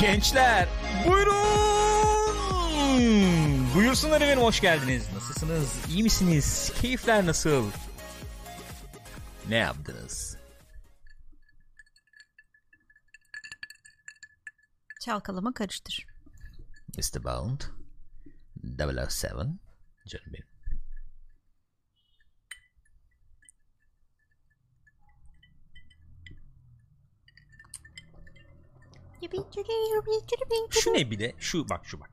Gençler buyurun. Buyursunlar efendim hoş geldiniz. Nasılsınız? İyi misiniz? Keyifler nasıl? Ne yaptınız? Çalkalama karıştır. Mr. Bond 007 Canım benim. Şu ne bir de? Şu bak şu bak.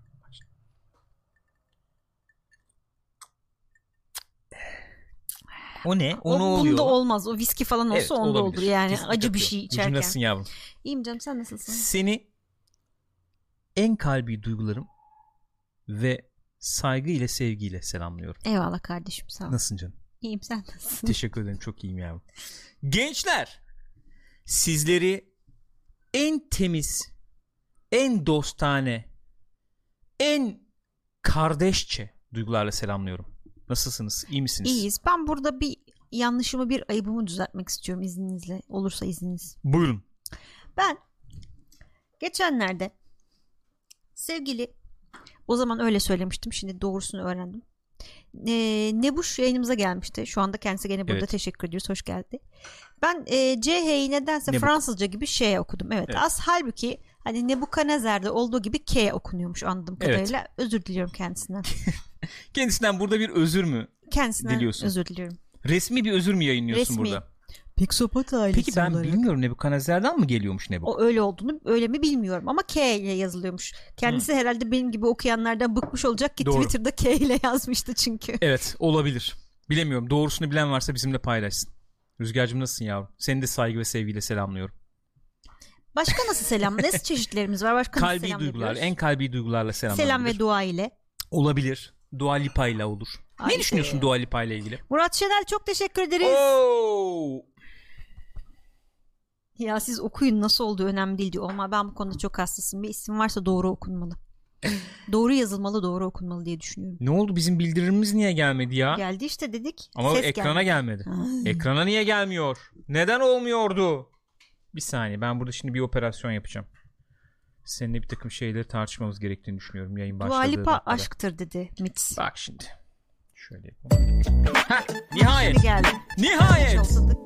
O ne? O, Onu oluyor. bunda olmaz. O viski falan olsa Evet, onda olabilir. olur yani. Kesinlikle Acı bir katılıyorum. şey Burcu içerken. Nasılsın yavrum? İyiyim canım sen nasılsın? Seni en kalbi duygularım ve saygı ile sevgiyle selamlıyorum. Eyvallah kardeşim sağ ol. Nasılsın canım? İyiyim sen nasılsın? Teşekkür ederim çok iyiyim yavrum. Gençler sizleri en temiz, en dostane, en kardeşçe duygularla selamlıyorum. Nasılsınız? İyi misiniz? İyiyiz. Ben burada bir yanlışımı bir ayıbımı düzeltmek istiyorum izninizle. Olursa izniniz. Buyurun. Ben geçenlerde sevgili o zaman öyle söylemiştim. Şimdi doğrusunu öğrendim. Ee, Nebuş yayınımıza gelmişti. Şu anda kendisi gene burada Evet. teşekkür ediyoruz. Hoş geldi. Ben e, CH'yi nedense Nebuk. Fransızca gibi şey okudum. Evet, Evet. As halbuki hani Nebukadnezar'da olduğu gibi K okunuyormuş anladığım Evet. kadarıyla. Özür diliyorum kendisinden. Kendisinden burada bir özür mü? Kendisinden Diliyorsun. özür diliyorum. Resmi bir özür mü yayınlıyorsun Resmi. burada? Pixopat ailesi Peki ben bilmiyorum Nebukadnezar'dan mı geliyormuş Nebuk? O öyle olduğunu öyle mi bilmiyorum ama K ile yazılıyormuş. Kendisi herhalde benim gibi okuyanlardan bıkmış olacak ki Doğru. Twitter'da K ile yazmıştı çünkü. Evet olabilir. Bilemiyorum. Doğrusunu bilen varsa bizimle paylaşsın. Rüzgar'cığım nasılsın yavrum? Seni de saygı ve sevgiyle selamlıyorum. Başka nasıl selam? Nasıl çeşitlerimiz var? Başka nasıl kalbi selam duygular, yapıyoruz? en kalbi duygularla selamlanabilir. Selam ve dua ile. Olabilir. Dua Lipa ile olur. Ay ne düşünüyorsun be. Dua Lipa ile ilgili? Murat Şenel çok teşekkür ederiz. Oo! Ya siz okuyun nasıl olduğu önemli değil diyor. Ama ben bu konuda çok hassasım. Bir isim varsa doğru okunmalı. doğru yazılmalı, doğru okunmalı diye düşünüyorum. Ne oldu bizim bildirimimiz niye gelmedi ya? Geldi işte dedik. Ama Ses ekrana geldi. gelmedi. Ay. Ekrana niye gelmiyor? Neden olmuyordu? Bir saniye ben burada şimdi bir operasyon yapacağım. Seninle bir takım şeyleri tartışmamız gerektiğini düşünüyorum yayın başladığı Dua Lipa dakikada. aşktır dedi Mitz. Bak şimdi. Şöyle yapalım. Heh, nihayet. Şimdi geldi. Nihayet. Çalsadık.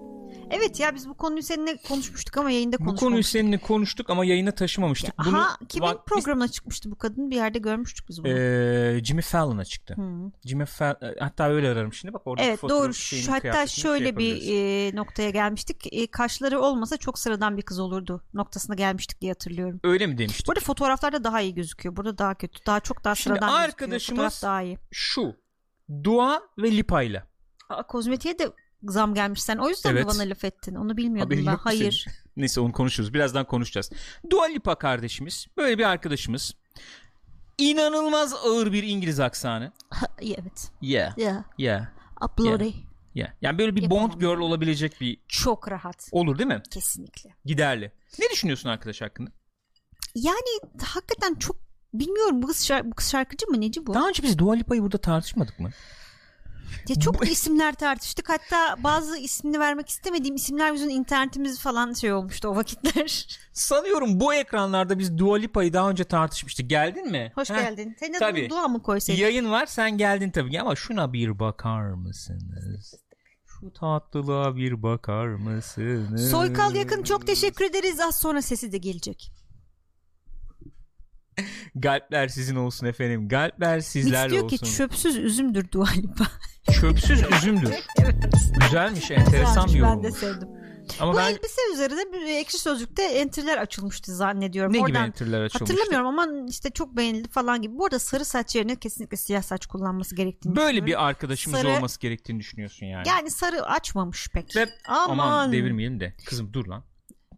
Evet ya biz bu konuyu seninle konuşmuştuk ama yayında Bu konuşmamıştık. konuyu seninle konuştuk ama yayına taşımamıştık. Bunu Ha kimin vak- programına çıkmıştı bu kadın? Bir yerde görmüştük biz bunu. Ee, Jimmy Fallon'a çıktı. Hı. Jimmy Fallon, hatta öyle ararım şimdi bak orada Evet fotoğraf doğru. şeyini, Şu- Hatta kıyafetini şey şöyle bir yapabiliyorsun. e, noktaya gelmiştik. E, kaşları olmasa çok sıradan bir kız olurdu noktasına gelmiştik diye hatırlıyorum. öyle mi demiştim? Burada fotoğraflarda daha iyi gözüküyor. Burada daha kötü. Daha çok daha Şimdi sıradan gözüküyor. arkadaşımız- Fotoğraf daha iyi. Şu. Dua ve Lipa'yla. Aa, kozmetiğe de zam gelmiş. Sen o yüzden Evet. mi bana laf ettin? Onu bilmiyordum Haberin ben. yok mu senin? Hayır. Neyse onu konuşuruz. Birazdan konuşacağız. Dua Lipa kardeşimiz. Böyle bir arkadaşımız. İnanılmaz ağır bir İngiliz aksanı. İyi, evet. Yeah. Ya. Yeah. Upload'ı. Yeah. Yani böyle bir Yapamam. Bond girl olabilecek bir Çok rahat. olur değil mi? Kesinlikle. Giderli. Ne düşünüyorsun arkadaş hakkında? Yani hakikaten çok bilmiyorum bu kız, şark- bu kız şarkıcı mı neci bu? Daha önce biz Dua Lipa'yı burada tartışmadık mı? Ya çok isimler tartıştık. Hatta bazı ismini vermek istemediğim isimler yüzünden internetimiz falan şey olmuştu o vakitler. Sanıyorum bu ekranlarda biz Dua Lipa'yı daha önce tartışmıştık. Geldin mi? Hoş Heh. geldin. Senin tabii. adını dua mı koysaydın? Yayın var sen geldin tabii ki ama şuna bir bakar mısınız? Şu tatlılığa bir bakar mısınız? Soykal Yakın çok teşekkür ederiz. Az sonra sesi de gelecek. Galpler sizin olsun efendim. Galpler Mix sizlerle diyor olsun. ki çöpsüz üzümdür Dua Lipa. Çöpsüz üzümdür. Güzelmiş, enteresan bir Güzelmiş, Ben de yorummuş. sevdim. Ama Bu ben elbise üzerine bir ekşi sözlükte entriler açılmıştı zannediyorum. ne gibi Oradan entriler açılmıştı? Hatırlamıyorum ama işte çok beğenildi falan gibi. Bu arada sarı saç yerine kesinlikle siyah saç kullanması gerektiğini Böyle düşünüyorum. bir arkadaşımız Sarı- olması gerektiğini düşünüyorsun yani. Yani sarı açmamış pek. Ve- Aman. Aman devirmeyelim de. Kızım dur lan.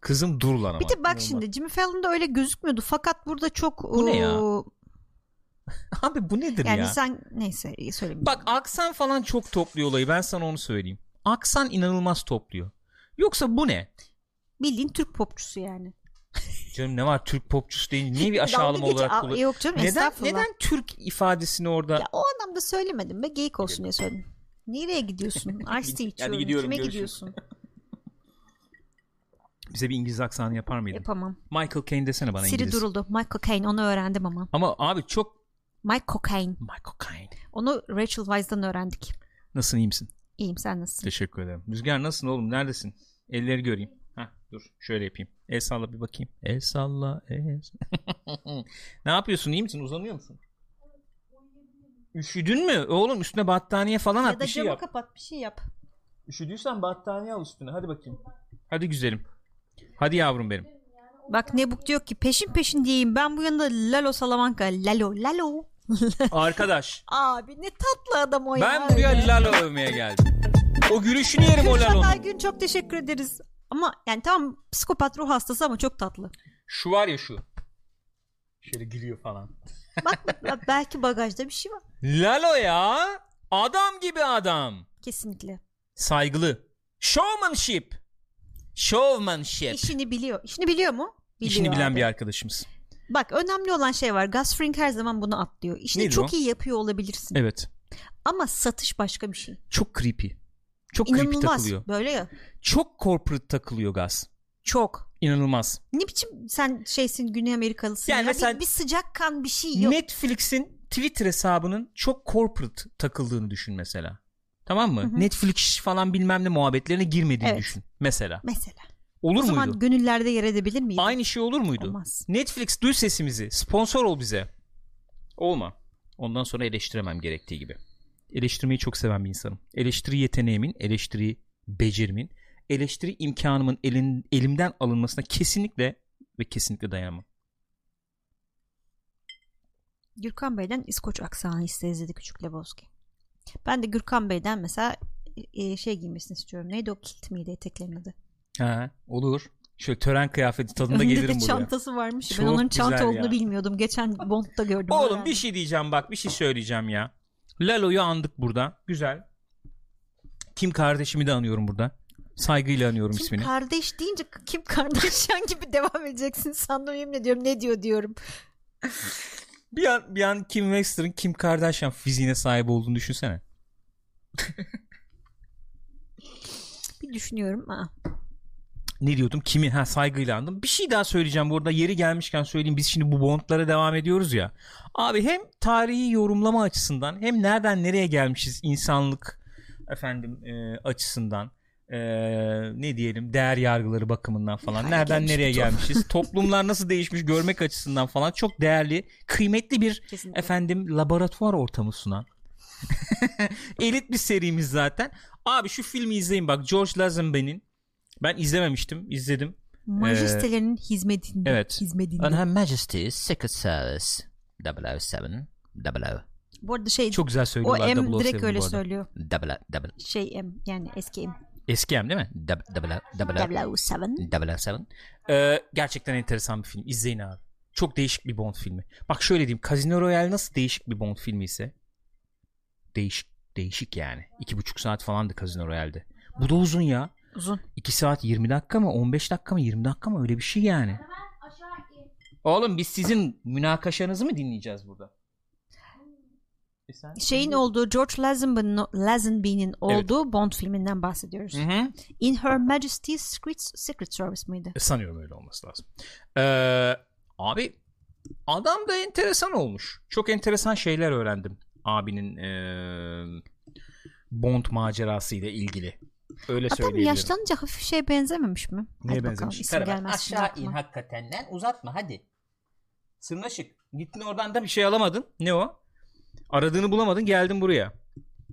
Kızım dur lan ama. Bir de bak Olmaz. şimdi Jimmy Fallon'da öyle gözükmüyordu fakat burada çok Bu ne ya? o, Abi bu nedir yani ya? sen neyse iyi söylemeyeyim. Bak aksan falan çok topluyor olayı. Ben sana onu söyleyeyim. Aksan inanılmaz topluyor. Yoksa bu ne? Bildiğin Türk popçusu yani. Canım ne var Türk popçusu değil. Niye bir aşağılama Dalga geç- olarak Aa, kullan- Yok canım Neden, estağfurullah. neden Türk ifadesini orada Ya o anlamda söylemedim be geyik olsun diye söyledim. Nereye gidiyorsun? Ice tea içiyorum. gidiyorum, Kime görüşürüz. gidiyorsun? Bize bir İngiliz aksanı yapar mıydın? Yapamam. Michael Caine desene bana Siri İngiliz. duruldu. Michael Caine onu öğrendim ama. Ama abi çok Michael Caine. Michael Caine. Onu Rachel Weisz'dan öğrendik. Nasılsın iyi misin? İyiyim sen nasılsın? Teşekkür ederim. Rüzgar nasılsın oğlum? Neredesin? Elleri göreyim. Hah dur şöyle yapayım. El salla bir bakayım. El salla. El... ne yapıyorsun? İyi misin? Uzanıyor musun? Üşüdün mü? Oğlum üstüne battaniye falan Ya at da bir şey camı yap. kapat bir şey yap. Üşüdüysen battaniye al üstüne. Hadi bakayım. Hadi güzelim. Hadi yavrum benim. Bak Nebuk diyor ki peşin peşin diyeyim ben bu yanında Lalo Salamanca. Lalo Lalo. Arkadaş. Abi ne tatlı adam o ya. ben buraya Lalo övmeye geldim. O gülüşünü yerim o Kürşat Lalo'nun. Aygün çok teşekkür ederiz. Ama yani tamam psikopat ruh hastası ama çok tatlı. Şu var ya şu. Şöyle gülüyor falan. Bak bak, bak, belki bagajda bir şey var. Lalo ya. Adam gibi adam. Kesinlikle. Saygılı. Showmanship. Showmanship. İşini biliyor. İşini biliyor mu? Biliyor İşini bilen abi. bir arkadaşımız. Bak önemli olan şey var. Gus Fring her zaman bunu atlıyor. İşini Nedir çok o? iyi yapıyor olabilirsin. Evet. Ama satış başka bir şey. Çok creepy. Çok creepy İnanılmaz. takılıyor. Böyle ya. Çok corporate takılıyor Gaz. Çok. İnanılmaz. Ne biçim sen şeysin Güney Amerikalısın. Yani ya. mesela- bir, bir sıcak kan bir şey yok. Netflix'in Twitter hesabının çok corporate takıldığını düşün mesela. Tamam mı? Hı hı. Netflix falan bilmem ne muhabbetlerine girmediğini Evet. düşün mesela. Mesela. Olur o muydu? zaman gönüllerde yer edebilir miyim? Aynı şey olur muydu? Olmaz. Netflix duy sesimizi. Sponsor ol bize. Olma. Ondan sonra eleştiremem gerektiği gibi. Eleştirmeyi çok seven bir insanım. Eleştiri yeteneğimin, eleştiri becerimin, eleştiri imkanımın elin, elimden alınmasına kesinlikle ve kesinlikle dayanamam. Gürkan Bey'den İskoç aksanı izledi Küçük Lebowski. Ben de Gürkan Bey'den mesela e, şey giymesini istiyorum. Neydi o kilt miydi eteklerin adı? Ha, olur. Şöyle tören kıyafeti tadında Önünde gelirim de buraya. çantası varmış. ben Çok onun güzel çanta olduğunu ya. bilmiyordum. Geçen Bond'da gördüm. Oğlum öğrendim. bir şey diyeceğim bak bir şey söyleyeceğim ya. Lalo'yu andık burada. Güzel. Kim kardeşimi de anıyorum burada. Saygıyla anıyorum Kim ismini. kardeş deyince kim Kardashian gibi devam edeceksin sandım yemin ediyorum ne diyor diyorum. Bir an, bir an Kim Wexler'ın Kim Kardashian fiziğine sahip olduğunu düşünsene. Bir düşünüyorum. Aa, Ne diyordum? Kimi? Ha saygıyla andım. Bir şey daha söyleyeceğim bu arada. Yeri gelmişken söyleyeyim. Biz şimdi bu Bond'lara devam ediyoruz ya. Abi hem tarihi yorumlama açısından hem nereden nereye gelmişiz insanlık efendim e, açısından e, ne diyelim değer yargıları bakımından falan Nereye nereden gelmiş nereye bu toplum? gelmişiz toplumlar nasıl değişmiş görmek açısından falan çok değerli kıymetli bir kesinlikle. efendim laboratuvar ortamı sunan elit bir serimiz zaten. Abi şu filmi izleyin bak George Lazenby'nin ben izlememiştim izledim. Majestelerinin hizmetinde. e, evet. Hizmetinde. On Her Majesty's Secret Service 007 00 Bu arada şey Çok güzel o söylüyorlar M 007 direkt bu öyle arada. oh, söylüyor. 00 00 Şey M yani eski M. Eski hem değil mi? 00 oh, 007. 007 Ee, gerçekten enteresan bir film izleyin abi. Çok değişik bir Bond filmi. Bak şöyle diyeyim Casino Royale nasıl değişik bir Bond filmi ise değişik değişik yani. İki buçuk saat falandı Casino Royale'de. Bu da uzun ya. Uzun. 2 saat 20 dakika mı 15 dakika mı 20 dakika mı öyle bir şey yani. Oğlum biz sizin münakaşanızı mı dinleyeceğiz burada? E sen- Şeyin olduğu George Lazenby'nin Lazenby'nin olduğu Bond filminden bahsediyoruz. Hı hı. In Her Majesty's Secret, Secret Service mıydı? E, Sanıyorum öyle olması lazım. Ee, abi adam da enteresan olmuş. Çok enteresan şeyler öğrendim abinin ee, Bond macerası ile ilgili. Öyle Adam söyleyebilirim. yaşlanınca hafif şeye benzememiş mi? Neye Hadi bakalım, benzemiş? isim Karaman, gelmez şimdi Aşağı in aklıma. hakikaten lan uzatma hadi. Sırnaşık. Gittin oradan da bir şey alamadın. Ne o? Aradığını bulamadın geldin buraya.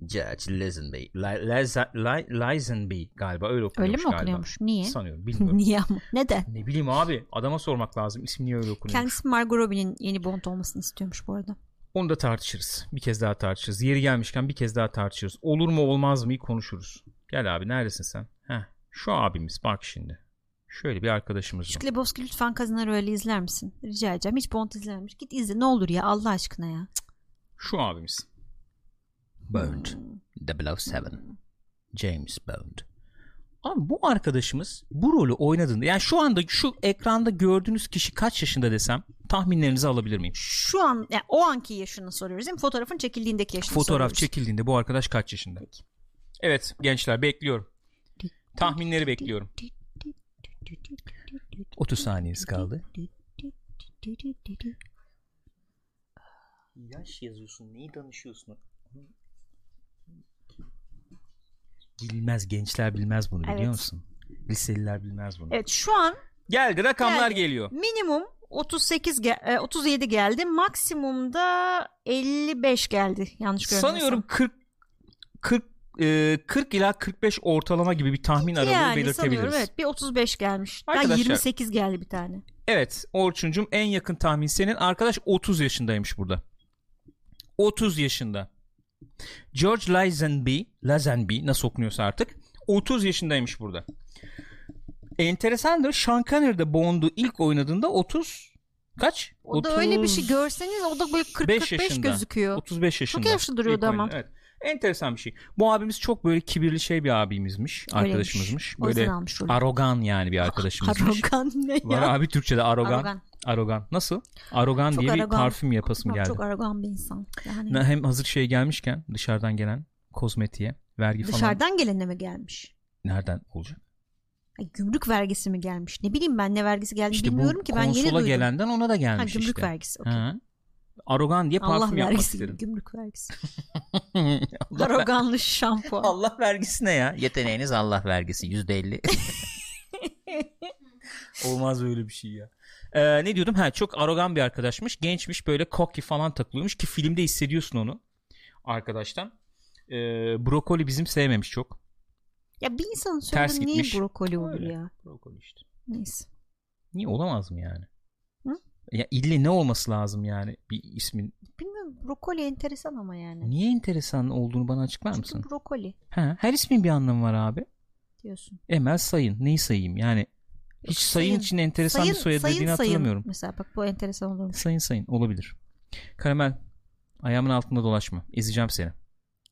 Judge Lazenby. Lizenby galiba öyle okunuyormuş Öyle mi galiba. okunuyormuş? Niye? Sanıyorum bilmiyorum. Niye ama? Neden? ne bileyim abi adama sormak lazım isim niye öyle okunuyormuş. Kendisi Margot Robbie'nin yeni Bond olmasını istiyormuş bu arada. Onu da tartışırız. Bir kez daha tartışırız. Yeri gelmişken bir kez daha tartışırız. Olur mu olmaz mı konuşuruz. Gel abi neredesin sen? Heh, şu abimiz bak şimdi. Şöyle bir arkadaşımız var. Şükle Lebowski lütfen Kazanır öyle izler misin? Rica edeceğim. Hiç Bond izlememiş. Git izle ne olur ya Allah aşkına ya. Şu abimiz. Bond 007. James Bond. Abi bu arkadaşımız bu rolü oynadığında yani şu anda şu ekranda gördüğünüz kişi kaç yaşında desem tahminlerinizi alabilir miyim? Şu an yani o anki yaşını soruyoruz değil mi? Fotoğrafın çekildiğindeki yaşını Fotoğraf soruyoruz. çekildiğinde bu arkadaş kaç yaşında? Peki. Evet gençler bekliyorum. Tahminleri bekliyorum. 30 saniyeniz kaldı. Yaş yazıyorsun. Neyi danışıyorsun? Bilmez. Gençler bilmez bunu Evet. biliyor musun? Liseliler bilmez bunu. Evet şu an Geldi rakamlar Geldi. geliyor. minimum 38 ge- e, 37 geldi. Maksimum da 55 geldi. Yanlış görmüyorsam. Sanıyorum 40 40 e, 40 ila 45 ortalama gibi bir tahmin aralığı yani sanıyorum belirtebiliriz. Evet. evet bir 35 gelmiş. Ben Arkadaşlar- 28 geldi bir tane. Orçuncum en yakın tahmin senin. Arkadaş 30 yaşındaymış burada. 30 yaşında. George Lazenby, Lazenby nasıl okunuyorsa artık 30 yaşındaymış burada. Enteresandır. Sean Connery'de Bond'u ilk oynadığında 30 kaç? O da öyle bir şey 30 görseniz o da böyle 5 40-45 yaşında. gözüküyor. 35 yaşında. yaşlı duruyordu İlk ama. oyunu, Evet. Enteresan bir şey. Bu abimiz çok böyle kibirli şey bir abimizmiş. Öyleymiş. Arkadaşımızmış. O yüzden Böyle almış rolü. arogan yani bir arkadaşımızmış. Arogan ne Var ya? abi Türkçe'de arogan. Arogan. Arogan. Nasıl? Arogan Çok diye bir arogan. parfüm yapasım Bak, geldi. Çok arogan bir insan. Yani Ne- Hem hazır şey gelmişken dışarıdan gelen kozmetiğe vergi falan. dışarıdan gelene mi gelmiş? Nereden olacak? Ay, gümrük vergisi mi gelmiş? Ne bileyim ben ne vergisi geldi İşte bilmiyorum bu ki ben yeni konsola duydum. gelenden ona da ha, gelmiş gümrük işte. vergisi. okey. Ha. Arogan diye parfüm Allah yapmak vergisi, istedim. gümrük vergisi. Allah, ver- Aroganlı şampuan. Allah vergisi ne ya? Yeteneğiniz Allah vergisi %50. Olmaz öyle bir şey ya. Ee, ne diyordum? Ha çok arogan bir arkadaşmış. Gençmiş böyle cocky falan takılıyormuş ki filmde hissediyorsun onu arkadaştan. Ee, brokoli bizim sevmemiş çok. Ya bir insanın sonunda Ters niye gitmiş. brokoli olur Öyle. ya? Brokoli işte. Neyse. Niye olamaz mı yani? Hı? Ya ille ne olması lazım yani bir ismin? Bilmiyorum brokoli enteresan ama yani. Niye enteresan olduğunu bana açıklar Çünkü mısın? brokoli Ha, her ismin bir anlamı var abi. diyorsun. Emel Sayın. Neyi sayayım? Yani hiç sayın, Sayın. için enteresan bir soyadı dediğini hatırlamıyorum. Mesela bak bu enteresan olurmuş. Sayın sayın olabilir. Karamel ayağımın altında dolaşma. Ezeceğim seni.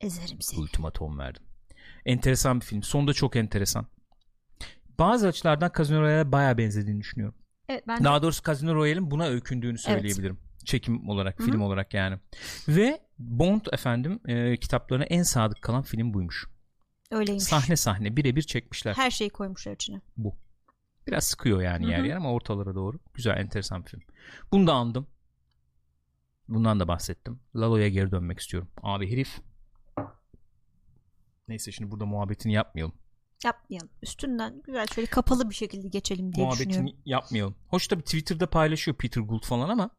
Ezerim seni. ultimatom verdim. Enteresan bir film. Sonu da çok enteresan. Bazı açılardan Casino Royale'e bayağı benzediğini düşünüyorum. Evet ben Daha doğrusu Casino Royale'in buna öykündüğünü söyleyebilirim. Çekim olarak, Hı hı. film olarak yani. Ve Bond efendim e, kitaplarına en sadık kalan film buymuş. öyleymiş. Sahne sahne birebir çekmişler. Her şeyi koymuşlar içine. Bu. Biraz sıkıyor yani yer Hı hı. yer ama ortalara doğru. Güzel, enteresan bir film. Bunu da andım. Bundan da bahsettim. Lalo'ya geri dönmek istiyorum. Abi herif. Neyse şimdi burada muhabbetini yapmayalım. Yapmayalım. Üstünden güzel şöyle kapalı bir şekilde geçelim diye düşünüyorum. muhabbetini yapmayalım. Hoş da bir Twitter'da paylaşıyor Peter Gould falan ama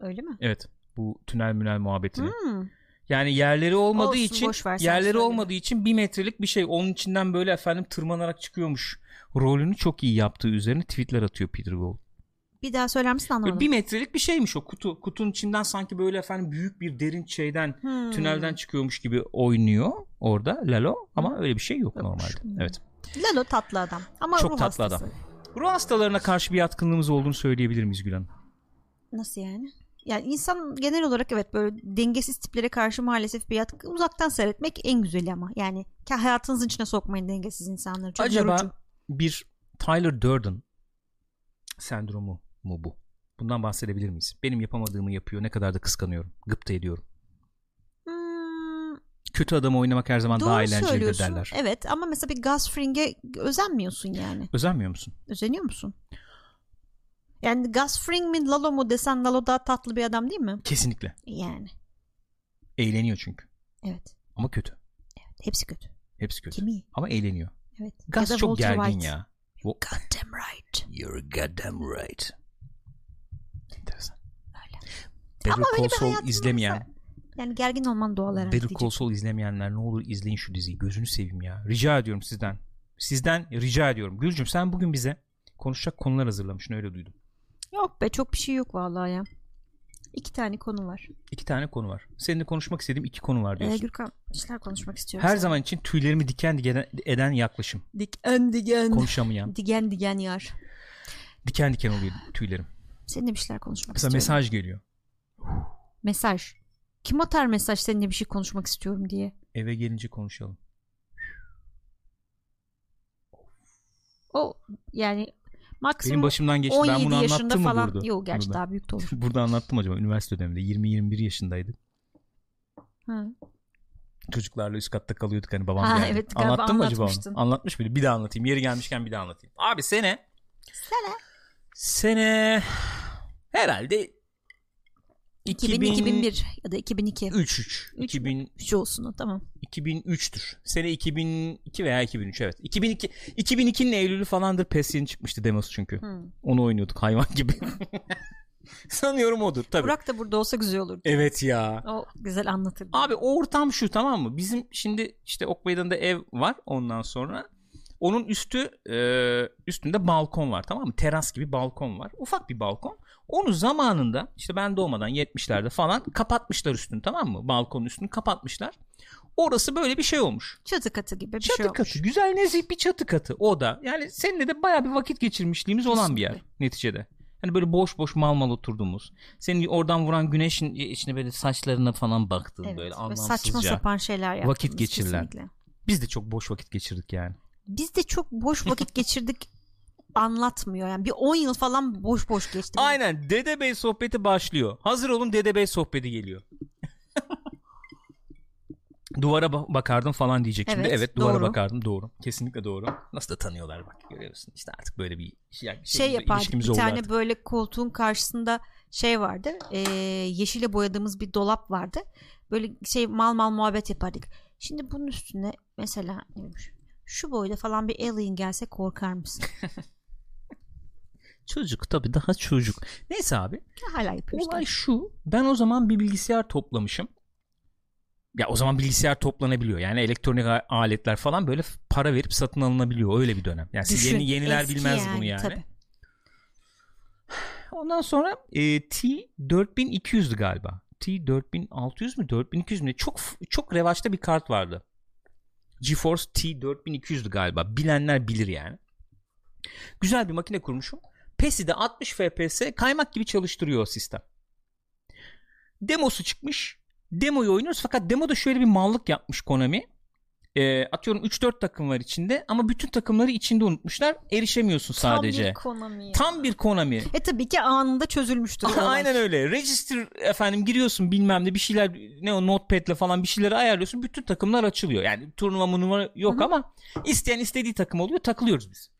Öyle mi? evet bu tünel münel muhabbetini. Hmm. Yani yerleri olmadığı Olsun, için boş ver, sen yerleri söyle. olmadığı için bir metrelik bir şey onun içinden böyle efendim tırmanarak çıkıyormuş. Rolünü çok iyi yaptığı üzerine tweetler atıyor Peter Gould. Bir daha söyler misin Böyle anlamadım. bir metrelik bir şeymiş o kutu. Kutunun içinden sanki böyle efendim büyük bir derin şeyden Hmm. tünelden çıkıyormuş gibi oynuyor orada Lalo ama öyle bir şey yok Yokmuş. normalde. Hmm. Evet. Lalo tatlı adam. Ama Çok ruh tatlı hastası. Ruh hastalarına karşı bir yatkınlığımız olduğunu söyleyebilir miyiz Gül Hanım? Nasıl yani? Yani insan genel olarak evet böyle dengesiz tiplere karşı maalesef bir yatkı uzaktan seyretmek en güzeli ama. Yani ke- hayatınızın içine sokmayın dengesiz insanları. Çok Acaba yorucu. bir Tyler Durden sendromu mu bu? Bundan bahsedebilir miyiz? Benim yapamadığımı yapıyor. Ne kadar da kıskanıyorum. Gıpta ediyorum. Hmm, Kötü adamı oynamak her zaman daha doğru eğlencelidir söylüyorsun. derler. Evet ama mesela bir Gus Fring'e özenmiyorsun yani. Özenmiyor musun? Özeniyor musun? Yani Gus Fring mi Lalo mu desen Lalo daha tatlı bir adam değil mi? Kesinlikle. Yani Eğleniyor çünkü. evet. Ama kötü. Hepsi kötü. Hepsi kötü. Kimi? iyi? Ama eğleniyor. Evet. Gus Ya da çok Walter gergin White. ya. Bu- God damn right. You're goddamn right. Enteresan. Öyle. Better Ama öyle Call bir Saul hayatım izlemeyen, Yani gergin olman doğal herhalde. Better Call diyecek. Saul izlemeyenler ne olur izleyin şu diziyi. Gözünü seveyim ya. Rica ediyorum sizden. Sizden rica ediyorum. Gülcüm sen bugün bize konuşacak konular hazırlamışsın öyle duydum. Yok be çok bir şey yok vallahi ya. İki tane konu var. İki tane konu var. Seninle konuşmak istediğim iki konu var Ee, diyorsun. Gürkan işler konuşmak istiyorum. Her zaman için tüylerimi diken diken eden yaklaşım. diken diken. Konuşamayan. Digen digen yar. diken diken oluyor tüylerim. Seninle bir şeyler konuşmak Mesela istiyorum. mesaj geliyor. Mesaj. Kim atar mesaj seninle bir şey konuşmak istiyorum diye. Eve gelince konuşalım. O yani maksimum Benim başımdan geçti. Ben 17 bunu yaşında anlattım mı falan. burada? Yok gerçi Burada. daha büyük de olur. Burada anlattım acaba üniversite döneminde 20-21 yaşındaydık. Ha. Çocuklarla üst katta kalıyorduk hani babam Ha, geldi. evet, galiba Anlattın mı acaba anlatmıştın. onu? Anlatmış mıydı? Bir daha anlatayım. Yeri gelmişken bir daha anlatayım. Abi sene Sene. sene herhalde 2000, 2001 ya da 2002. 3 Üç mü? 2000 Şu olsun o tamam. 2003'tür. Sene 2002 veya 2003 evet. 2002 2002'nin Eylül'ü falandır PES yeni çıkmıştı demosu çünkü. Hmm. Onu oynuyorduk hayvan gibi. Sanıyorum odur tabii. Burak da burada olsa güzel olurdu. Evet ya. O güzel anlatırdı. Abi o ortam şu tamam mı? Bizim şimdi işte Ok Meydanı'nda ev var ondan sonra. Onun üstü e, üstünde balkon var tamam mı? Teras gibi balkon var. Ufak bir balkon. Onu zamanında işte ben doğmadan 70'lerde falan kapatmışlar üstünü tamam mı? Balkonun üstünü kapatmışlar. Orası böyle bir şey olmuş. Çatı katı gibi bir Çatı şey katı. Güzel nezih bir çatı katı o da. Yani seninle de bayağı bir vakit geçirmişliğimiz olan bir yer Kesinlikle. neticede. Hani böyle boş boş mal mal oturduğumuz. Senin oradan vuran güneşin içine böyle saçlarına falan baktığın Evet, böyle böyle anlamsızca. saçma sapan şeyler yaptınız. vakit geçirilen. kesinlikle. Biz de çok boş vakit geçirdik yani. Biz de çok boş vakit geçirdik anlatmıyor. Yani bir 10 yıl falan boş boş geçti. Aynen Dede Bey sohbeti başlıyor. Hazır olun Dede Bey sohbeti geliyor. duvara ba- bakardım falan diyecek şimdi. Evet, Evet, duvara doğru. bakardım doğru. Kesinlikle doğru. Nasıl da tanıyorlar bak görüyorsun. İşte artık böyle bir şey, Şey şeyimiz- yapardık bir ilişkimiz oldu tane artık. böyle koltuğun karşısında şey vardı. E, yeşile boyadığımız bir dolap vardı. Böyle şey mal mal muhabbet yapardık. Şimdi bunun üstüne mesela ne bileyim, şu boyda falan bir alien gelse korkar mısın? Çocuk tabii daha çocuk. Neyse abi Hala yapıyoruz. Olay şu. Ben o zaman bir bilgisayar toplamışım. Ya o zaman bilgisayar toplanabiliyor. Yani elektronik a- aletler falan böyle f- para verip satın alınabiliyor. Öyle bir dönem. Yani Düşün, yeni yeniler eski bilmez bunu yani. tabii. Ondan sonra e, T 4200'dü galiba. T 4600 mü 4200 mü? ne? Çok çok revaçta bir kart vardı. GeForce T 4200'dü galiba. Bilenler bilir yani. Güzel bir makine kurmuşum. PES'i de 60 FPS kaymak gibi çalıştırıyor o sistem. Demosu çıkmış. Demoyu oynuyoruz fakat demoda şöyle bir mallık yapmış Konami. E, atıyorum 3-4 takım var içinde ama bütün takımları içinde unutmuşlar. Erişemiyorsun sadece. Tam bir Konami ya. Tam bir Konami. E tabii ki anında çözülmüştür. Aha, Aynen öyle. Register efendim giriyorsun bilmem ne bir şeyler ne o notepad'le falan bir şeyleri ayarlıyorsun. Bütün takımlar açılıyor. Yani turnuva numara yok ama isteyen istediği takım oluyor. Takılıyoruz biz.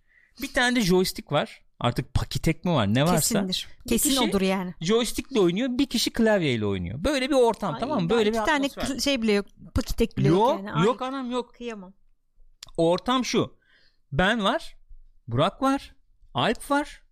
Bir tane de joystick var. Artık pakitek mi var ne varsa. Kesindir. Kesin kişi- odur yani. Joystickle oynuyor. Bir kişi klavyeyle oynuyor. Böyle bir ortam Ay, tamam mı? daha Böyle iki bir tane atmosfer. kı- şey bile yok. Pakitek bile yok, Yok yani. Ay, yok Şey anam yok. Kıyamam. Ortam şu. Ben var. Burak var. Alp var.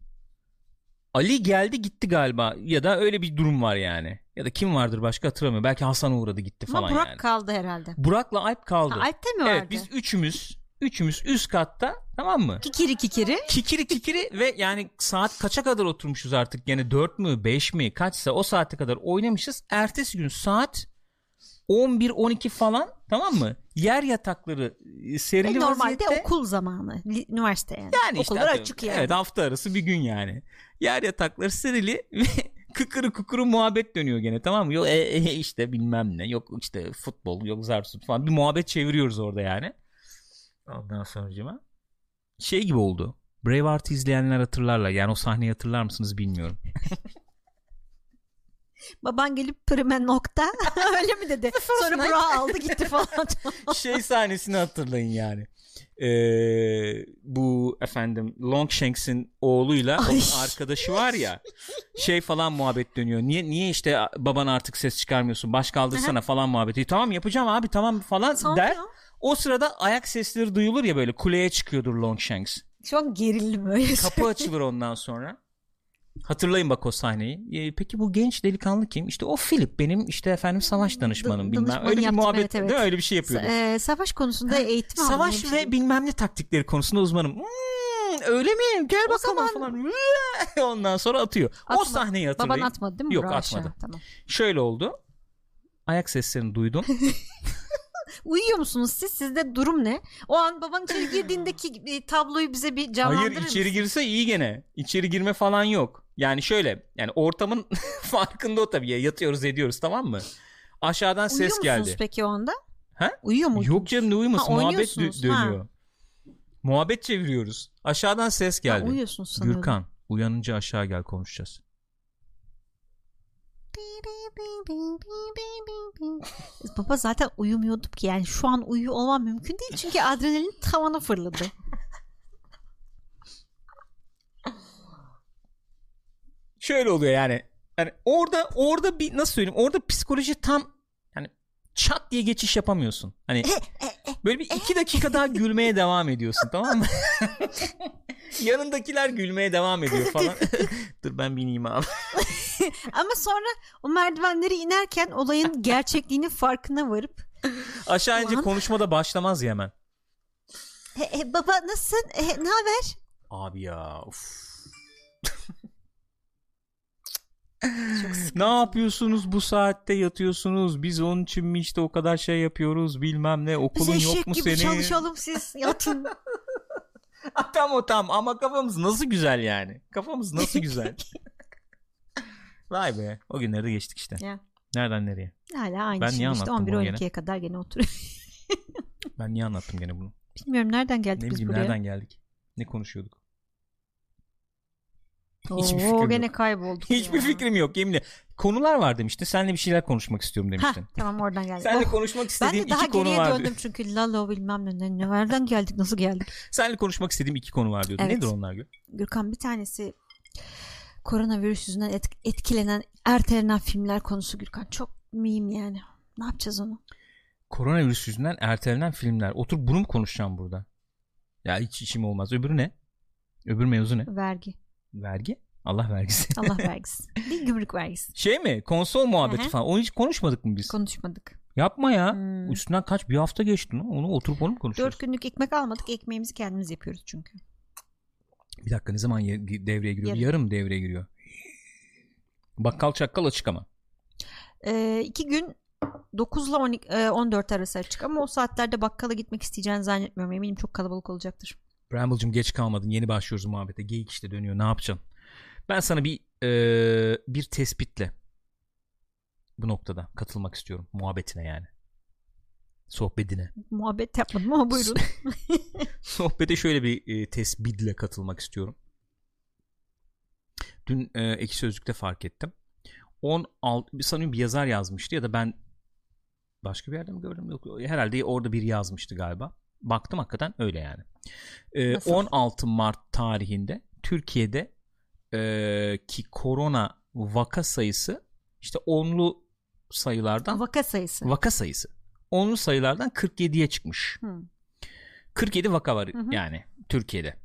Ali geldi gitti galiba ya da öyle bir durum var yani. Ya da kim vardır başka hatırlamıyorum. Belki Hasan uğradı gitti Ama falan Burak yani. kaldı herhalde. Burak'la Alp kaldı. Ha, Alp'te mi vardı? evet biz üçümüz. Üçümüz üst katta tamam mı? Kikiri kikiri. Kikiri kikiri ve yani saat kaça kadar oturmuşuz artık? Yani 4 mü 5 mi kaçsa o saate kadar oynamışız. Ertesi gün saat 11-12 falan tamam mı? Yer yatakları e, serili E, normalde vaziyette. okul zamanı. li- Üniversite yani. Yani işte Okullar atıyorum, açık yani. Evet hafta arası bir gün yani. Yer yatakları serili ve kıkırı kukuru muhabbet dönüyor gene tamam mı? Yok e, e, işte bilmem ne yok işte futbol yok zarsut falan bir muhabbet çeviriyoruz orada yani. Ondan sonucuma şey gibi oldu. Braveheart'ı izleyenler hatırlarlar. Yani o sahneyi hatırlar mısınız bilmiyorum. Baban gelip prime nokta. Öyle mi dedi? Sonra Burak'ı aldı gitti falan. şey sahnesini hatırlayın yani. Ee, bu efendim Longshanks'in oğluyla Ay. onun arkadaşı var ya şey falan muhabbet dönüyor. Niye niye işte baban artık ses çıkarmıyorsun baş kaldırsana falan muhabbeti. Tamam yapacağım abi tamam falan Sonra der. O sırada ayak sesleri duyulur ya böyle kuleye çıkıyordur Longshanks. Şu an gerildim öyle. Kapı açılır ondan sonra. Hatırlayın bak o sahneyi. Ee, peki bu genç delikanlı kim? İşte o Philip benim işte efendim savaş danışmanım bilmem. danışmanı Öyle bir yaptım, muhabbet evet, evet. değil mi? öyle bir şey yapıyordu. Sa- e, savaş konusunda eğitim aldım. Savaş Öyle bir ve şey. bilmem ne taktikleri konusunda uzmanım. Hmm, öyle mi? Gel O bakalım zaman- falan. Ondan sonra atıyor. O Atma- sahneyi Baban hatırlayın. atmadı değil mi? Yok, Burak'ı atmadı. aşağı? Tamam. Şöyle oldu. Ayak seslerini duydum. Uyuyor musunuz siz? Sizde durum ne? O an baban içeri girdiğindeki e, tabloyu bize bir canlandırır Hayır içeri mısın? girse iyi gene. İçeri girme falan yok. Yani şöyle yani ortamın farkında o tabii. Ya Yatıyoruz ediyoruz tamam mı? Aşağıdan Uyuyor ses musunuz geldi. peki o anda? He? Uyuyor muydunuz? Yok canım ne uyuması Ha, muhabbet dö- oynuyorsunuz, ha. dönüyor. Muhabbet çeviriyoruz. Aşağıdan ses Ha, geldi. uyuyorsunuz sanırım. Gürkan uyanınca aşağı gel konuşacağız. Baba zaten uyumuyordum ki yani şu an uyuyor olmam mümkün değil çünkü adrenalin tavana fırladı. şöyle oluyor yani. Yani orada orada bir nasıl söyleyeyim? Orada psikoloji tam yani çat diye geçiş yapamıyorsun. Hani Eh, böyle bir iki dakika daha gülmeye devam ediyorsun tamam mı? Yanındakiler gülmeye devam ediyor falan. Dur ben bineyim abi. Ama sonra o merdivenleri inerken olayın gerçekliğinin farkına varıp Aşağı ince Ulan. konuşma da başlamaz ya hemen. "E, e, baba nasılsın? ne haber? Abi ya uf. Çok sıkıntı. Ne yapıyorsunuz bu saatte yatıyorsunuz? Biz onun için mi işte o kadar şey yapıyoruz bilmem ne Biz okulun eşek yok mu gibi senin? çalışalım siz yatın. Ah, Tam o tam ama kafamız nasıl güzel yani. Kafamız nasıl güzel. Vay be o günleri de geçtik işte. Ya. Nereden nereye? Hala aynı Ben şey niye işte anlattım bunu 11-12'ye kadar gene oturuyor. Ben niye anlattım gene bunu? Bilmiyorum nereden geldik Ne biz bileyim buraya. nereden geldik? Ne konuşuyorduk? Hiçbir Oo, fikrim gene yok. kaybolduk. Hiçbir ya. fikrim yok yeminle. Konular var demiştin. Seninle bir şeyler konuşmak istiyorum Hah, demiştin. tamam oradan geldik. Seninle Oh, konuşmak ben istediğim de daha iki konu geriye var. döndüm çünkü Lalo bilmem ne, ne. Nereden geldik nasıl geldik. Seninle konuşmak istediğim iki konu var diyordun. Evet. Nedir onlar Gül? Gürkan bir tanesi koronavirüs yüzünden et- etkilenen, ertelenen filmler konusu Gürkan. Çok mühim yani. Ne yapacağız onu? Koronavirüs yüzünden ertelenen filmler. Otur bunu mu konuşacağım burada? Ya hiç işim olmaz. Öbürü ne? Öbür mevzu ne? Vergi. Vergi. Allah vergisi. Allah vergisi. Değil gümrük vergisi. Şey mi? Konsol muhabbeti Hı hı. falan. Onu hiç konuşmadık mı biz? Konuşmadık. Yapma ya. Hmm. Üstünden kaç bir hafta geçti lan. Onu oturup onu mu konuşuyoruz? Dört günlük ekmek almadık. Ekmeğimizi kendimiz yapıyoruz çünkü. Bir dakika ne zaman ye- devreye giriyor? Yarın. Yarım. devreye giriyor. Bakkal çakkal açık ama. Ee, iki gün 9 ile 12, e, 14 arası açık ama o saatlerde bakkala gitmek isteyeceğini zannetmiyorum. Eminim çok kalabalık olacaktır. Bramble'cığım geç kalmadın. Yeni başlıyoruz muhabbete. Geyik işte dönüyor. Ne yapacaksın? Ben sana bir eee, bir tespitle bu noktada katılmak istiyorum. Muhabbetine yani. Sohbetine. Muhabbet yapmadım ama buyurun. Sohbete şöyle bir e, tespitle katılmak istiyorum. Dün e, Ekşi Sözlük'te fark ettim. 16 bir- sanıyorum bir yazar yazmıştı ya da ben başka bir yerde mi gördüm yok herhalde orada biri yazmıştı galiba. Baktım hakikaten öyle yani. E, Nasıl? 16 Mart tarihinde Türkiye'de e, ki korona vaka sayısı işte onlu sayılardan Vaka sayısı. vaka sayısı onlu sayılardan 47'ye çıkmış. Hı. 47 vaka var Hı hı. yani Türkiye'de.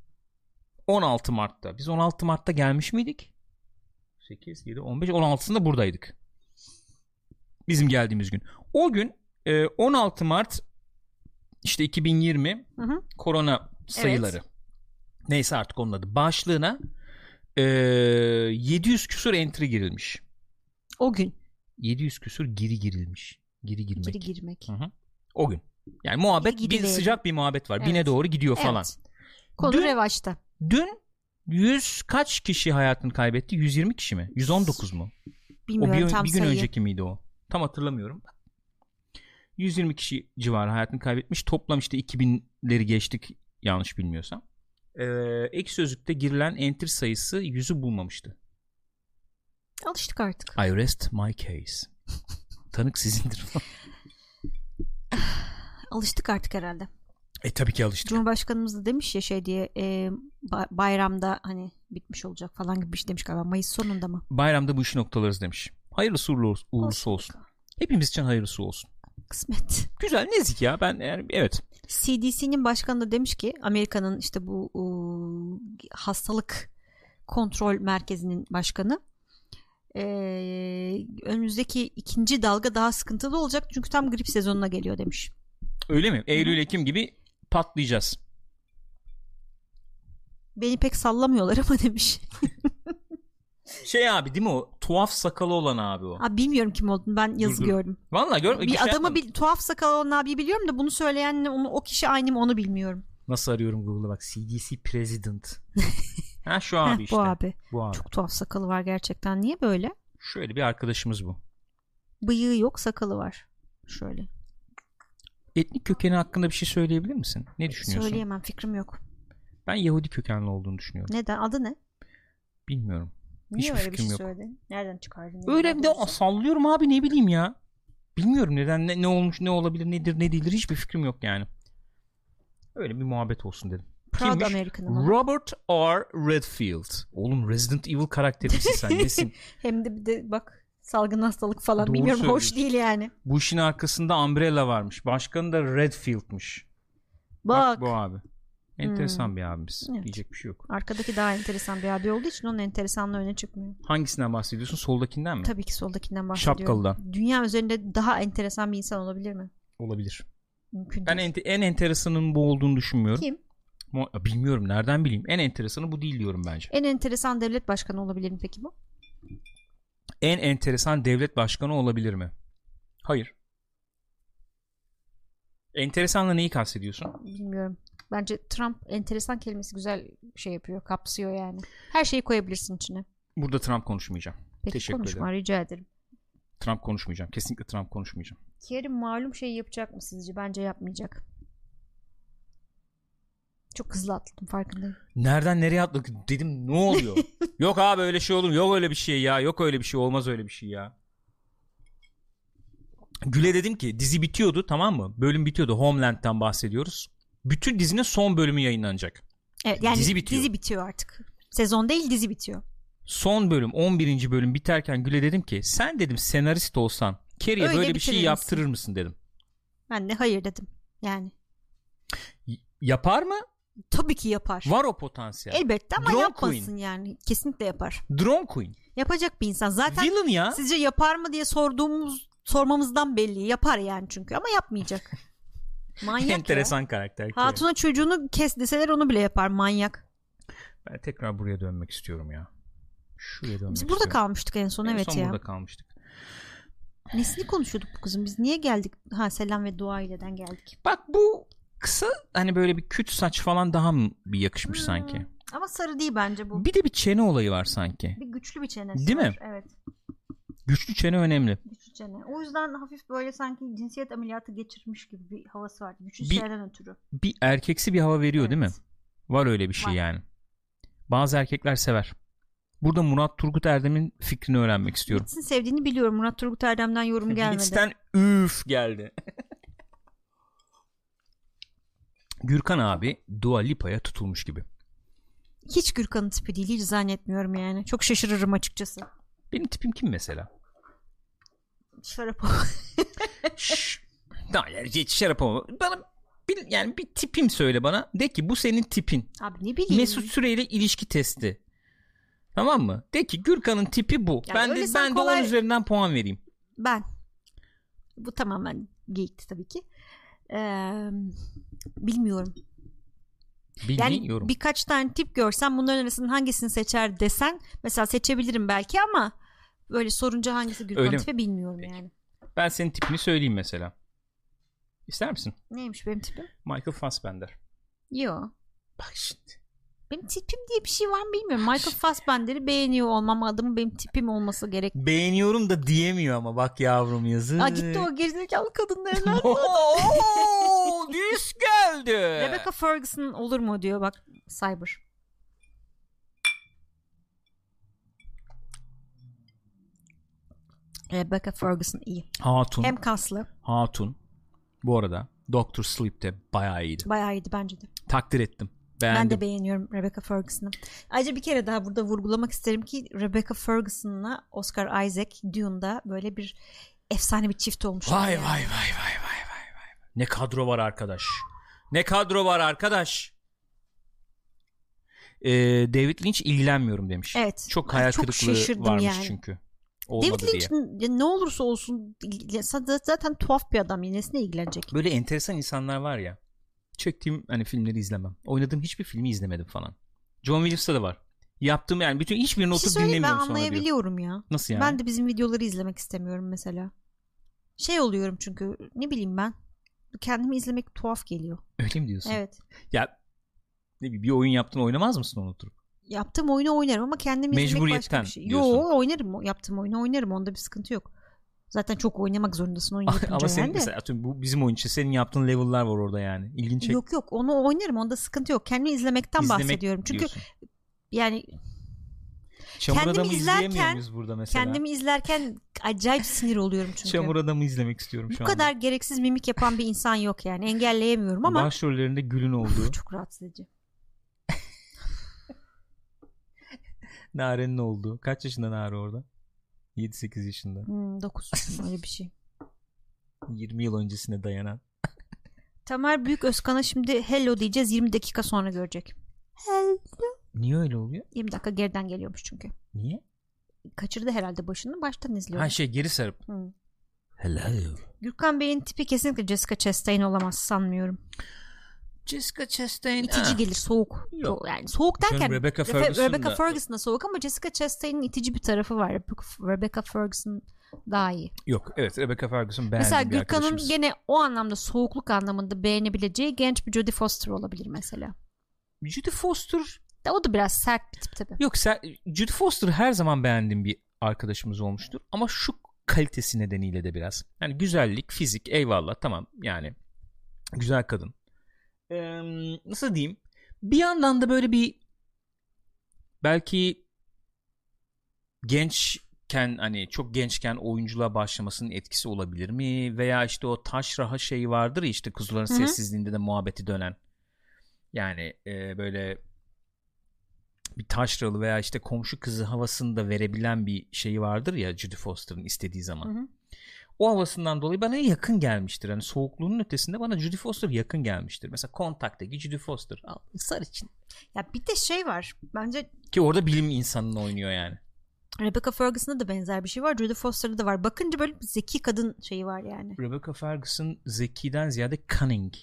16 Mart'ta. Biz 16 Mart'ta gelmiş miydik? 8, 7, 15, 16'sında buradaydık. Bizim geldiğimiz gün. O gün e, 16 Mart işte 2020 Hı hı. korona sayıları. Neyse artık onun adı. Başlığına e, 700 küsur entry girilmiş. O gün 700 küsur giri girilmiş. Giri girmek. geri girmek. Hı. O gün. Yani muhabbet Giri bir gidiverelim. sıcak bir muhabbet var. Bine Evet. doğru gidiyor falan. Evet. Konu Dün- revaçta. Dün 100 kaç kişi hayatını kaybetti? 120 kişi mi? 119 mu? O Bilmiyorum bir, tam bir gün sayıyı. önceki miydi o? Tam hatırlamıyorum. 120 kişi civarı hayatını kaybetmiş. Toplam işte 2000'leri geçtik yanlış bilmiyorsam. Ee, ek sözlükte girilen enter sayısı 100'ü bulmamıştı. Alıştık artık. I rest my case. Tanık sizindir. Alıştık artık herhalde. e tabii ki alıştık. Cumhurbaşkanımız da demiş ya şey diye e, ba- bayramda hani bitmiş olacak falan gibi bir şey demiş galiba. Mayıs sonunda mı? Bayramda bu işi noktalarız demiş. Hayırlısı uğurlu olsun- uğurlusu olsun. Hepimiz için hayırlısı olsun. Kısmet. Güzel nezik ya. Ben yani evet. CDC'nin başkanı da demiş ki Amerika'nın işte bu e, hastalık kontrol merkezinin başkanı e, önümüzdeki ikinci dalga daha sıkıntılı olacak çünkü tam grip sezonuna geliyor demiş. Öyle mi? Eylül Ekim gibi patlayacağız. Beni pek sallamıyorlar ama demiş. Şey abi değil mi o tuhaf sakalı olan abi o. Abi bilmiyorum kim olduğunu ben yazı Dur, dur. gördüm. Vallahi gör Bir şey adamı yapmadım. bir tuhaf sakal olan abiyi biliyorum da bunu söyleyenle onu o kişi aynı mı onu bilmiyorum. nasıl arıyorum Google'a bak CDC President. ha şu Heh, abi işte. Bu abi. Bu abi. Çok tuhaf sakalı var gerçekten. Niye böyle? Şöyle bir arkadaşımız bu. Bıyığı yok sakalı var. Şöyle. Etnik kökeni hakkında bir şey söyleyebilir misin? Ne düşünüyorsun? Söyleyemem fikrim yok. Ben Yahudi kökenli olduğunu düşünüyorum. Neden? Adı ne? Bilmiyorum. Niye Hiçbir öyle bir fikrim şey yok. söyledin? Nereden çıkardın? Öyle bir de sallıyorum abi ne bileyim ya. Bilmiyorum neden ne, ne olmuş ne olabilir nedir ne değildir hiçbir fikrim yok yani. Öyle bir muhabbet olsun dedim. Proud Kimmiş? American'ım. ama. Robert R. Redfield. Oğlum Resident Evil karakteri misin sen nesin? Hem de bir de bak salgın hastalık falan Doğru bilmiyorum hoş söylüyorsun. değil yani. Bu işin arkasında Umbrella varmış. Başkanı da Redfield'miş. Bak, Hmm. bu abi. Enteresan bir abimiz. Evet. Diyecek bir şey yok. arkadaki daha enteresan bir abi olduğu için onun enteresanlığı öne çıkmıyor. Hangisinden bahsediyorsun? Soldakinden mi? Tabii ki soldakinden bahsediyorum. Şapkalıdan. Dünya üzerinde daha enteresan bir insan olabilir mi? Olabilir. Mümkün Ben değil. ente- en enteresanın bu olduğunu düşünmüyorum. Kim? Mo- Bilmiyorum nereden bileyim. En enteresanı bu değil diyorum bence. En enteresan devlet başkanı olabilir mi peki bu? En enteresan devlet başkanı olabilir mi? Hayır. Enteresanla neyi kastediyorsun? Bilmiyorum. Bence Trump enteresan kelimesi güzel şey yapıyor, kapsıyor yani. Her şeyi koyabilirsin içine. Burada Trump konuşmayacağım. Peki Teşekkür konuşma ederim. rica ederim. Trump konuşmayacağım. Kesinlikle Trump konuşmayacağım. Kerim malum şeyi yapacak mı sizce? Bence yapmayacak. Çok hızlı atladım farkındayım. Nereden nereye atladık dedim ne oluyor? yok abi öyle şey olur mu? Yok öyle bir şey ya. Yok öyle bir şey olmaz öyle bir şey ya. Güle dedim ki dizi bitiyordu tamam mı? Bölüm bitiyordu. Homeland'den bahsediyoruz. Bütün dizinin son bölümü yayınlanacak. Evet yani dizi Dizi bitiyor, bitiyor. artık. Sezon değil dizi bitiyor. Son bölüm 11. bölüm biterken Güle dedim ki sen dedim senarist olsan Carrie'ye Öyle böyle bir şey bitirir misin?" yaptırır mısın dedim. Ben de hayır dedim. Yani Y- yapar mı? tabii ki yapar. Var o potansiyel. Elbette ama Drone yapmasın queen. yani. Kesinlikle yapar. Drone Queen. Yapacak bir insan. Zaten Villain ya. Sizce yapar mı diye sorduğumuz sormamızdan belli. Yapar yani çünkü ama yapmayacak. Manyak Enteresan karakter. ya. Hatuna çocuğunu kes deseler onu bile yapar manyak. Ben tekrar buraya dönmek istiyorum ya. Şuraya dönmek Biz burada istiyorum. kalmıştık en son En evet son ya. burada kalmıştık. Nesini konuşuyorduk bu kızın? Biz niye geldik? Ha selam ve dua ileden geldik. Bak bu kısa hani böyle bir küt saç falan daha mı bir yakışmış sanki? Hmm. Ama sarı değil bence bu. Bir de bir çene olayı var sanki. Bir güçlü bir çenesi Değil var. mi? Evet Güçlü çene önemli. güçlü çene. O yüzden hafif böyle sanki cinsiyet ameliyatı geçirmiş gibi bir havası var. Güçlü Bir- çeneden ötürü. Bir erkeksi bir hava veriyor değil mi? Evet. Var öyle bir şey Var. yani. Bazı erkekler sever. Burada Murat Turgut Erdem'in fikrini öğrenmek istiyorum. Sizin sevdiğini biliyorum. Murat Turgut Erdem'den yorum gelmedi. Blitz'ten üf geldi. Gürkan abi Dua Lipa'ya tutulmuş gibi. Hiç Gürkan'ın tipi değil hiç zannetmiyorum yani. Çok şaşırırım açıkçası. Benim tipim kim mesela? Şarap o. Şşş. Daha yani hiç şarap olma. Bana bir, yani bir tipim söyle bana. De ki bu senin tipin. Abi ne bileyim. Mesut Süreyle ilişki testi. Tamam mı? De ki Gürkan'ın tipi bu. Yani ben öyle de sen ben de kolay- 10 üzerinden puan vereyim. Ben. Bu tamamen geyikti tabii ki. Ee, bilmiyorum. Yani Bilmiyorum. birkaç tane tip görsem bunların arasından hangisini seçer desen mesela seçebilirim belki ama böyle sorunca hangisi Gürkan Öyle mi? tipi bilmiyorum yani. Ben senin tipini söyleyeyim mesela. İster misin? Neymiş benim tipim? Michael Fassbender. Yo. Bak şimdi. Benim tipim diye bir şey var mı bilmiyorum. Michael Fassbender'i beğeniyor olmam adımı benim tipim olması gerek. Beğeniyorum da diyemiyor ama bak yavrum yazı. Aa gitti o gerizekalı kadınlarına. Ooo düz geldi. Rebecca Ferguson olur mu diyor bak Cyber. Rebecca Ferguson iyi. Hatun. Hem kaslı. Hatun. Bu arada Doctor Sleep de bayağı iyiydi. Bayağı iyiydi bence de. Takdir ettim. Ben, Beğendim. de beğeniyorum Rebecca Ferguson'ı. Ayrıca bir kere daha burada vurgulamak isterim ki Rebecca Ferguson'la Oscar Isaac Dune'da böyle bir efsane bir çift olmuş. Vay vay vay vay vay vay vay. Ne kadro var arkadaş. Ne kadro var arkadaş. Ee, David Lynch ilgilenmiyorum demiş. Evet. Çok Ay, hayal çok kırıklığı şaşırdım varmış yani. çünkü. David Olmadı diye. Lynch ne olursa olsun ya zaten tuhaf bir adam. Nesine ilgilenecek? Böyle enteresan insanlar var ya. Çektiğim hani filmleri izlemem. Oynadığım hiçbir filmi izlemedim falan. John Williams'ta da var. Yaptığım yani bütün hiçbirini Bir şey oturup söyleyeyim ben dinlemiyorum sonra diyor. anlayabiliyorum ya. Nasıl yani? Ben de bizim videoları izlemek istemiyorum mesela. Şey oluyorum çünkü ne bileyim ben. Kendimi izlemek tuhaf geliyor. Öyle mi diyorsun? Evet. Ya ne bileyim bir oyun yaptın oynamaz mısın onu oturup? Yaptığım oyunu oynarım ama kendimi izlemek başka Mecburiyetten bir şey. diyorsun. Yo oynarım. Yaptığım oyunu oynarım. Onda bir sıkıntı yok. Zaten çok oynamak zorundasın oyun yapınca Ah, Ama senin yani de. mesela atıyorum bu bizim oyun için senin yaptığın level'lar var orada yani. İlginç çek. Yok yok onu oynarım. Onda sıkıntı yok. Kendimi izlemekten İzlemek bahsediyorum. Çünkü diyorsun. yani Çamur Kendimi Adamı izlerken- izleyemiyor muyuz burada mesela? Kendimi izlerken acayip sinir oluyorum çünkü. Çamur Adamı izlemek istiyorum Bu şu kadar anda. gereksiz mimik yapan bir insan yok yani. Engelleyemiyorum ama Başrollerinde Gül'ün olduğu, Uf, çok rahatsız edici. Nare'nin olduğu. Kaç yaşında Nare orada? 7-8 yaşında. Hmm, 9 öyle bir şey. 20 yıl öncesine dayanan. Tamer Büyük Özkan'a şimdi hello diyeceğiz 20 dakika sonra görecek. Hello. Niye öyle oluyor? 20 dakika geriden geliyormuş çünkü. Niye? Kaçırdı herhalde başını baştan izliyor. Ha şey geri sarıp. Hı. Hello. Gürkan Bey'in tipi kesinlikle Jessica Chastain olamaz sanmıyorum. Jessica Chastain. İtici ah. gelir soğuk. Yok. So- yani soğuk Canım, derken Rebecca Refe- Ferguson'da- Rebecca Ferguson'da soğuk ama Jessica Chastain'in itici bir tarafı var. Rebe- Rebecca Ferguson daha iyi. Yok evet Rebecca Ferguson beğendiğim mesela bir Gürkan'ın arkadaşımız. gene o anlamda soğukluk anlamında beğenebileceği genç bir Jodie Foster olabilir mesela. Judy Foster De o da biraz sert bir tip tabii. Yok sen, Judy Foster her zaman beğendiğim bir arkadaşımız olmuştur. Ama şu kalitesi nedeniyle de biraz. Yani güzellik, fizik eyvallah tamam yani. Güzel kadın. Ee, nasıl diyeyim? Bir yandan da böyle bir belki gençken hani çok gençken oyunculuğa başlamasının etkisi olabilir mi? Veya işte o taşraha şeyi vardır ya işte kuzuların Hı hı. sessizliğinde de muhabbeti dönen. Yani e, böyle bir taşralı veya işte komşu kızı havasını da verebilen bir şeyi vardır ya Judy Foster'ın istediği zaman. Hı hı. O havasından dolayı bana yakın gelmiştir. Hani soğukluğunun ötesinde bana Judy Foster yakın gelmiştir. Mesela Kontakt'taki Judy Foster. Al, Sar için. Ya bir de şey var. Bence Ki orada bilim insanını oynuyor yani. Rebecca Ferguson'da da benzer bir şey var. Jodie Foster'da da var. Bakınca böyle bir zeki kadın şeyi var yani. Rebecca Ferguson zekiden ziyade cunning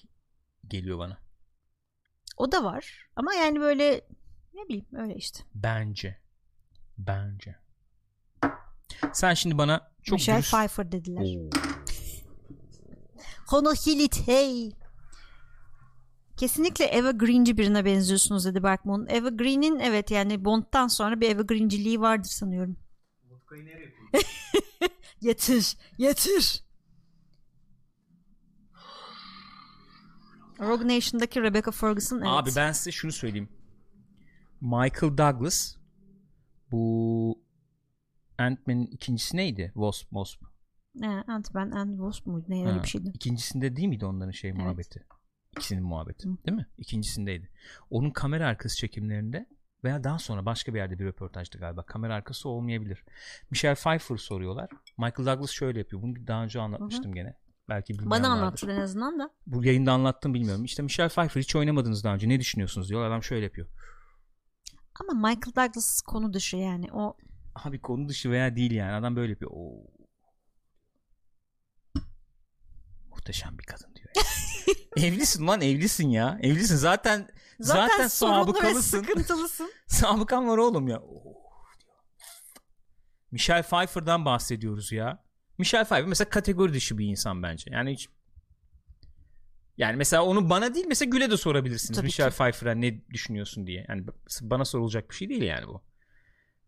geliyor bana. O da var. Ama yani böyle ne bileyim öyle işte. Bence. Bence. Sen şimdi bana çok Michelle dürüst... Pfeiffer dediler. Oo. Konu Hilit hey. Kesinlikle Eva Green'ci birine benziyorsunuz dedi Berkman. Eva Green'in evet yani Bond'dan sonra bir Eva Green'ciliği vardır sanıyorum. Yetir, yetir. Rogue Nation'daki Rebecca Ferguson evet. Abi ben size şunu söyleyeyim. Michael Douglas bu Ant-Man'in ikincisi neydi? Wasp, Wasp. He, Ant-Man and Wasp muydu? Ne Ha, öyle bir şeydi. İkincisinde değil miydi onların şey muhabbeti? İkisinin muhabbeti Hı. değil mi? İkincisindeydi. Onun kamera arkası çekimlerinde veya daha sonra başka bir yerde bir röportajdı galiba. Kamera arkası olmayabilir. Michelle Pfeiffer soruyorlar. Michael Douglas şöyle yapıyor. Bunu daha önce anlatmıştım gene. Belki bilmeyen Bana vardır. anlattın en azından da. Bu yayında anlattım bilmiyorum. İşte Michelle Pfeiffer hiç oynamadınız daha önce. Ne düşünüyorsunuz diyorlar. Adam şöyle yapıyor. Ama Michael Douglas konu dışı yani. O Abi konu dışı veya değil yani. Adam böyle yapıyor. Oo. Muhteşem bir kadın diyor. yani. evlisin lan evlisin ya. Evlisin zaten zaten, zaten, sorunlu ve sabıkalısın. sıkıntılısın. Sabıkan var oğlum ya. Oo, diyor. Michelle Pfeiffer'dan bahsediyoruz ya. Michelle Pfeiffer mesela kategori dışı bir insan bence. Yani hiç yani mesela onu bana değil mesela Gül'e de sorabilirsiniz. Tabii Michelle Pife'ra ne düşünüyorsun diye. Yani bana sorulacak bir şey değil yani bu.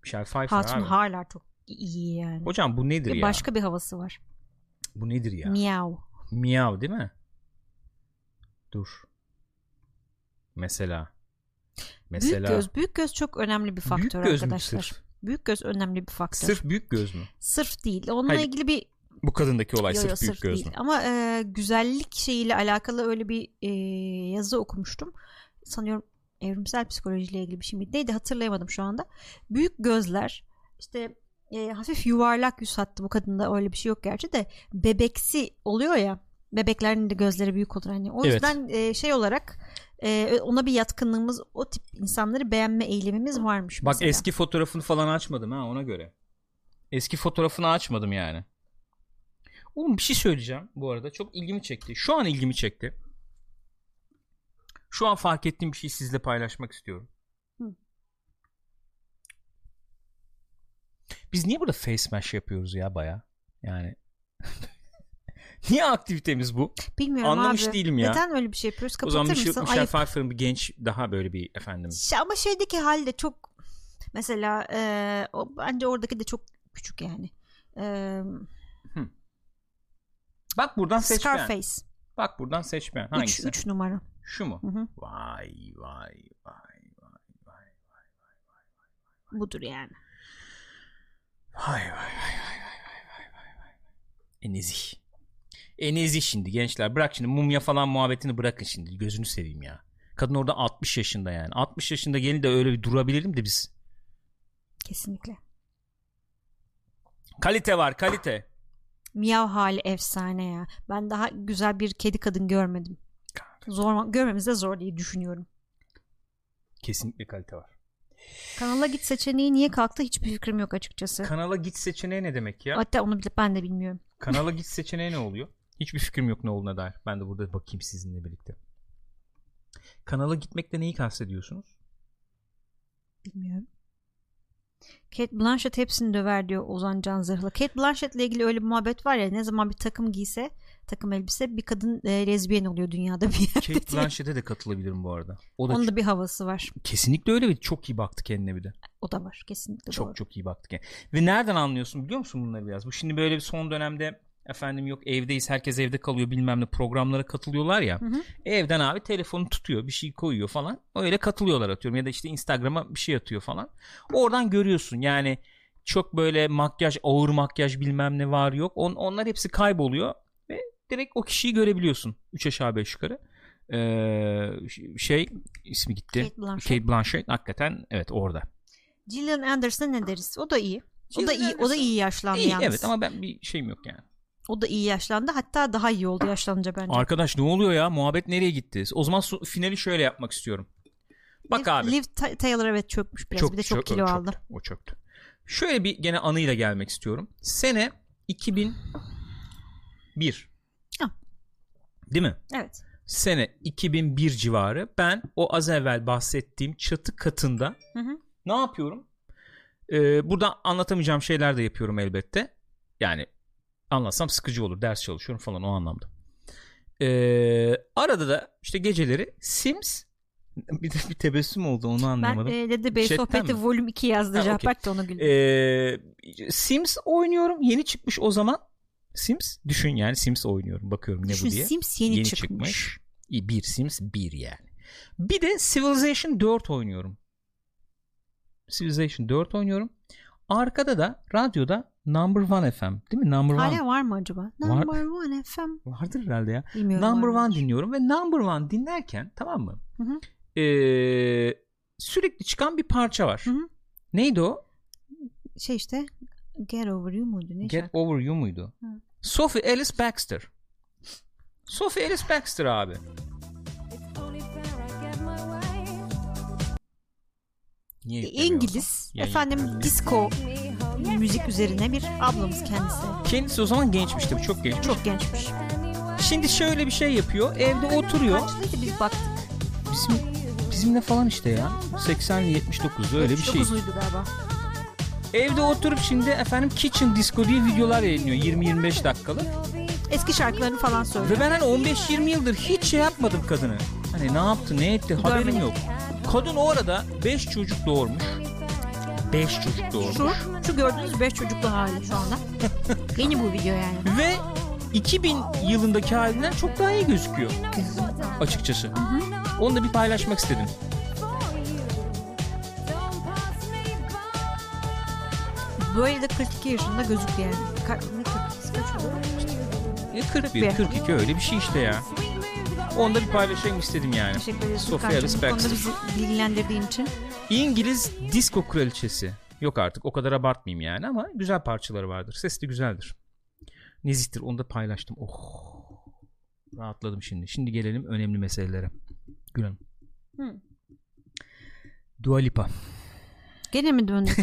Michelle Pfeiffer Hatun abi. hala çok iyi yani. Hocam bu nedir Ya ya? Başka bir havası var. Bu nedir ya? Miau. Miyav değil mi? Dur. Mesela. Mesela. Büyük göz. Büyük göz çok önemli bir faktör Büyük göz mü arkadaşlar. sırf? Büyük göz önemli bir faktör. Sırf, Sırf büyük göz mü? değil. Onunla Hayır, ilgili bir Bu kadındaki olay yo, sırf yo, büyük sırf göz değil. mü? Ama e, güzellik şeyiyle alakalı öyle bir e, yazı okumuştum. Sanıyorum evrimsel psikolojiyle ilgili bir şey miydi? Neydi hatırlayamadım şu anda. Büyük gözler işte e, hafif yuvarlak yüz hattı bu kadında öyle bir şey yok gerçi de bebeksi oluyor ya. Bebeklerin de gözleri büyük olur hani. O Evet. yüzden e, şey olarak e, ona bir yatkınlığımız o tip insanları beğenme eğilimimiz varmış Bak mesela. eski fotoğrafını falan açmadım ha ona göre. Eski fotoğrafını açmadım yani. Oğlum bir şey söyleyeceğim bu arada. Çok ilgimi çekti. Şu an ilgimi çekti. Şu an fark ettiğim bir şeyi sizle paylaşmak istiyorum. Hı. Biz niye burada face mash yapıyoruz ya baya? Yani niye aktivitemiz bu? Bilmiyorum Anlamış abi. değilim ya. Neden öyle bir şey yapıyoruz? O Kapatır zaman Michelle, mısın? Michelle Ayıp. Pfeiffer'ın bir genç daha böyle bir efendim. Şey- Ama şeydeki halde çok mesela e, o, bence oradaki de çok küçük yani. E, Bak buradan seç beğen. Scarface. Bak buradan seç beğen. 3 Hangisi? üç numara. Şu mu? Hı hı. Vay vay vay vay. Budur yani. Vay vay vay vay vay vay vay vay vay. En nezih. En nezih şimdi gençler. Bırak şimdi mumya falan muhabbetini bırakın şimdi. Gözünü seveyim ya. Kadın orada 60 yaşında yani. 60 yaşında gelin de öyle bir durabilirim de biz. Kesinlikle. Kalite var kalite. Miyav hali efsane ya. Ben daha güzel bir kedi kadın görmedim. Zor, görmemiz de zor diye düşünüyorum. Kesinlikle kalite var. Kanala git seçeneği niye kalktı hiçbir fikrim yok açıkçası. Kanala git seçeneği ne demek ya? Hatta onu bile ben de bilmiyorum. Kanala git seçeneği ne oluyor? Hiçbir fikrim yok ne olduğuna dair. Ben de burada bakayım sizinle birlikte. Kanala gitmekle neyi kastediyorsunuz? Bilmiyorum. Kate Blanchett hepsini döver diyor Ozan Can Zırhlı. Kate Blanchett'le ilgili öyle bir muhabbet var ya ne zaman bir takım giyse takım elbise bir kadın e, lezbiyen oluyor dünyada bir yerde. Kate Blanchett'e de katılabilirim bu arada. O da Onun da bir havası var. kesinlikle öyle bir çok iyi baktı kendine bir de. O da var kesinlikle Çok doğru. çok iyi baktık. yani. Ve nereden anlıyorsun biliyor musun bunları biraz? Bu şimdi böyle bir son dönemde efendim yok evdeyiz herkes evde kalıyor bilmem ne programlara katılıyorlar ya. Hı hı. Evden abi telefonu tutuyor bir şey koyuyor falan. Öyle katılıyorlar atıyorum ya da işte Instagram'a bir şey atıyor falan. Oradan görüyorsun yani çok böyle makyaj ağır makyaj bilmem ne var yok. On, onlar hepsi kayboluyor ve direkt o kişiyi görebiliyorsun. 3 aşağı 5 yukarı. Ee, ş- şey ismi gitti. Kate Blanchett. Kate Blanchett hakikaten evet orada. Gillian Anderson ne deriz? O da iyi. o da Gillian iyi. O da Anderson- iyi yaşlandı İyi, yalnız. evet ama ben bir şeyim yok yani. O da iyi yaşlandı. Hatta daha iyi oldu yaşlanınca bence. Arkadaş ne oluyor ya? Muhabbet nereye gitti? O zaman su- finali şöyle yapmak istiyorum. Bak Liv, abi. Liv Ta- Taylor evet çökmüş biraz. bir de çok çö- kilo o aldı. çöktü, O çöktü. Şöyle bir gene anıyla gelmek istiyorum. Sene 2001. Ah. Değil mi? Evet. Sene 2001 civarı ben o az evvel bahsettiğim çatı katında Hı hı. ne yapıyorum? Ee, burada anlatamayacağım şeyler de yapıyorum elbette. Yani anlatsam sıkıcı olur. Ders çalışıyorum falan o anlamda. Ee, arada da işte geceleri Sims bir de bir tebessüm oldu onu Ben anlayamadım. e, Dede Bey Chatten sohbeti mi? volüm 2 yazdı. Ha, okey. Cahbert de onu güldü. Ee, Sims oynuyorum. Yeni çıkmış o zaman. Sims düşün yani Sims oynuyorum. Bakıyorum E, ne Düşün bu diye. Sims yeni, Yeni çıkmış. çıkmış. İyi, Bir Sims bir yani. Bir de Civilization 4 oynuyorum. Civilization 4 oynuyorum. Arkada da radyoda Number One FM değil mi? Number Hala One. var mı acaba? Var. Number one FM. Vardır herhalde ya. Bilmiyorum. Number var mı? One dinliyorum ve Number One dinlerken tamam mı? Hı hı. Ee, sürekli çıkan bir parça var. Hı hı. Neydi o? Şey işte Get Over You muydu? Ne Get şarkı? Over You muydu? Hı. Sophie Ellis Baxter. Sophie Ellis Baxter abi. Niye yüklemiyorum? E, İngiliz Yayın efendim yapıyorum. disco müzik üzerine bir ablamız kendisi. Kendisi o zaman gençmişti. Çok genç. Çok gençmiş. Şimdi şöyle bir şey yapıyor. Evde oturuyor. Kaçlıydı biz baktık. Bizim bizimle falan işte ya. 80'li 79'lu öyle bir şey. 79'luydu galiba. Evde oturup şimdi efendim Kitchen Disco diye videolar yayınlıyor 20-25 dakikalık. Eski şarkılarını falan söylüyor. Ve ben hani 15-20 yıldır hiç şey yapmadım kadını. Hani ne yaptı ne etti haberim Görmedim. yok. Kadın o arada 5 çocuk doğurmuş. 5 çocuk doğurmuş. Şu, şu gördüğünüz 5 çocuklu hali şu anda. Yeni bu video yani. Ve 2000 yılındaki halinden çok daha iyi gözüküyor açıkçası. Onu da bir paylaşmak istedim. Böyle de 42 yaşında gözüktü yani. Ka- ne 42'si kaç oldu? Ya 41, 41. 42 öyle E, bir şey işte ya. Onu da bir paylaşayım istedim yani. Teşekkür ederiz. Sophia Furkan'cığım. Alice Bu konuda Baxter. bizi bilgilendirdiğin için. İngiliz disco kraliçesi. Yok artık o kadar abartmayayım yani ama güzel parçaları vardır. Sesi de güzeldir. Nezihtir onu da paylaştım. Oh. Rahatladım şimdi. Şimdi gelelim önemli meselelere. Gül Hanım. Hı. Dua Lipa. Gene mi döndük?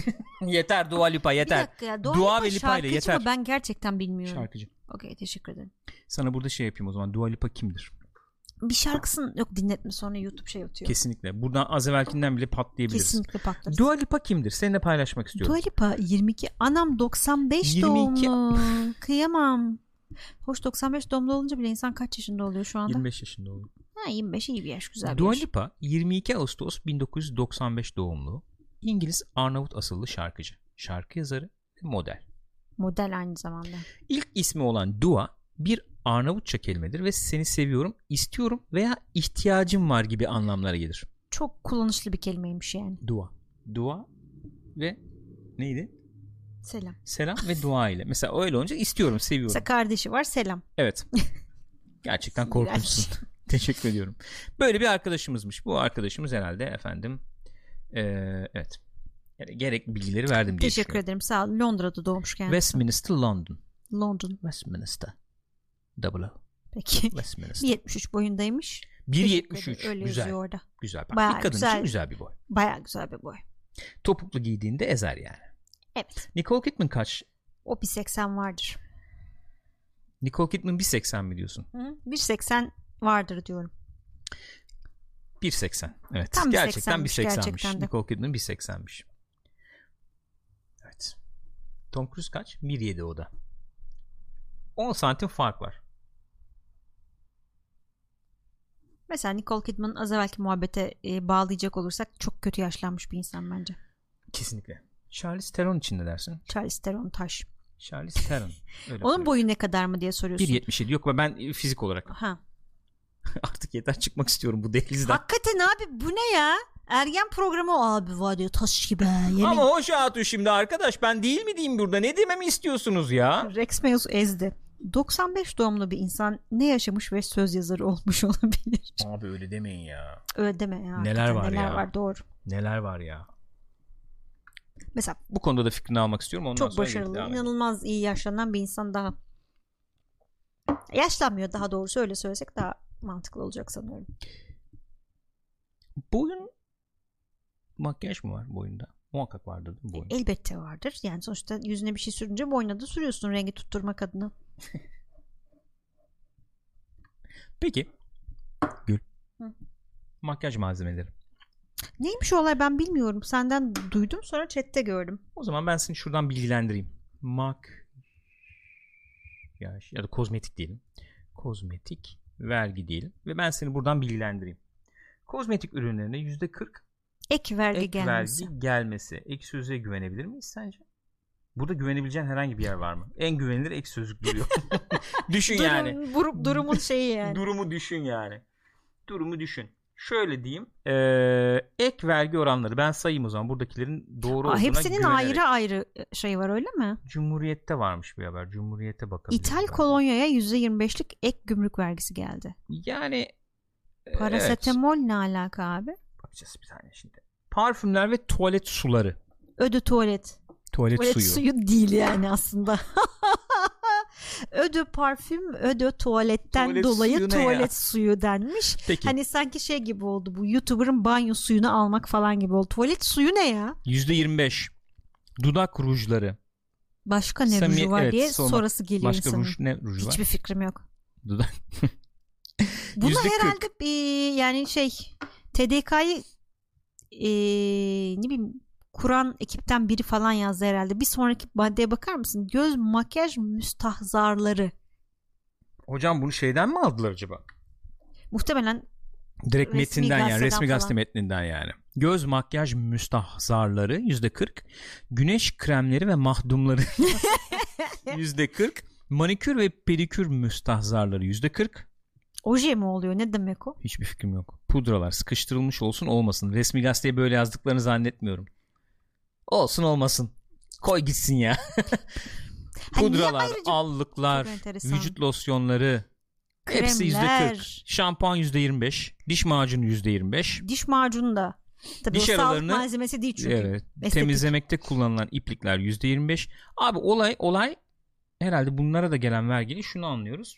Yeter Dua Lipa bir yeter. dakika ya. Dua, Dua Lipa ve Lipa ile şarkıcı yeter. mı? Ben gerçekten bilmiyorum. Şarkıcı. Okey teşekkür ederim. Sana burada şey yapayım o zaman. Dua Lipa kimdir? Bir şarkısını yok dinletme sonra YouTube şey atıyor. Kesinlikle. Buradan az evvelkinden bile patlayabiliriz. Kesinlikle patlarız. Dua Lipa kimdir? Seninle paylaşmak istiyorum. Dua Lipa 22. Anam 95 22. doğumlu. Kıyamam. Hoş 95 doğumlu olunca bile insan kaç yaşında oluyor şu anda? 25 yaşında oldu. Ha, 25 iyi bir yaş güzel bir Dua yaş. Lipa 22 Ağustos 1995 doğumlu İngiliz Arnavut asıllı şarkıcı, şarkı yazarı ve model. Model aynı zamanda. İlk ismi olan Dua bir Arnavutça kelimedir ve seni seviyorum, istiyorum veya ihtiyacım var gibi anlamlara gelir. Çok kullanışlı bir kelimeymiş yani. Dua. Dua ve neydi? Selam. Selam ve dua ile. Mesela öyle olunca istiyorum, seviyorum. Mesela kardeşi var selam. Evet. Gerçekten korkunçsun. Teşekkür ediyorum. Böyle bir arkadaşımızmış. Bu arkadaşımız herhalde efendim. Ee, evet. Yani gerek bilgileri verdim diye Teşekkür ederim. Sağ ol. Londra'da doğmuş kendisi. Westminster, London. London. Westminster. Double O. Peki. Westminster. 1.73 boyundaymış. Teşekkür ederim. 1.73. Öyle Güzel. yazıyor orada. Güzel. Bak, Bayağı bir kadın güzel. için güzel bir boy. Baya güzel bir boy. Topuklu giydiğinde ezer yani. Evet. Nicole Kidman kaç? O 1.80 vardır. Nicole Kidman 1.80 mi diyorsun? Hı? 1.80 vardır diyorum. 1.80. Evet. Tam gerçekten 1.80'miş, 1.80'miş. gerçekten de. Nicole Kidman 1.80'miş. Evet. Tom Cruise kaç? 1.7 o da. 10 santim fark var. Mesela Nicole Kidman'ın az evvelki muhabbete e, bağlayacak olursak çok kötü yaşlanmış bir insan bence. Kesinlikle. Charlize Theron için ne dersin? Charlize Theron Taş. Charlize Theron. Öyle Onun söyle. boyu ne kadar mı diye soruyorsun. 1.77 yok ben fizik olarak Ha. artık yeter çıkmak istiyorum bu dehlizden. Hakikaten abi bu ne ya? Ergen programı o abi var diyor taş gibi. Yemin... Ama hoş Atu şimdi arkadaş ben değil mi diyeyim burada ne dememi istiyorsunuz ya? Rex Mayos ezdi. 95 doğumlu bir insan ne yaşamış ve söz yazarı olmuş olabilir. Abi öyle demeyin ya. Öyle deme ya. Neler hakikaten var neler ya. var doğru. Neler var ya. Mesela Bu konuda da fikrini almak istiyorum. Ondan çok sonra başarılı, devam edelim. inanılmaz iyi yaşlanan bir insan daha. Yaşlanmıyor daha doğrusu öyle söylesek daha mantıklı olacak sanıyorum. Boyun makyaj mı var boyunda? Muhakkak vardır değil mi boyun? Elbette vardır. Yani sonuçta yüzüne bir şey sürünce boynuna da sürüyorsun rengi tutturmak adına. Peki. Gül. Hı. Makyaj malzemeleri. Neymiş o olay ben bilmiyorum. Senden duydum sonra chatte gördüm. O zaman ben seni şuradan bilgilendireyim. Mak ya, ya da kozmetik diyelim. Kozmetik vergi diyelim ve ben seni buradan bilgilendireyim. Kozmetik ürünlerine %40 Ek vergi ek gelmesi. vergi gelmesi. Ek sözlüğe güvenebilir miyiz sence? Burada güvenebileceğin herhangi bir yer var mı? En güvenilir ek sözlük duruyor. düşün Durum, yani. buru- durumun şeyi yani. Durumu düşün yani. Durumu düşün. Şöyle diyeyim. eee, ek vergi oranları ben sayayım o zaman buradakilerin doğru Aa, olduğuna hepsinin güvenerek. ayrı ayrı şey var öyle mi? Cumhuriyette varmış bir haber. Cumhuriyete bakalım. İthal kolonyaya %25'lik ek gümrük vergisi geldi. Yani e, evet. Parasetamol ne alaka abi? Bakacağız bir saniye şimdi. Parfümler ve tuvalet suları. Ödü tuvalet. Tuvalet, Tuvalet suyu. suyu. değil yani aslında. ödü parfüm, ödü tuvaletten Tuvalet dolayı suyu ne ya? tuvalet suyu denmiş. Peki. Hani sanki şey gibi oldu bu YouTuber'ın banyo suyunu almak falan gibi oldu. Tuvalet suyu ne ya? %25. Dudak rujları. Başka ne Samimi- ruju var evet, diye sonra- sonrası geliyor Başka insanın. ruj ne ruju var? Hiçbir fikrim yok. Dudak. Bunu Yüzde kırk. herhalde bir, yani şey TDK'yı e, ne bileyim kuran ekipten biri falan yazdı herhalde. Bir sonraki maddeye bakar mısın? Göz makyaj müstahzarları. Hocam bunu şeyden mi aldılar acaba? Muhtemelen Direkt Resmi metinden yani gazeteden resmi gazete falan. metninden yani. Göz makyaj müstahzarları %40. Güneş kremleri ve mahdumları %40. Manikür ve pedikür müstahzarları %40. oje mi oluyor? Ne demek o? Hiçbir fikrim yok. Pudralar sıkıştırılmış olsun olmasın. Resmi gazeteye böyle yazdıklarını zannetmiyorum. Olsun olmasın. Koy gitsin ya. Hani niye Pudralar, ayrıca- allıklar, Çok enteresan. vücut losyonları. Hepsi Kremler. %40. Şampuan %25. Diş macunu %25. Diş macunu da. Tabii Diş o sağlık aralarını- malzemesi değil çünkü. evet. estetik. Temizlemekte kullanılan iplikler %25. Abi olay olay herhalde bunlara da gelen vergiyle şunu anlıyoruz.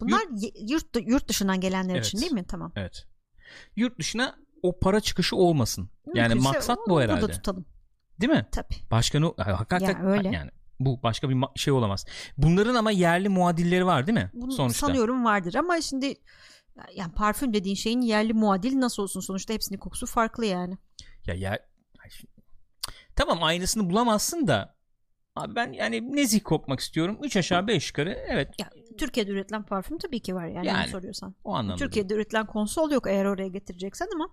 Bunlar y- yurt, yurt dışından gelenler Evet. için değil mi? Tamam. Evet. Yurt dışına o para çıkışı olmasın. Yani Mümkünse maksat onu bu Burada herhalde. tutalım. Değil mi? Tabii. Başka ne? Ha, Hakikaten Ya öyle. yani bu başka bir ma- şey olamaz. Bunların ama yerli muadilleri var değil mi? Bunu Sonuçta. sanıyorum vardır ama şimdi yani parfüm dediğin şeyin yerli muadili nasıl olsun sonuçta hepsinin kokusu farklı yani. Ya yer Ay, şu- Tamam aynısını bulamazsın da abi ben yani nezih kopmak istiyorum. 3 aşağı 5 yukarı. Evet Ya, Türkiye'de üretilen parfüm tabii ki var yani, Yani. onu soruyorsan. o anlamda. Türkiye'de üretilen konsol yok eğer oraya getireceksen ama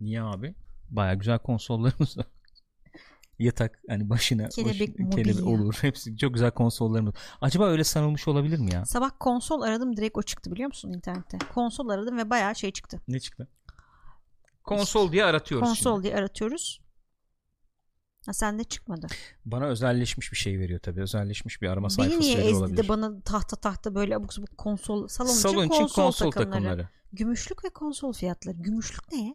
Niye abi? Baya güzel konsollarımız var. Yatak hani başına Kelebek, başına- kelebek mobilya. olur. Hepsi çok güzel konsollarımız. Acaba öyle sanılmış olabilir mi ya? sabah konsol aradım direkt o çıktı biliyor musun internette. Konsol aradım ve bayağı şey çıktı. Ne çıktı? Konsol diye aratıyoruz konsol diye aratıyoruz. Ha, sende çıkmadı. Bana özelleşmiş bir şey veriyor tabii. Özelleşmiş bir arama Beni sayfası niye veriyor ezdi olabilir. de bana tahta tahta böyle abuk sabuk konsol salon, Salon için konsol, takımları. takımları. Gümüşlük ve konsol fiyatları. Gümüşlük ne? ya?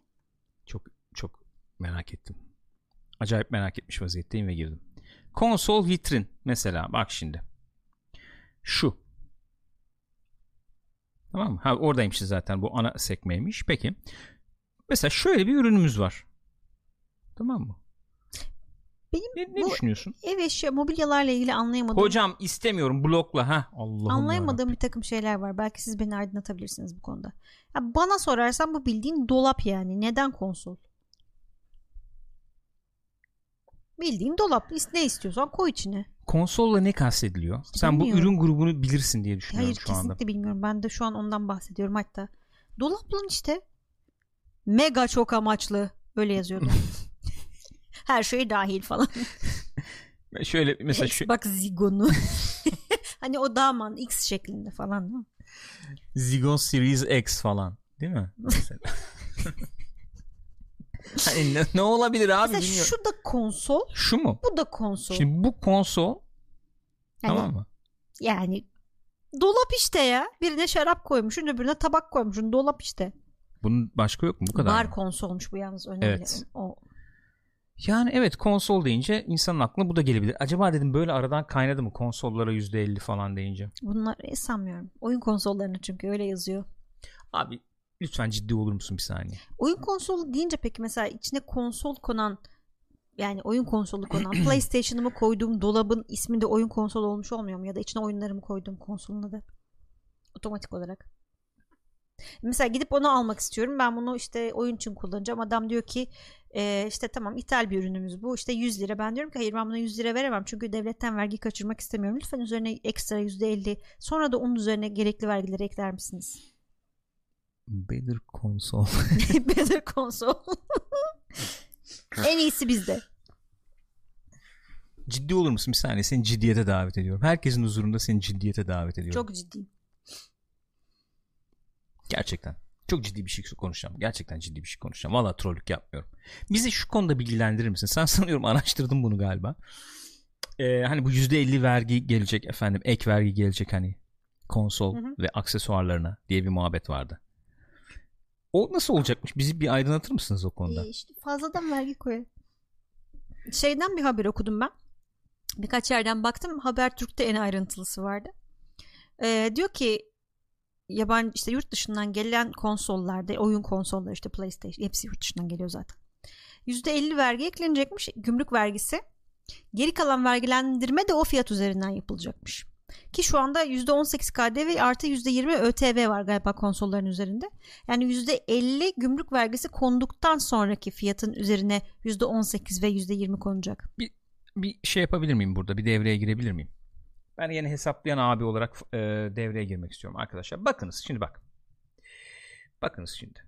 Çok çok merak ettim. Acayip merak etmiş vaziyetteyim ve girdim. Konsol vitrin mesela bak şimdi. Şu. Tamam mı? Ha oradaymışız zaten bu ana sekmeymiş. Peki. Mesela şöyle bir ürünümüz var. Tamam mı? Benim Ne, ne bu- düşünüyorsun? Ev eşya mobilyalarla ilgili anlayamadığım Hocam istemiyorum blokla ha. Allah'ım anlayamadığım yarabbim. bir takım şeyler var. Belki siz beni aydınlatabilirsiniz bu konuda. Ya bana sorarsan bu bildiğin dolap yani. Neden konsol? Bildiğin dolap. İs- Ne istiyorsan koy içine. Konsolla ne kastediliyor? Sen bu bilmiyorum. ürün grubunu bilirsin diye düşünüyorum Hayır şu anda. kesinlikle bilmiyorum. Ben de şu an ondan bahsediyorum hatta. Dolap lan işte. Mega çok amaçlı. Öyle yazıyordu. Her şey dahil falan. Şöyle mesela şu Bak Zigon'u. hani o daman X şeklinde falan. değil mi? Zigon Series X falan değil mi? Mesela. hani ne, ne olabilir abi Mesela bilmiyorum. şu da konsol. Şu, mu? Bu da konsol. Şimdi bu konsol yani, tamam mı? yani dolap işte ya. Birine şarap koymuşsun öbürüne tabak koymuşsun. Dolap işte. Bunun başka yok mu? Bu kadar Bar mı? konsolmuş bu yalnız önemli. Evet. O, Yani evet konsol deyince insanın aklına bu da gelebilir. Acaba dedim böyle aradan kaynadı mı konsollara %50 falan deyince. bunlar e, sanmıyorum. Oyun konsollarını çünkü öyle yazıyor. Abi lütfen ciddi olur musun bir saniye? Oyun konsolu deyince peki mesela içine konsol konan yani oyun konsolu konan PlayStation'ımı koyduğum dolabın ismi de oyun konsolu olmuş olmuyor mu? Ya da içine oyunlarımı koyduğum konsolun adı. Otomatik olarak. Mesela gidip onu almak istiyorum. Ben bunu işte oyun için kullanacağım. Adam diyor ki "Ee, işte tamam ithal bir ürünümüz bu. İşte 100 lira. Ben diyorum ki hayır ben buna 100 lira veremem. Çünkü devletten vergi kaçırmak istemiyorum. Lütfen üzerine ekstra %50 sonra da onun üzerine gerekli vergileri ekler misiniz? Better konsol. Better konsol. en iyisi bizde. ciddi olur musun bir saniye? Seni ciddiyete davet ediyorum. Herkesin huzurunda seni ciddiyete davet ediyorum. Çok ciddiyim. Gerçekten. Çok ciddi bir şey konuşacağım. Gerçekten ciddi bir şey konuşacağım. Valla trollük yapmıyorum. Bizi şu konuda bilgilendirir misin? Sen sanıyorum araştırdın bunu galiba. Ee, hani bu %50 vergi gelecek efendim. Ek vergi gelecek hani konsol Hı hı. ve aksesuarlarına diye bir muhabbet vardı. O nasıl olacakmış? Bizi bir aydınlatır mısınız o konuda? Ee, işte fazladan vergi koyarım. Şeyden bir haber okudum ben. Birkaç yerden baktım. Habertürk'te en ayrıntılısı vardı. Ee, diyor ki yabancı işte yurt dışından gelen konsollarda oyun konsolları işte PlayStation hepsi yurt dışından geliyor zaten. %50 vergi eklenecekmiş gümrük vergisi. Geri kalan vergilendirme de o fiyat üzerinden yapılacakmış. Ki şu anda %18 KDV artı %20 ÖTV var galiba konsolların üzerinde. Yani %50 gümrük vergisi konduktan sonraki fiyatın üzerine %18 ve %20 konacak. Bir şey yapabilir miyim burada? Bir devreye girebilir miyim? Ben yeni hesaplayan abi olarak e, devreye girmek istiyorum arkadaşlar. Bakınız şimdi bak. Bakınız şimdi.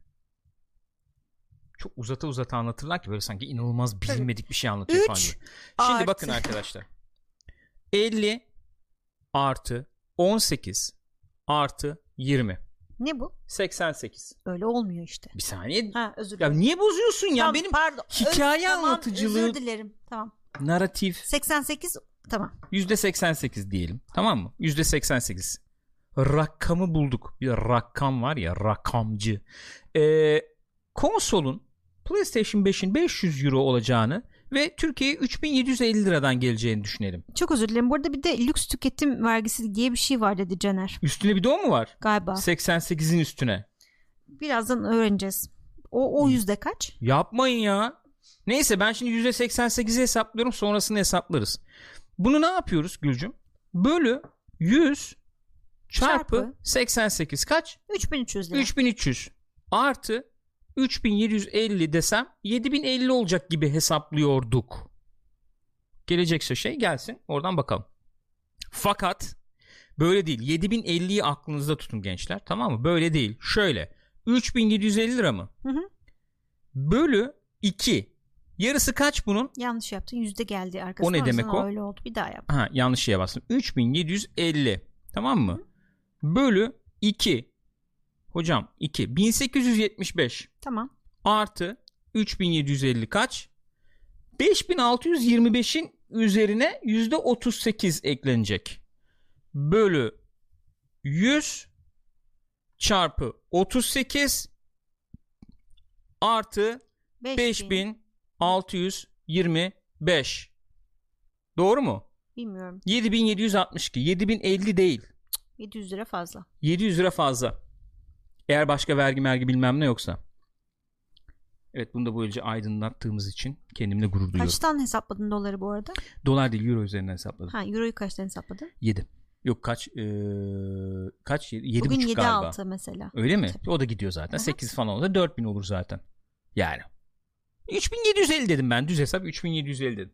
Çok uzata uzata anlatırlar ki böyle sanki inanılmaz bilinmedik bir şey anlatıyor Üç falan gibi. Şimdi artı. bakın arkadaşlar. 50 artı 18 artı 20. Ne bu? 88. Öyle olmuyor işte. Bir saniye. Ha Ya özür dilerim. niye bozuyorsun ya? Tamam, Benim pardon. hikaye tamam, anlatıcılığı- Özür dilerim. Tamam. naratif 88 tamam. %88 diyelim. Tamam mı? %88. Rakamı bulduk. Bir rakam var ya rakamcı. Ee, konsolun PlayStation 5'in 500 euro olacağını ve Türkiye'ye 3750 liradan geleceğini düşünelim. Çok özür dilerim. Burada bir de lüks tüketim vergisi diye bir şey var dedi Caner Üstüne bir de o mu var? galiba. 88'in üstüne. Birazdan öğreneceğiz. O Hmm. o yüzde kaç? Yapmayın ya. Neyse ben şimdi %88'i hesaplıyorum sonrasını hesaplarız. Bunu ne yapıyoruz Gülcüm? Bölü 100 çarpı, Çarpı. 88 kaç? 3300 lira. 3300 artı 3750 desem 7050 olacak gibi hesaplıyorduk. Gelecekse şey gelsin oradan bakalım. Fakat böyle değil. 7050'yi aklınızda tutun gençler tamam mı? Böyle değil. Şöyle 3750 lira mı? Hı hı. Bölü 2. Yarısı kaç bunun? Yanlış yaptın. Yüzde geldi arkasına. O ne demek Sonra o? Öyle oldu. Bir daha yap. Ha yanlış şeye bastım. 3750 tamam mı? Bölü 2. Hocam 2. 1875. Tamam. artı 3750 kaç? 5625'in üzerine %38 eklenecek. Bölü 100 çarpı 38 artı 5625. Doğru mu? Bilmiyorum. 7762. 7050 değil. 700 lira fazla. 700 lira fazla. Eğer başka vergi mergi bilmem ne yoksa. Evet bunu da böylece aydınlattığımız için kendimle gurur duyuyorum. Kaçtan hesapladın doları bu arada? Dolar değil euro üzerinden hesapladım. Ha euroyu kaçtan hesapladın? 7. Yok kaç eee, kaç 7 Bugün buçuk 7 galiba. 6 mesela. Öyle mi? Tabii. O da gidiyor zaten. Aha. 8 falan olsa 4000 olur zaten. Yani. 3750 dedim ben. Düz hesap 3750 dedim.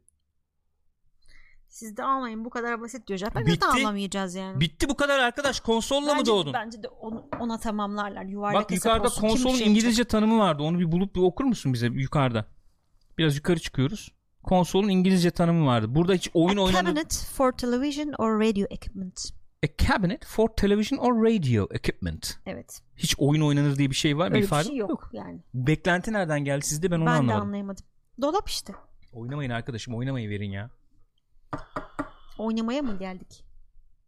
Siz de almayın bu kadar basit diyor Zaten Bitti. Zaten alamayacağız yani. Bitti bu kadar arkadaş. Konsolla mı Bence, doğdun? bence de onu- ona tamamlarlar. Yuvarlak Bak hesap yukarıda olsun. Kim bir konsolun şey yapacak? İngilizce tanımı vardı. Onu bir bulup bir okur musun bize yukarıda? Biraz yukarı çıkıyoruz. Konsolun İngilizce tanımı vardı. Burada hiç oyun A oynanan cabinet for television or radio equipment. A cabinet for television or radio equipment. Evet. Hiç oyun oynanır diye bir şey var mı? Öyle bir İfade şey yok, yani. Beklenti nereden geldi sizde ben onu ben de anlamadım. anlayamadım. Dolap işte. Oynamayın arkadaşım oynamayı verin ya. Oynamaya mı geldik?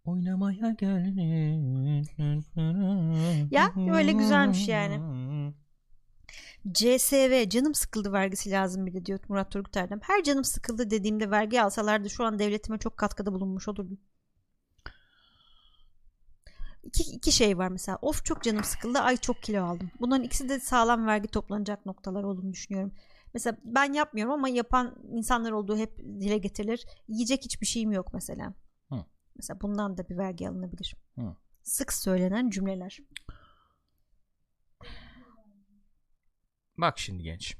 Oynamaya gelin. Ya, öyle güzelmiş yani. CSV canım sıkıldı vergisi lazım bir de diyor Murat Turgut Erdem. Her canım sıkıldı dediğimde vergi alsalardı şu an devletime çok katkıda bulunmuş olurdum. İki, iki şey var mesela. Of çok canım sıkıldı. Ay çok kilo aldım. Bunların ikisi de sağlam vergi toplanacak noktalar olduğunu düşünüyorum. Mesela ben yapmıyorum ama yapan insanlar olduğu hep dile getirilir. Yiyecek hiçbir şeyim yok mesela. Hı. Mesela bundan da bir vergi alınabilir. Hı. Sık söylenen cümleler. Bak şimdi genç.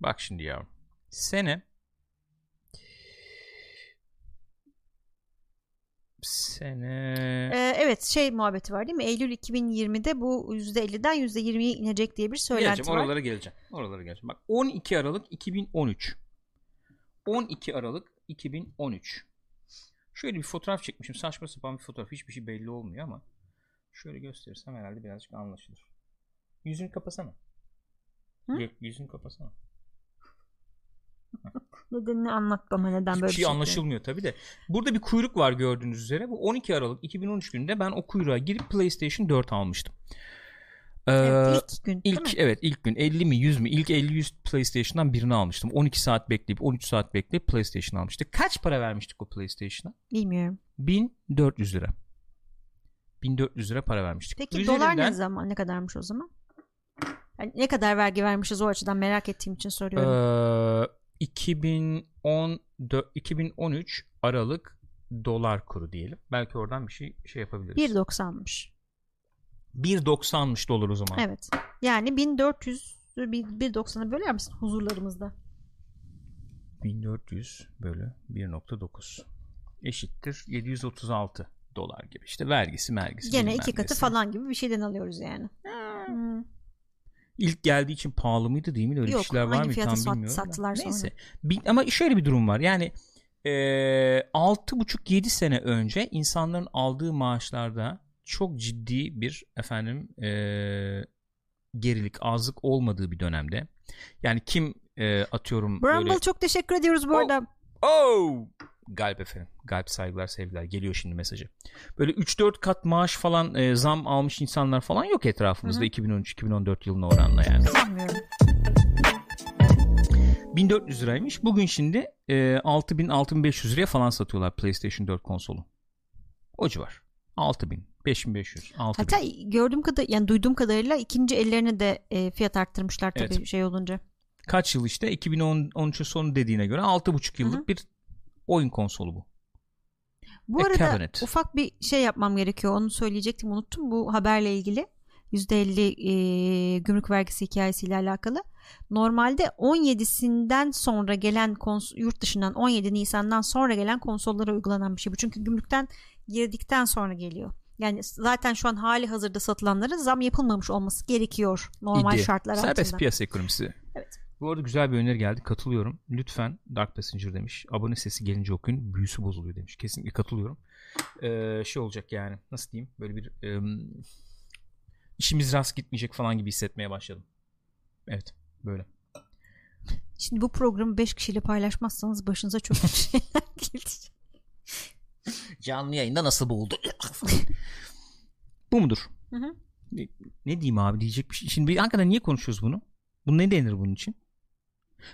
Bak şimdi yavrum. Sene sene Ee, evet şey muhabbeti var değil mi? Eylül 2020'de bu %50'den %20'ye inecek diye bir söylenti geleceğim var. oralara geleceğim. Oralara geleceğim. Bak 12 Aralık 2013. 12 Aralık 2013. Şöyle bir fotoğraf çekmişim. Saçma sapan bir fotoğraf. Hiçbir şey belli olmuyor ama şöyle gösterirsem herhalde birazcık anlaşılır. Yüzünü kapasana. Hı? Gök, yüzünü kapasana. Nedenini anlat bana neden Hiçbir böyle şey anlaşılmıyor tabi de. Burada bir kuyruk var gördüğünüz üzere. Bu 12 Aralık 2013 gününde ben o kuyruğa girip PlayStation 4 almıştım. Ee, Evet, ilk gün değil mi? İlk evet ilk gün 50 mi 100 mi ilk 50 100 PlayStation'dan birini almıştım. 12 saat bekleyip 13 saat bekleyip PlayStation almıştık. Kaç para vermiştik o PlayStation'a? Bilmiyorum. 1400 lira. 1400 lira para vermiştik. Peki dolar Üzerinden, ne zaman ne kadarmış o zaman? Yani ne kadar vergi vermişiz o açıdan merak ettiğim için soruyorum. eee, 2014 2013 Aralık dolar kuru diyelim. Belki oradan bir şey şey yapabiliriz. 1.90'mış. 1.90'mış dolar o zaman. Evet. Yani 1400 bir- 1.90'a böler misin huzurlarımızda? 1400 bölü 1.9 eşittir 736 dolar gibi işte vergisi mergisi Gene bilmem iki katı nesi. falan gibi bir şeyden alıyoruz yani. Hmm. İlk geldiği için pahalı mıydı değil mi? Öyle bir Yok, şeyler var aynı mıydı fiyata tam sat- bilmiyorum. da. sattılar sonra. Neyse. Bir- ama şöyle bir durum var. Yani eee 6,5-7 sene önce insanların aldığı maaşlarda çok ciddi bir efendim eee, gerilik, azlık olmadığı bir dönemde. Yani kim eee, atıyorum Bramble böyle çok teşekkür ediyoruz bu O- arada. Oh! Galip efendim. Galip saygılar sevgiler. Geliyor şimdi mesajı. Böyle 3-4 kat maaş falan e, zam almış insanlar falan yok etrafımızda 2013-2014 yılına oranla yani. Bilmiyorum. 1400 liraymış. Bugün şimdi e, 6000-6500 liraya falan satıyorlar PlayStation 4 konsolu. O civar. 6000, 5500, 6000. Hatta gördüğüm kadar yani duyduğum kadarıyla ikinci ellerine de e, fiyat arttırmışlar tabii Evet. şey olunca. Kaç yıl işte? 2013'ün sonu dediğine göre 6,5 yıllık bir oyun konsolu bu. Bu E, arada cabinet. ufak bir şey yapmam gerekiyor. Onu söyleyecektim unuttum bu haberle ilgili. %50 e, gümrük vergisi hikayesiyle alakalı. Normalde 17'sinden sonra gelen kons- yurt dışından 17 Nisan'dan sonra gelen konsollara uygulanan bir şey bu. Çünkü gümrükten girdikten sonra geliyor. Yani zaten şu an hali hazırda satılanlara zam yapılmamış olması gerekiyor normal İdi. şartlar altında. Serbest piyasa ekonomisi. Evet. Bu arada güzel bir öneri geldi. Katılıyorum. Lütfen Dark Passenger demiş. Abone sesi gelince okuyun. Büyüsü bozuluyor demiş. Kesinlikle katılıyorum. Ee, şey olacak yani. Nasıl diyeyim? Böyle bir ıı, em, işimiz rast gitmeyecek falan gibi hissetmeye başladım. Evet. Böyle. Şimdi bu programı 5 kişiyle paylaşmazsanız başınıza çok kötü şeyler gelir. Canlı yayında nasıl boğuldu? Bu mudur? Hı hı. Ne, ne diyeyim abi diyecek bir şey. Şimdi bir- hakikaten niye konuşuyoruz bunu? Bu ne denir bunun için?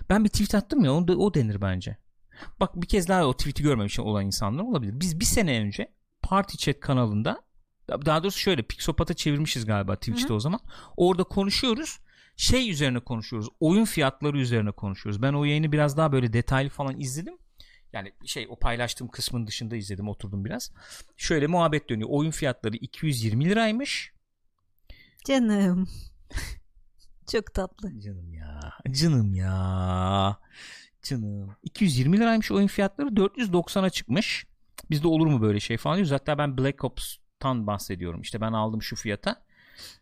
Ben bir tweet attım ya onu da, o denir bence. Bak bir kez daha o tweet'i görmemiş olan insanlar olabilir. Biz bir sene önce Party Chat kanalında daha doğrusu şöyle Pixopat'a çevirmişiz galiba Twitch'te o zaman. Orada konuşuyoruz. Şey üzerine konuşuyoruz. Oyun fiyatları üzerine konuşuyoruz. Ben o yayını biraz daha böyle detaylı falan izledim. Yani şey o paylaştığım kısmın dışında izledim oturdum biraz. Şöyle muhabbet dönüyor. Oyun fiyatları 220 liraymış. Canım. çok tatlı. Canım ya. Canım ya. Canım. 220 liraymış oyun fiyatları 490'a çıkmış. Bizde olur mu böyle şey falan diyoruz. Hatta ben Black Ops'tan bahsediyorum. İşte ben aldım şu fiyata.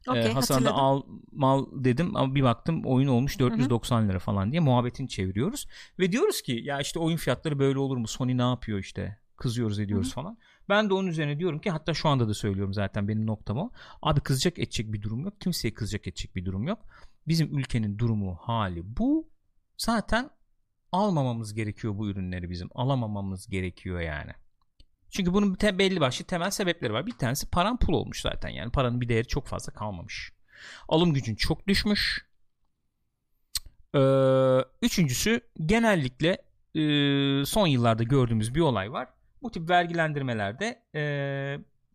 Okey Ee, Hasan da hatırladım. al mal dedim ama bir baktım oyun olmuş 490 lira falan diye muhabbetini çeviriyoruz. Ve diyoruz ki ya işte oyun fiyatları böyle olur mu? Sony ne yapıyor işte? Kızıyoruz ediyoruz falan. Ben de onun üzerine diyorum ki hatta şu anda da söylüyorum zaten benim noktam o. Abi kızacak edecek bir durum yok. Kimseye kızacak edecek bir durum yok. Bizim ülkenin durumu hali bu. Zaten almamamız gerekiyor bu ürünleri bizim. Alamamamız gerekiyor yani. Çünkü bunun te- belli başlı temel sebepleri var. Bir tanesi paran pul olmuş zaten yani. Paranın bir değeri çok fazla kalmamış. Alım gücün çok düşmüş. Ee, üçüncüsü genellikle e, son yıllarda gördüğümüz bir olay var. Bu tip vergilendirmelerde e,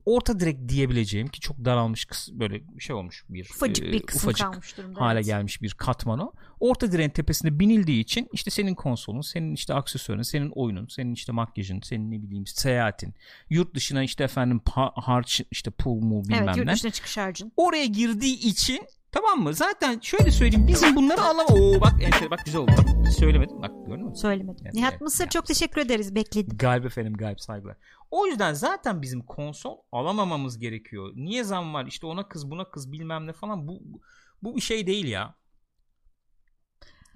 orta direkt diyebileceğim ki çok daralmış kıs- böyle şey olmuş bir Ufacık e, bir kısım ufacık kalmış durumda. hale evet. gelmiş bir katman o. Orta direğin tepesine binildiği için işte senin konsolun, senin işte aksesuarın, senin oyunun, senin işte makyajın, senin ne bileyim seyahatin, yurt dışına işte efendim pa- harç işte pul mu bilmem Evet yurt ne. dışına çıkış harcın. Oraya girdiği için tamam mı? Zaten şöyle söyleyeyim bizim bunları alam. Oo bak enter bak güzel oldu. Bak, hiç söylemedim bak gördün mü? Söylemedim. Evet, Nihat evet, Mısır Nihat çok teşekkür ederiz. Bekledim. Galip efendim galip saygılar. O yüzden zaten bizim konsol alamamamız gerekiyor. Niye zam var işte ona kız buna kız bilmem ne falan bu bu bir şey değil ya.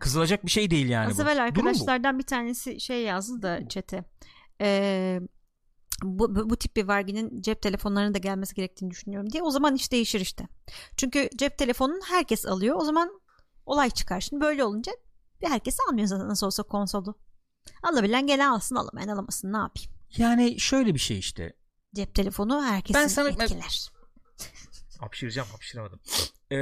Kızılacak bir şey değil yani Az bu. evvel Durum bu. arkadaşlardan bir tanesi şey yazdı da çete. Ee, bu, bu, bu tip bir verginin cep telefonlarına da gelmesi gerektiğini düşünüyorum diye. O zaman iş değişir işte. Çünkü cep telefonunu herkes alıyor. O zaman olay çıkar. Şimdi böyle olunca bir herkes almıyor zaten nasıl olsa konsolu. Alabilen gelen alsın alamayan alamasın ne yapayım. Yani şöyle bir şey işte. Cep telefonu herkesin Ben sana- etkiler. Hapşıracağım hapşıramadım. Ee,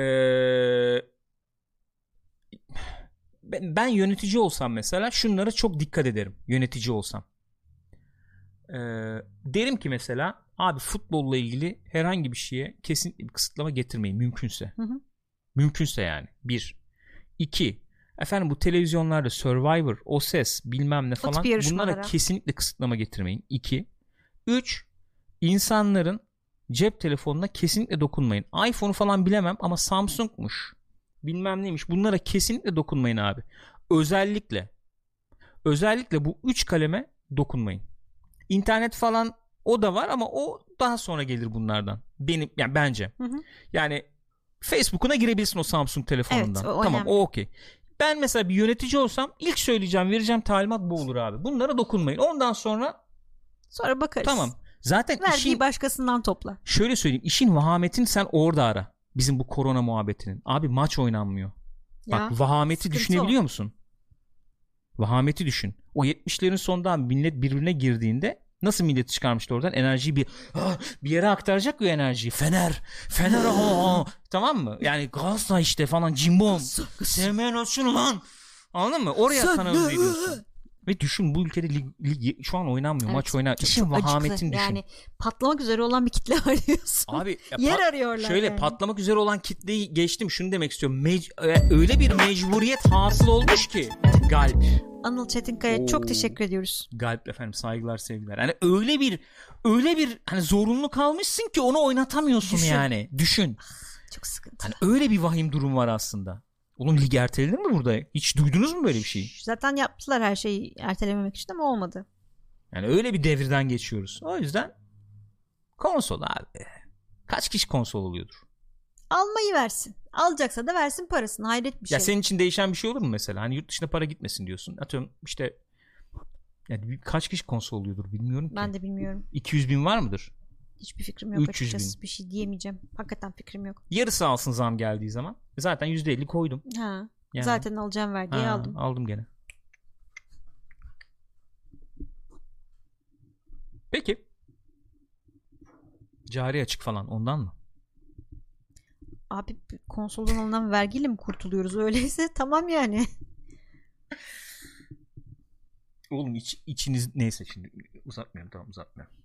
ben, ben yönetici olsam mesela şunlara çok dikkat ederim yönetici olsam. Ee, derim ki mesela abi futbolla ilgili herhangi bir şeye kesin bir kısıtlama getirmeyin mümkünse. Hı hı. Mümkünse yani. Bir. İki. Efendim bu televizyonlarda Survivor, O Ses bilmem ne falan tip yarışmalara. bunlara kesinlikle kısıtlama getirmeyin. İki. Üç. İnsanların cep telefonuna kesinlikle dokunmayın. iPhone'u falan bilemem ama Samsung'muş. Bilmem neymiş. Bunlara kesinlikle dokunmayın abi. Özellikle özellikle bu üç kaleme dokunmayın. İnternet falan o da var ama o daha sonra gelir bunlardan. Benim yani bence. Hı hı. Yani Facebook'una girebilirsin o Samsung telefonundan. Evet, o tamam önemli. o okey. Ben mesela bir yönetici olsam ilk söyleyeceğim vereceğim talimat bu olur abi. Bunlara dokunmayın. Ondan sonra Sonra bakarız. tamam. Zaten Vergiyi işin, başkasından topla. şöyle söyleyeyim işin vahametini sen orada ara. Bizim bu korona muhabbetinin. Abi maç oynanmıyor. Ya. Bak vahameti sıkıntı düşünebiliyor musun? Vahameti düşün. O 70'lerin sonunda millet birbirine girdiğinde nasıl millet çıkarmıştı oradan? Enerjiyi bir ah, bir yere aktaracak ya enerjiyi. Fener. Fener ha, ha. Tamam mı? Yani Galatasaray işte falan cimbom. Sevmeyen olsun lan. Anladın mı? Oraya Sen sana ne- özlediyorsun. Ve düşün bu ülkede lig, lig- şu an oynanmıyor. Evet, maç oynar. Çok- İşin çok acıklı. vahametini düşün. Yani patlamak üzere olan bir kitle arıyorsun. Abi ya Yer pat- arıyorlar. Şöyle yani. patlamak üzere olan kitleyi geçtim. Şunu demek istiyorum. Mec- e, öyle bir mecburiyet hasıl olmuş ki galip. Anıl Çetinkaya Oo. çok teşekkür ediyoruz. Galip efendim saygılar sevgiler. Yani öyle bir öyle bir hani zorunlu kalmışsın ki onu oynatamıyorsun Düşün. yani. Düşün. Çok sıkıntı. Hani öyle bir vahim durum var aslında. Oğlum lig ertelenir mi burada? Hiç duydunuz mu böyle bir şey? şeyi? Zaten yaptılar her şeyi ertelememek için ama olmadı. Yani öyle bir devirden geçiyoruz. O yüzden konsol abi. Kaç kişi konsol oluyordur? Almayı versin. Alacaksa da versin parasını. Hayret bir Ya şey. senin için değişen bir şey olur mu mesela? Hani yurt dışına para gitmesin diyorsun. Atıyorum işte yani bir- kaç kişi konsol oluyordur bilmiyorum ki. Ben de bilmiyorum. 200 bin var mıdır? Hiçbir fikrim yok 300 bin. açıkçası. Bir şey diyemeyeceğim. Hakikaten fikrim yok. Yarısı alsın zam geldiği zaman. Zaten %50 koydum. Ha. Yani- Zaten alacağım ver diye Ha, aldım. Aldım gene. Peki. Cari açık falan ondan mı? Abi konsoldan alınan vergiyle mi kurtuluyoruz? Öyleyse tamam yani. Oğlum iç- içiniz neyse şimdi uzatmıyorum tamam uzatmıyorum.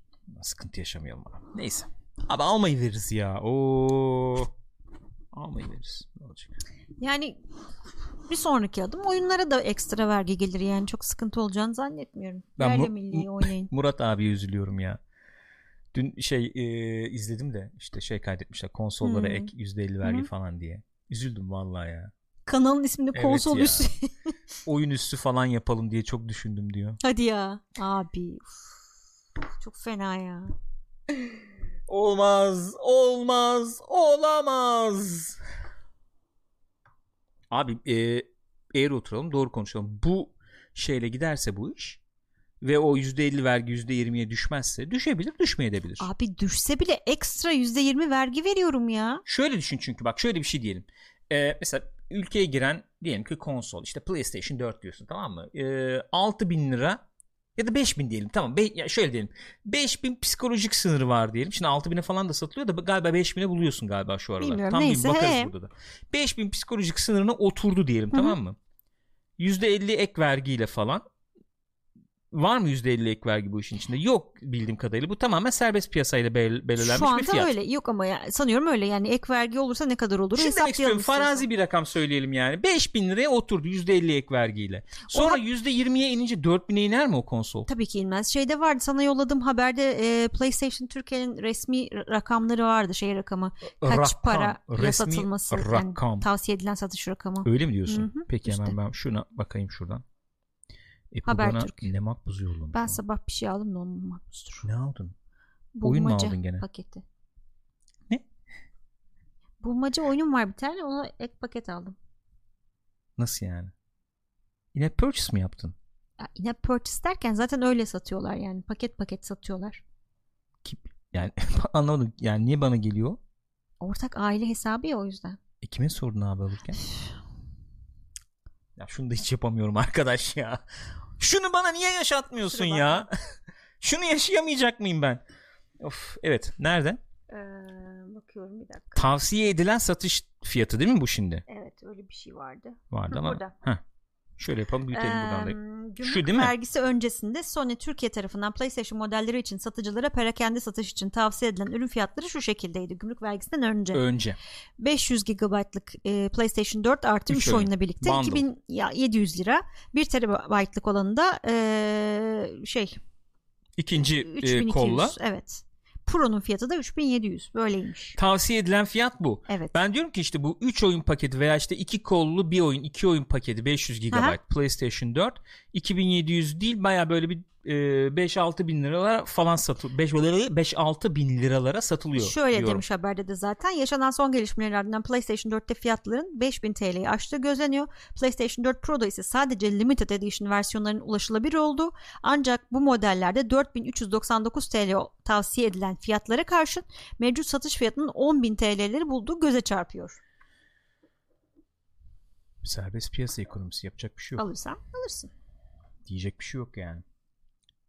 Sıkıntı yaşamayalım abi. Neyse. Abi almayı veririz ya. Oo. Almayı veririz. Ne olacak? Yani bir sonraki adım oyunlara da ekstra vergi gelir yani çok sıkıntı olacağını zannetmiyorum. Ben Yerli Mur- milliyi oynayın. Murat abiye üzülüyorum ya. Dün şey e, izledim de işte şey kaydetmişler konsollara Hı. ek %50 vergi Hmm. Hı hı. falan diye. Üzüldüm vallahi ya. Kanalın ismini Evet konsol ya. üstü. Oyun üstü falan yapalım diye çok düşündüm diyor. Hadi ya. Abi. uf. Çok fena ya. Olmaz, olmaz, olamaz. Abi e, eğri oturalım doğru konuşalım. Bu şeyle giderse bu iş ve o %50 vergi %20'ye düşmezse düşebilir düşmeyebilir. Abi düşse bile ekstra %20 vergi veriyorum ya. Şöyle düşün çünkü bak şöyle bir şey diyelim. E, mesela ülkeye giren diyelim ki konsol işte PlayStation 4 diyorsun tamam mı? E, 6000 lira ya da 5000 diyelim tamam Be- ya şöyle diyelim 5000 psikolojik sınırı var diyelim şimdi 6000'e falan da satılıyor da galiba 5000'e buluyorsun galiba şu aralar Bilmiyorum, tam bir neyse, bakarız he. burada da 5000 psikolojik sınırına oturdu diyelim Hı hı. tamam mı %50 ek vergiyle falan var mı %50 ek vergi bu işin içinde yok bildiğim kadarıyla bu tamamen serbest piyasayla bel- belirlenmiş Şu bir anda fiyat öyle. Yok ama ya, sanıyorum öyle yani ek vergi olursa ne kadar olur Şimdi demek istiyorum hesaplayalım. farazi istiyorsan. bir rakam söyleyelim yani. 5000 liraya oturdu %50 ek vergiyle. Sonra %20'ye inince 4000'e iner mi o konsol? Tabii ki inmez. Şeyde vardı sana yolladığım haberde e, PlayStation Türkiye'nin resmi r- rakamları vardı şey rakamı. Kaç Rakam, para ya resmi satılması yani rakam. tavsiye edilen satış rakamı. Öyle mi diyorsun? Hı hı, Peki işte. hemen ben şuna bakayım şuradan. Apple bana Habertürk. ne makbuzu yollamış. Ben ya? sabah bir şey aldım da onun makbuzdur. Ne aldın? Oyun mu Bulmaca aldın gene? paketi. Ne? Bulmaca oyunum var bir tane ona ek paket aldım. Nasıl yani? Yine purchase mi yaptın? Ya yine purchase derken zaten öyle satıyorlar yani paket paket satıyorlar. Yani anlamadım. Yani niye bana geliyor? Ortak aile hesabı ya o yüzden. E kime sordun abi alırken? ya şunu da hiç yapamıyorum arkadaş ya. Şunu bana niye yaşatmıyorsun Kusura ya? şunu yaşayamayacak mıyım ben? Of evet. Nerede? Ee, bakıyorum bir dakika. Tavsiye edilen satış fiyatı değil mi bu şimdi? Evet öyle bir şey vardı. Vardı Hı, ama. burada. Heh. Şöyle yapalım büyütelim buradan da. Em, Şu gümrük değil mi? vergisi öncesinde Sony Türkiye tarafından PlayStation modelleri için satıcılara perakende satış için tavsiye edilen ürün fiyatları şu şekildeydi. Gümrük vergisinden önce Önce. 500 GB'lık e, PlayStation 4 artı Üç 3 oyun. oyunla birlikte Bundle. 2700 lira. 1 TB'lık olanı da e, şey İkinci e, 3200. kolla. Evet. Pro'nun fiyatı da 3700. Böyleymiş. Tavsiye edilen fiyat bu. Evet. Ben diyorum ki işte bu 3 oyun paketi veya işte 2 kollu bir oyun 2 oyun paketi 500 GB Aha. PlayStation 4 2700 değil baya böyle bir e, 5-6 bin liralara falan satılıyor. 5-6 bin liralara satılıyor. Şöyle diyorum. demiş haberde de zaten yaşanan son gelişmelerin ardından PlayStation 4'te fiyatların 5000 TL'yi aştığı gözleniyor. PlayStation 4 Pro'da ise sadece limited edition versiyonlarının ulaşılabilir oldu. Ancak bu modellerde 4399 TL tavsiye edilen fiyatlara karşın mevcut satış fiyatının 10.000 TL'leri bulduğu göze çarpıyor. Serbest piyasa ekonomisi yapacak bir şey yok. Alırsan alırsın. Diyecek bir şey yok yani.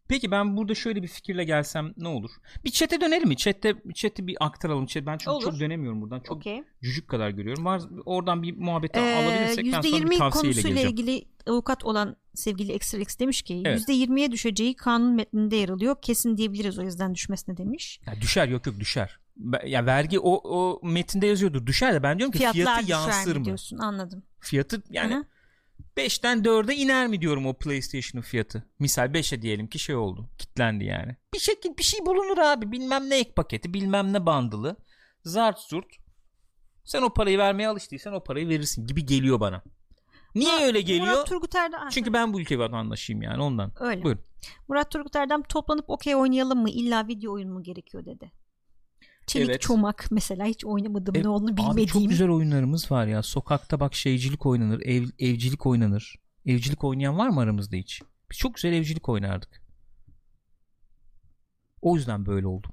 Peki ben burada şöyle bir fikirle gelsem ne olur? Bir çete dönelim mi? Çete çete bir aktaralım. Chat- Ben çünkü Olur. çok dönemiyorum buradan. Çok Okey. cücük kadar görüyorum. Var oradan bir muhabbet alabilirsek ben sonra bir %20 tavsiyeyle Ee, konusuyla geleceğim. ilgili avukat olan sevgili Exrelix demiş ki Evet. %20'ye düşeceği kanun metninde yer alıyor. Kesin diyebiliriz o yüzden düşmesine demiş. Ya düşer yok yok düşer. Be- Ya vergi o o metinde yazıyordur düşer de ben diyorum ki Fiyatlar fiyatı düşer yansır mi mı? diyorsun anladım. Fiyatı yani Aha. 5'ten 4'e iner mi diyorum o PlayStation'ın fiyatı. Misal 5'e diyelim ki şey oldu. Kitlendi yani. Bir şekil bir şey bulunur abi. Bilmem ne ek paketi, bilmem ne bandılı. Zart zurt. Sen o parayı vermeye alıştıysan o parayı verirsin gibi geliyor bana. Niye öyle geliyor? Murat Turguter'den Ha, Çünkü ben bu ülke vatandaşıyım yani ondan. öyle. Buyurun. Murat Turguter'den toplanıp okey oynayalım mı? İlla video oyun mu gerekiyor dedi. Çelik Evet. çomak mesela hiç oynamadığım E, ne olduğunu Abi çok bilmediğim. güzel oyunlarımız var ya. Sokakta bak şeycilik oynanır, ev, evcilik oynanır. Evcilik oynayan var mı aramızda hiç? Biz çok güzel evcilik oynardık. O yüzden böyle oldum.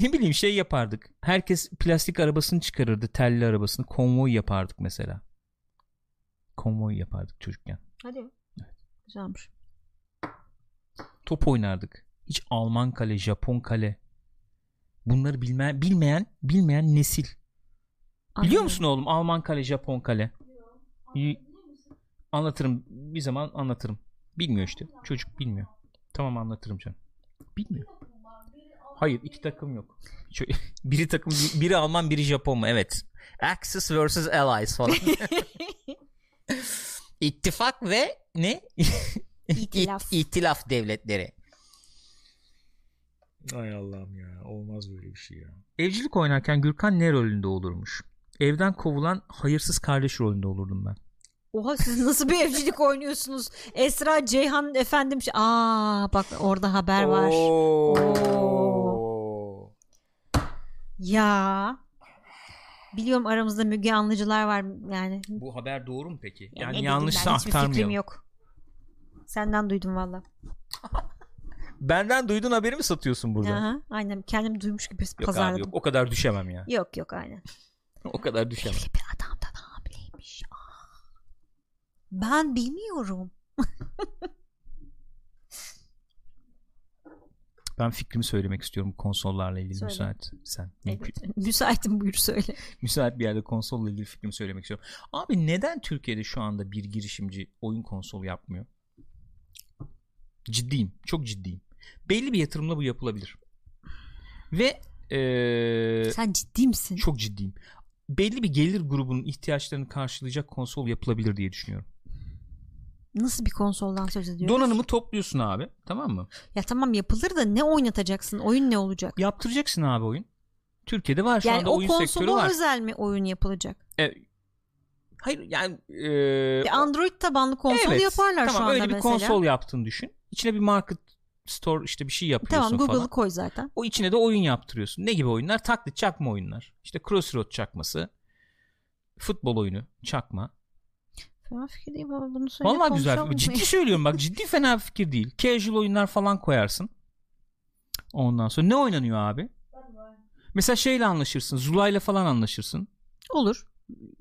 ne bileyim şey yapardık. Herkes plastik arabasını çıkarırdı, telli arabasını. Konvoy yapardık mesela. Konvoy yapardık çocukken. Hadi. Güzelmiş. Top oynardık. Hiç Alman kale, Japon kale. Bunları bilmeyen, bilmeyen, bilmeyen nesil. Biliyor Anladım. musun oğlum Alman kale, Japon kale? Y- Anlatırım. Bir zaman anlatırım. Bilmiyor işte. Çocuk bilmiyor. Tamam anlatırım canım. Bilmiyor. Hayır iki takım yok. Şö- biri takım biri Alman biri Japon mu? Evet. Axis vs Allies falan. İttifak ve Ne? İtilaf. itilaf devletleri. Ay Allah'ım ya. Olmaz böyle bir şey ya. Evcilik oynarken Gürkan ne rolünde olurmuş? Evden kovulan hayırsız kardeş rolünde olurdum ben. Oha siz nasıl bir evcilik oynuyorsunuz? Esra Ceyhan efendim. şey- Aa bak orada haber var. Oo. Ya. Biliyorum aramızda Müge Anlıcılar var yani. Bu haber doğru mu peki? ne bileyim ben, hiçbir fikrim yok. Senden duydum valla. Benden duyduğun haberi mi satıyorsun burada? Aha, Aynen kendim duymuş gibi Yok abi pazarladım. yok. O kadar düşemem ya. Yok yok aynen. o kadar düşemem. Evli bir adamdan hamileymiş. Aa. Ah. Ben bilmiyorum. Ben fikrimi söylemek istiyorum konsollarla ilgili Söyle. müsait. Sen mümkün. Evet. Müsaitim buyur söyle. Müsait bir yerde konsolla ilgili fikrimi söylemek istiyorum. Abi neden Türkiye'de şu anda bir girişimci oyun konsolu yapmıyor? Ciddiyim. Çok ciddiyim. Belli bir yatırımla bu yapılabilir. Ve eee, Sen ciddi misin? çok ciddiyim. Belli bir gelir grubunun ihtiyaçlarını karşılayacak konsol yapılabilir diye düşünüyorum. Nasıl bir konsoldan söz ediyorsun? Donanımı topluyorsun abi. Tamam mı? Ya tamam yapılır da ne oynatacaksın? Oyun ne olacak? Yaptıracaksın abi oyun. Türkiye'de var şu yani anda o oyun sektörü konsola var. özel mi oyun yapılacak? E, hayır yani e, Bir Android tabanlı konsol evet, yaparlar tamam, şu anda öyle bir mesela. konsol yaptığını düşün. İçine bir market store işte bir şey yapıyorsun Tamam Google'ı falan. koy zaten. O içine de oyun yaptırıyorsun. Ne gibi oyunlar? Taklit çakma oyunlar. İşte Crossroad çakması. Futbol oyunu çakma. Fena fikir değil ama bunu söyle. Vallahi güzel. konuşalım. Ciddi söylüyorum bak ciddi fena fikir değil. Casual oyunlar falan koyarsın. Ondan sonra ne oynanıyor abi? Mesela şeyle anlaşırsın. Zula'yla falan anlaşırsın. Olur.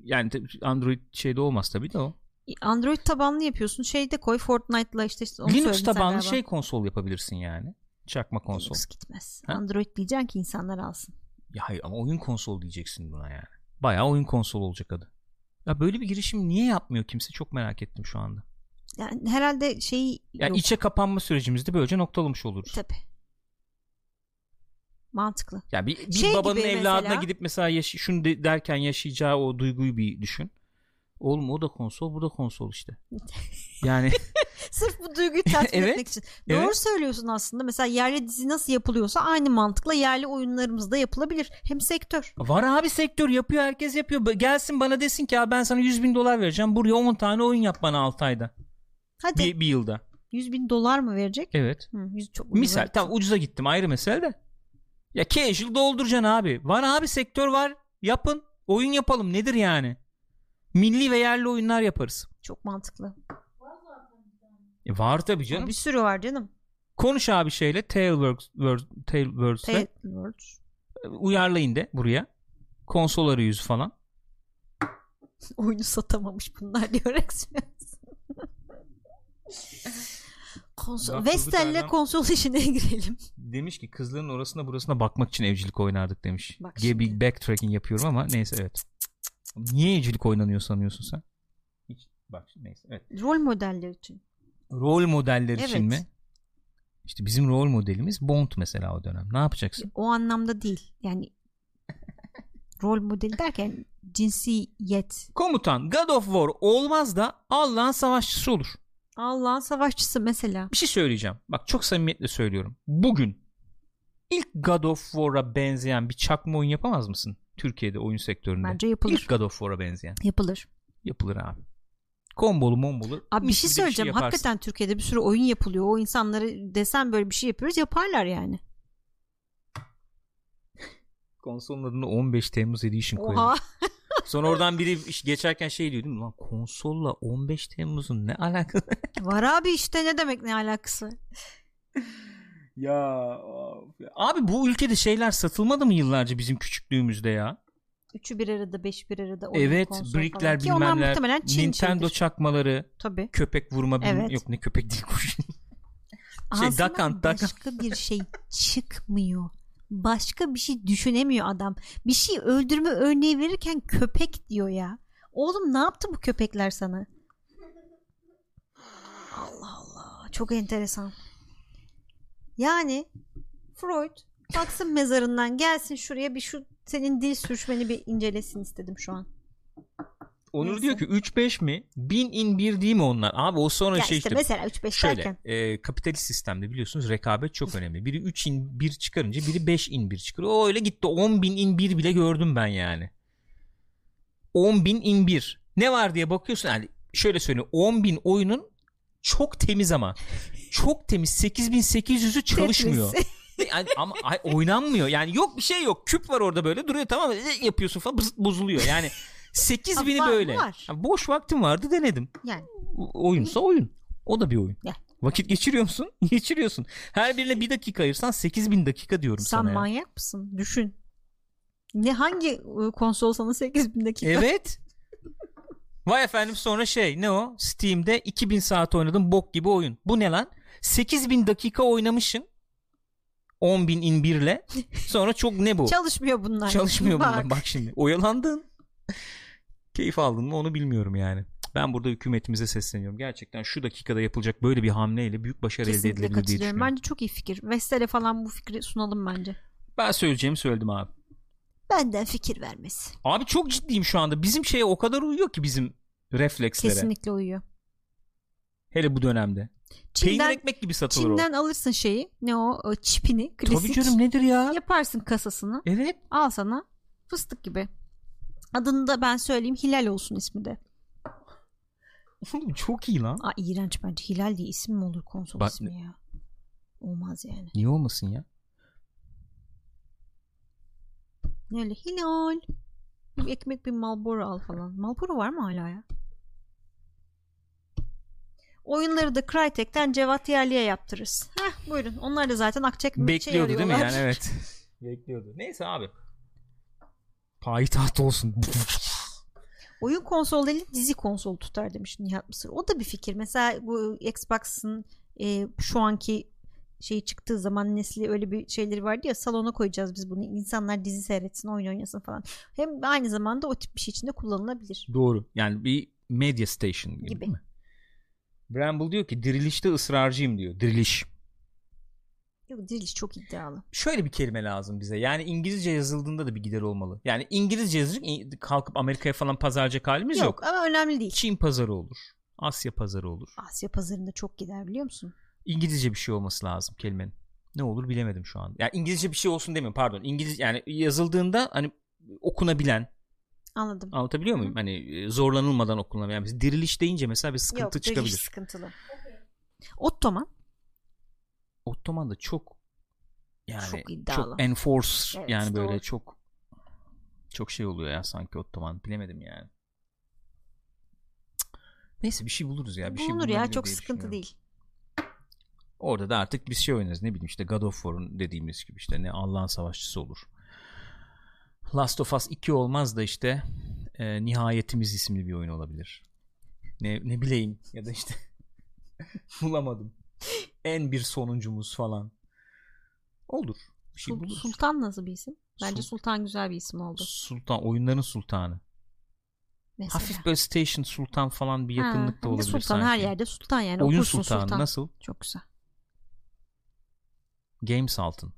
Yani tabii Android şeyde olmaz tabii de o. Android tabanlı yapıyorsun. Şey de koy Fortnite'la işte, işte onu söyledin Linux sen tabanlı galiba. şey konsol yapabilirsin yani. Çakma konsol. Linux gitmez. Ha? Android diyeceksin ki insanlar alsın. Ya hayır ama oyun konsol diyeceksin buna yani. Bayağı oyun konsol olacak adı. Ya böyle bir girişim niye yapmıyor kimse çok merak ettim şu anda. Yani herhalde şeyi Ya yok. içe kapanma sürecimizde böylece noktalamış oluruz. Tabii. Mantıklı. Ya bir, bir Şey babanın gibi evladına mesela- gidip mesela yaş- şunu de- derken yaşayacağı o duyguyu bir düşün. Oğlum o da konsol, bu da konsol işte. Yani Sırf bu duyguyu tatmin Evet. etmek için. Doğru Evet. söylüyorsun aslında. Mesela yerli dizi nasıl yapılıyorsa aynı mantıkla yerli oyunlarımız da yapılabilir. Hem sektör. var abi sektör yapıyor, herkes yapıyor. Ba- Gelsin bana desin ki "Abi ben sana 100 bin dolar vereceğim. Buraya 10 tane oyun yap bana 6 ayda. Hadi Bir, bir yılda. 100 bin dolar mı verecek? Evet. Hı, 100 çok ucuza Misal gitti. tam ucuza gittim ayrı mesele de. Ya casual dolduracaksın abi. Var abi sektör var. Yapın. Oyun yapalım nedir yani? Milli ve yerli oyunlar yaparız. Çok mantıklı. E var tabii Ama canım. Bir sürü var canım. Konuş abi şeyle Tailworks Word- Tailworks'le Tailworld. E, uyarlayın de buraya. Konsol arayüzü falan. Oyunu satamamış bunlar diyerek söylüyorsun. konsol. Bak, Vestel'le çocuklardan- konsol işine girelim. Demiş ki kızların orasına burasına bakmak için evcilik oynardık demiş. Bak Diye bir şimdi. backtracking yapıyorum ama neyse evet. Niye evcilik oynanıyor sanıyorsun sen? Hiç, bak neyse evet. Rol modeller için. rol modeller için Evet. mi? İşte bizim rol modelimiz Bond mesela o dönem. Ne yapacaksın? O anlamda değil. Yani rol modeli derken cinsiyet. Komutan God of War olmaz da Allah'ın savaşçısı olur. Allah'ın savaşçısı mesela. Bir şey söyleyeceğim. Bak çok samimiyetle söylüyorum. Bugün ilk God of War'a benzeyen bir çakma oyun yapamaz mısın? Türkiye'de oyun sektöründe. Bence yapılır. İlk God of War'a benzeyen. Yapılır. Yapılır abi. Kombolu mombolu. Abi bir mis şey gibi söyleyeceğim. yaparsın. Hakikaten Türkiye'de bir sürü oyun yapılıyor. O insanları desen böyle bir şey yapıyoruz yaparlar yani. Konsolun adını 15 Temmuz Edition koyalım. Oha. Sonra oradan biri geçerken şey diyor değil mi? Lan konsolla 15 Temmuz'un ne alakası? Var abi işte ne demek ne alakası. Ya of ya. abi bu ülkede şeyler satılmadı mı yıllarca bizim küçüklüğümüzde ya? Üçü bir arada, beş bir arada. oyun, evet, konsol brickler falan. Ki onlar bilmemler, muhtemelen Çin Nintendo şeyidir. çakmaları, Tabii. köpek vurma bilmem Evet. yok ne köpek değil kuş. Şey, Ağzından Duck Hunt, Duck Hunt. başka bir şey çıkmıyor. Başka bir şey düşünemiyor adam. Bir şey öldürme örneği verirken köpek diyor ya. Oğlum ne yaptı bu köpekler sana? Allah Allah. Çok enteresan. Yani Freud baksın mezarından gelsin şuraya bir şu senin dil sürçmeni bir incelesin istedim şu an. Onur Neyse. diyor ki 3-5 mi? 1000 in 1 değil mi onlar? Abi o sonra Ya şey işte işte mesela 3-5 derken. şöyle e, kapitalist sistemde biliyorsunuz rekabet çok önemli. Biri 3 in 1 çıkarınca biri 5 in 1 çıkıyor. O öyle gitti 10 bin in 1 bile gördüm ben yani. 10 bin in 1. Ne var diye bakıyorsun yani şöyle söyleyeyim 10 bin oyunun çok temiz ama çok temiz 8800'ü çalışmıyor. Tetris. Yani ama ay- oynanmıyor. Yani yok bir şey yok. Küp var orada böyle duruyor tamam mı? E, yapıyorsun falan bızıt bozuluyor. Yani 8000'i Var- böyle. var. Ha, boş vaktim vardı denedim. yani O- Oyunsa oyun. O da bir oyun. Ya. Vakit geçiriyor musun? Geçiriyorsun. Her birine bir dakika ayırsan 8000 dakika diyorum sen sana. ya. manyak mısın? Düşün. Ne hangi e, konsol sana 8000 dakika Evet. Vay efendim sonra şey ne o? Steam'de 2000 saat oynadım bok gibi oyun. Bu ne lan? 8000 dakika oynamışsın. 10.000 in 1 ile. Sonra çok ne bu? Çalışmıyor bunlar. Çalışmıyor Bak. bundan bak şimdi. Oyalandın. Keyif aldın mı onu bilmiyorum yani. Ben burada hükümetimize sesleniyorum. Gerçekten şu dakikada yapılacak böyle bir hamleyle büyük başarı elde Kesinlikle edilebilir diye katılıyorum. düşünüyorum. Ben... Bence çok iyi fikir. Vestel'e falan bu fikri sunalım bence. söyleyeceğimi söyledim abi. Benden fikir vermesi. Abi çok ciddiyim şu anda. Bizim şeye o kadar uyuyor ki bizim reflekslere. Kesinlikle uyuyor. Hele bu dönemde. Peynir Çin'den, ekmek gibi satılır Çin'den alırsın şeyi. Ne o? e, Çipini. o. Tabii Klasik. canım nedir ya? Yaparsın kasasını. Evet. Al sana. Fıstık gibi. Adını da ben söyleyeyim. Hilal olsun ismi de. Oğlum çok iyi lan. Aa iğrenç bence. Hilal diye isim mi olur konsol Bak- ismi ya? Olmaz yani. Niye olmasın ya? Ne öyle? Hilal. Bir ekmek bir Marlboro al falan. Marlboro var mı hala ya? Oyunları da Crytek'ten Cevat Yerli'ye yaptırırız. Heh buyurun. Onlar da zaten şey Akçek'in Bekliyordu değil mi yani evet. Bekliyordu. Neyse abi. Payitaht olsun. Oyun konsol değil dizi konsol tutar demiş Nihat Mısır. O da bir fikir. Mesela bu Xbox'ın e, şu anki şey çıktığı zaman nesli öyle bir şeyleri vardı ya salona koyacağız biz bunu. İnsanlar dizi seyretsin, oyun oynasın falan. Hem aynı zamanda o tip bir şey için de kullanılabilir. Doğru. Yani bir media station gibi, Gibi. değil mi? Bramble diyor ki dirilişte ısrarcıyım diyor. Diriliş. Yok diriliş çok iddialı. Şöyle bir kelime lazım bize. Yani İngilizce yazıldığında da bir gider olmalı. Yani İngilizce yazıcık in- kalkıp Amerika'ya falan pazarcak halimiz yok. yok ama önemli değil. Çin pazarı olur. Asya pazarı olur. Asya pazarında çok gider biliyor musun? İngilizce bir şey olması lazım kelimenin. Ne olur bilemedim şu anda. Yani İngilizce bir şey olsun demiyorum pardon. İngiliz yani yazıldığında hani okunabilen Anladım. anlatabiliyor muyum? Hani e, zorlanılmadan okunabilen. Yani biz diriliş deyince mesela bir sıkıntı Yok, diriliş çıkabilir. sıkıntılı. Ottoman Ottoman da çok yani Çok çok, iddialı. enforce Evet, yani böyle doğru. çok çok şey oluyor ya sanki Ottoman bilemedim yani. Cık. Neyse bir şey buluruz ya. Bir şey bulunur ya bulunabilir çok diye sıkıntı düşünüyorum. değil. Orada da artık bir şey oynarız. Ne bileyim işte God of War'un dediğimiz gibi işte ne Allah'ın savaşçısı olur. Last of Us 2 olmaz da işte e, Nihayetimiz isimli bir oyun olabilir. Ne, ne bileyim ya da işte bulamadım. En bir sonuncumuz falan. Olur. Bir şey Sul- buluruz. Sultan nasıl bir isim? Bence Sul- Sultan güzel bir isim oldu. Sultan oyunların sultanı. Mesela. Hafif böyle Station Sultan falan bir Ha, yakınlık da hem de olabilir Sultan sanki. her yerde Sultan yani. Oyun Okursun sultanı Sultan. nasıl? Çok güzel. Games altın.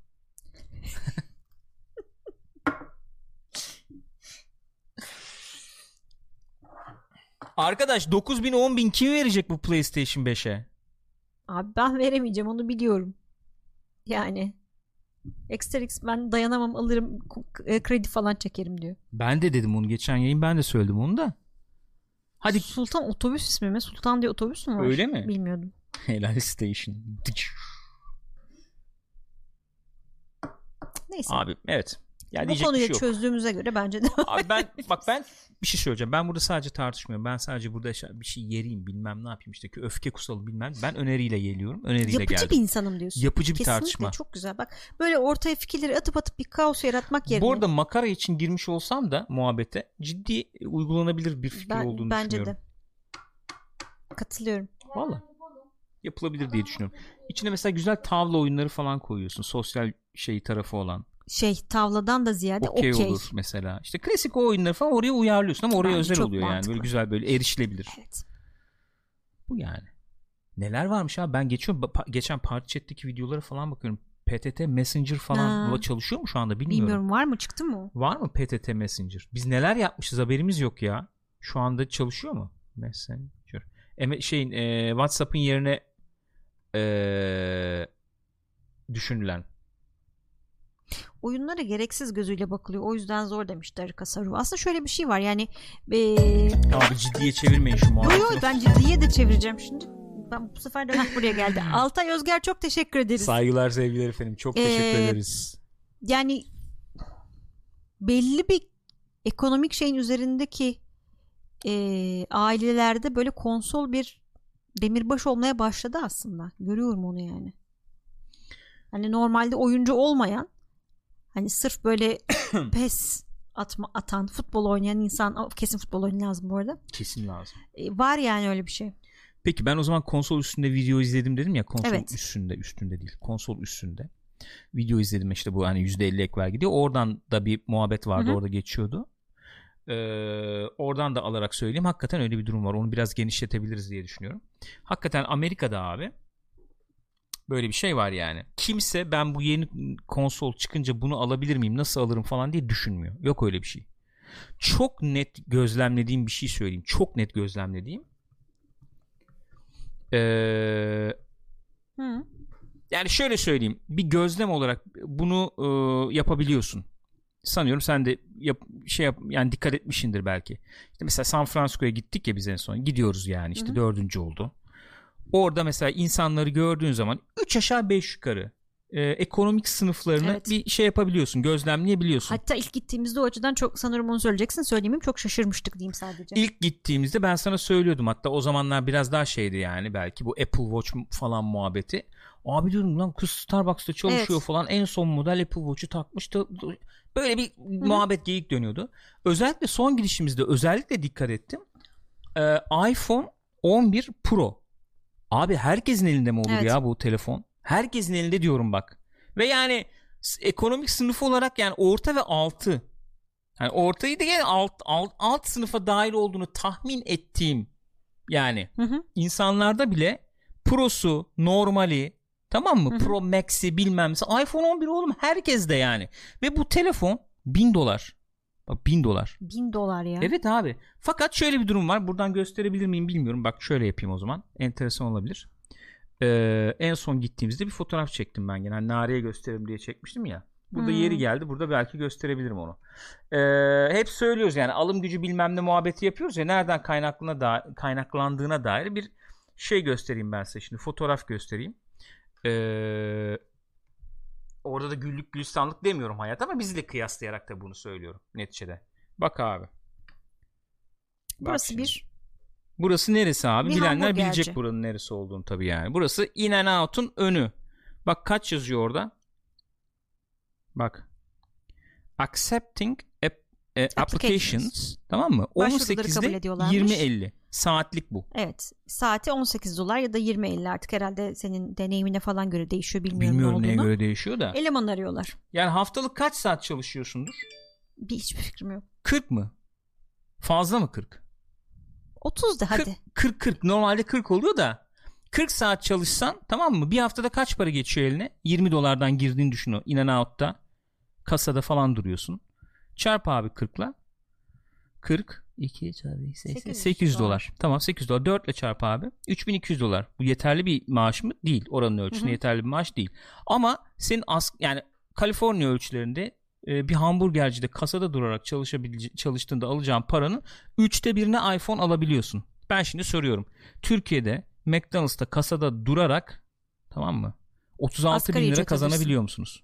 Arkadaş 9000 10000 kim verecek bu PlayStation 5'e? Abi ben veremeyeceğim onu biliyorum. Yani Xterix ben dayanamam alırım k- e, kredi falan çekerim diyor. Ben de dedim onu geçen yayın ben de söyledim onu da. Hadi Sultan otobüs ismi mi? Sultan diye otobüs mü var? Öyle mi? Bilmiyordum. helal station. Neyse. Abi evet. Yani Bu diyecek bir konuyu şey yok. çözdüğümüze göre bence de Abi ben bak ben bir şey söyleyeceğim. Ben burada sadece tartışmıyorum. Ben sadece burada şey- bir şey yeriyim bilmem ne yapayım işte ki öfke kusalım bilmem. Ben öneriyle geliyorum. Öneriyle yapıcı geldim. bir insanım diyorsun. Yapıcı bir Kesinlikle tartışma. çok güzel. Bak böyle ortaya fikirleri atıp atıp bir kaos yaratmak yerine. Bu arada makara için girmiş olsam da muhabbete ciddi e, uygulanabilir bir fikir ben- olduğunu bence de. düşünüyorum. Katılıyorum. Valla yapılabilir diye düşünüyorum. İçine mesela güzel tavla oyunları falan koyuyorsun. Sosyal şey tarafı olan. Şey tavladan da ziyade okey. Okey olur mesela. İşte klasik o oyunları falan oraya uyarlıyorsun ama oraya Bence özel çok oluyor yani. Böyle mantıklı. güzel böyle erişilebilir. Evet. Bu yani. Neler varmış abi ben geçiyorum. Ba- pa- geçen party chat'teki videolara falan bakıyorum. PTT Messenger falan Ha. va- çalışıyor mu şu anda bilmiyorum. Bilmiyorum var mı çıktı mı? o? Var mı PTT Messenger? Biz neler yapmışız haberimiz yok ya. Şu anda çalışıyor mu? Messenger. Eme- şeyin e, WhatsApp'ın yerine e, düşünülen. Oyunlara gereksiz gözüyle bakılıyor. O yüzden zor demiş Darika Saru. Aslında şöyle bir şey var yani. eee Abi ciddiye çevirmeyin şu yo muhabbeti. yo ben ciddiye de çevireceğim şimdi. Ben bu sefer de hak buraya geldi. Altay Özger çok teşekkür ederiz. Saygılar sevgiler efendim. Çok teşekkür Ee, ederiz. yani belli bir ekonomik şeyin üzerindeki eee, ailelerde böyle konsol bir demirbaş olmaya başladı aslında. Görüyorum onu yani. Hani normalde oyuncu olmayan hani sırf böyle pes atma, atan futbol oynayan insan Aa, kesin futbol oyunu lazım bu arada. Kesin lazım. E, var yani öyle bir şey. Peki ben o zaman konsol üstünde video izledim dedim ya. Konsol Evet. üstünde üstünde değil. Konsol üstünde. Video izledim işte bu hani %50 ek vergi diye. Oradan da bir muhabbet vardı Hı hı. orada geçiyordu. Ee, oradan da alarak söyleyeyim. Hakikaten öyle bir durum var. Onu biraz genişletebiliriz diye düşünüyorum. Hakikaten Amerika'da abi böyle bir şey var yani. Kimse ben bu yeni konsol çıkınca bunu alabilir miyim? Nasıl alırım falan diye düşünmüyor. Yok öyle bir şey. Çok net gözlemlediğim bir şey söyleyeyim. Çok net gözlemlediğim. Ee, Hı. yani şöyle söyleyeyim bir gözlem olarak bunu e, yapabiliyorsun. Sanıyorum sen de yap, şey yap, yani dikkat etmişsindir belki. İşte mesela San Francisco'ya gittik ya biz en son. Gidiyoruz yani işte Hı hı. dördüncü oldu. Orada mesela insanları gördüğün zaman 3 aşağı 5 yukarı e, ekonomik sınıflarını Evet. bir şey yapabiliyorsun, gözlemleyebiliyorsun. Hatta ilk gittiğimizde o açıdan çok sanırım onu söyleyeceksin. Söyleyeyim çok şaşırmıştık diyeyim sadece. İlk gittiğimizde ben sana söylüyordum hatta o zamanlar biraz daha şeydi yani belki bu Apple Watch falan muhabbeti. Abi diyorum lan kız Starbucks'ta çalışıyor Evet. falan en son model Apple Watch'u takmıştı. Böyle bir muhabbet geyik dönüyordu. Özellikle son girişimizde özellikle dikkat ettim. Ee, iPhone 11 Pro. Abi herkesin elinde mi olur Evet. ya bu telefon? Herkesin elinde diyorum bak. Ve yani s- ekonomik sınıf olarak yani orta ve altı yani ortayı da gene alt, alt, alt sınıfa dahil olduğunu tahmin ettiğim yani Hı hı. insanlarda bile prosu, normali tamam mı? Hı hı. Pro Max'i bilmem ne. iPhone 11 oğlum herkes de yani. Ve bu telefon 1000 dolar. Bak 1000 dolar. Bin dolar ya. Evet abi. Fakat şöyle bir durum var. Buradan gösterebilir miyim bilmiyorum. Bak şöyle yapayım o zaman. Enteresan olabilir. Ee, en son gittiğimizde bir fotoğraf çektim ben gene. Hani Nare'ye gösteririm diye çekmiştim ya. Burada Hmm. yeri geldi. Burada belki gösterebilirim onu. Ee, hep söylüyoruz yani alım gücü bilmem ne muhabbeti yapıyoruz ya. Nereden kaynaklığına da, kaynaklandığına dair bir şey göstereyim ben size şimdi. Fotoğraf göstereyim. Ee, orada da güllük gülistanlık demiyorum hayat ama bizle kıyaslayarak da bunu söylüyorum neticede. Bak abi. Bak Burası şimdi. bir Burası neresi abi? Bir Bilenler hamburgerci. bilecek buranın neresi olduğunu tabii yani. Burası In and Out'un önü. Bak kaç yazıyor orada? Bak. Accepting ap- e, applications. Applications. Tamam mı? Başvuruları kabul 18'de ediyorlarmış. 20.50 saatlik bu. Evet. Saati 18 dolar ya da 20.50 artık herhalde senin deneyimine falan göre değişiyor bilmiyorum, Bilmiyorum ne neye olduğunu. göre değişiyor da. Eleman arıyorlar. Yani haftalık kaç saat çalışıyorsundur? Bir hiçbir fikrim yok. 40 mı? Fazla mı 40? 30 da hadi. 40 40 normalde 40 oluyor da 40 saat çalışsan tamam mı? Bir haftada kaç para geçiyor eline? 20 dolardan girdiğini düşün o in and out'ta. Kasada falan duruyorsun. Çarp abi 40'la. 40 2 çarpı 80 800 800 dolar. dolar. Tamam 800 dolar. 4 ile çarp abi. 3200 dolar. Bu yeterli bir maaş mı? Değil. Oranın ölçüsünde Hı hı. yeterli bir maaş değil. Ama senin as yani Kaliforniya ölçülerinde e, bir hamburgercide kasada durarak çalışabile- çalıştığında alacağın paranın üçte birine iPhone alabiliyorsun. Ben şimdi soruyorum. Türkiye'de McDonald's'ta kasada durarak tamam mı? 36 Asgari bin lira ücret kazanabiliyor musunuz?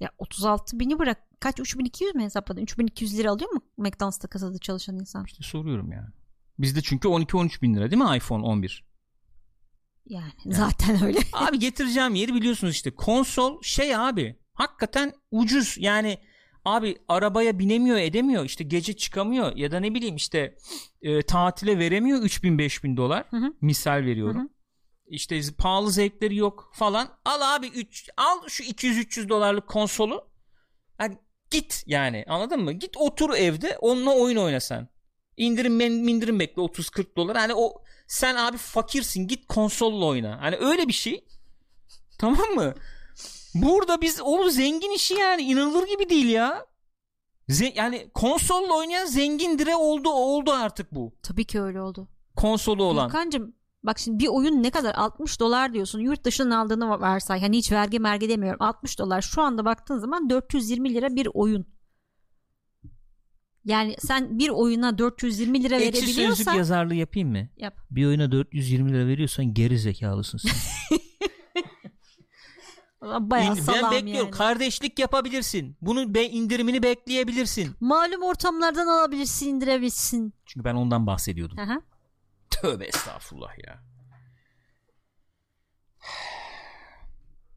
Ya 36 bini bırak. Kaç 3200 mi hesapladın? 3200 lira alıyor mu McDonald's'ta kasada çalışan insan? İşte soruyorum yani. Bizde çünkü 12-13 bin lira değil mi iPhone 11? Yani zaten öyle. Abi getireceğim yeri biliyorsunuz işte konsol şey abi hakikaten ucuz yani abi arabaya binemiyor edemiyor işte gece çıkamıyor ya da ne bileyim işte e, tatile veremiyor 3000-5000 dolar Hı hı. misal veriyorum. İşte z- pahalı zevkleri yok falan al abi 3 al şu 200-300 dolarlık konsolu Yani git yani anladın mı git otur evde onunla oyun oynasan indirim men- indirim bekle 30-40 dolar hani o sen abi fakirsin git konsolla oyna. Hani öyle bir şey. Tamam mı? Burada biz oğlum zengin işi yani inanılır gibi değil ya. Ze- yani konsolla oynayan zengindire oldu oldu artık bu. Tabii ki öyle oldu. Konsolu olan. Volkan'cığım bak şimdi bir oyun ne kadar 60 dolar diyorsun yurt dışından aldığını varsay hani hiç vergi mergi demiyorum 60 dolar şu anda baktığın zaman 420 lira bir oyun yani sen bir oyuna 420 lira Ekşi sözlük verebiliyorsan yazarlığı yapayım mı? yap Bir oyuna 420 lira veriyorsan geri zekalısın sen. bayağı ben salam bekliyorum. yani. Kardeşlik yapabilirsin. Bunun be indirimini bekleyebilirsin. malum ortamlardan alabilirsin indirebilirsin Çünkü ben ondan bahsediyordum. Aha. Tövbe estağfurullah ya.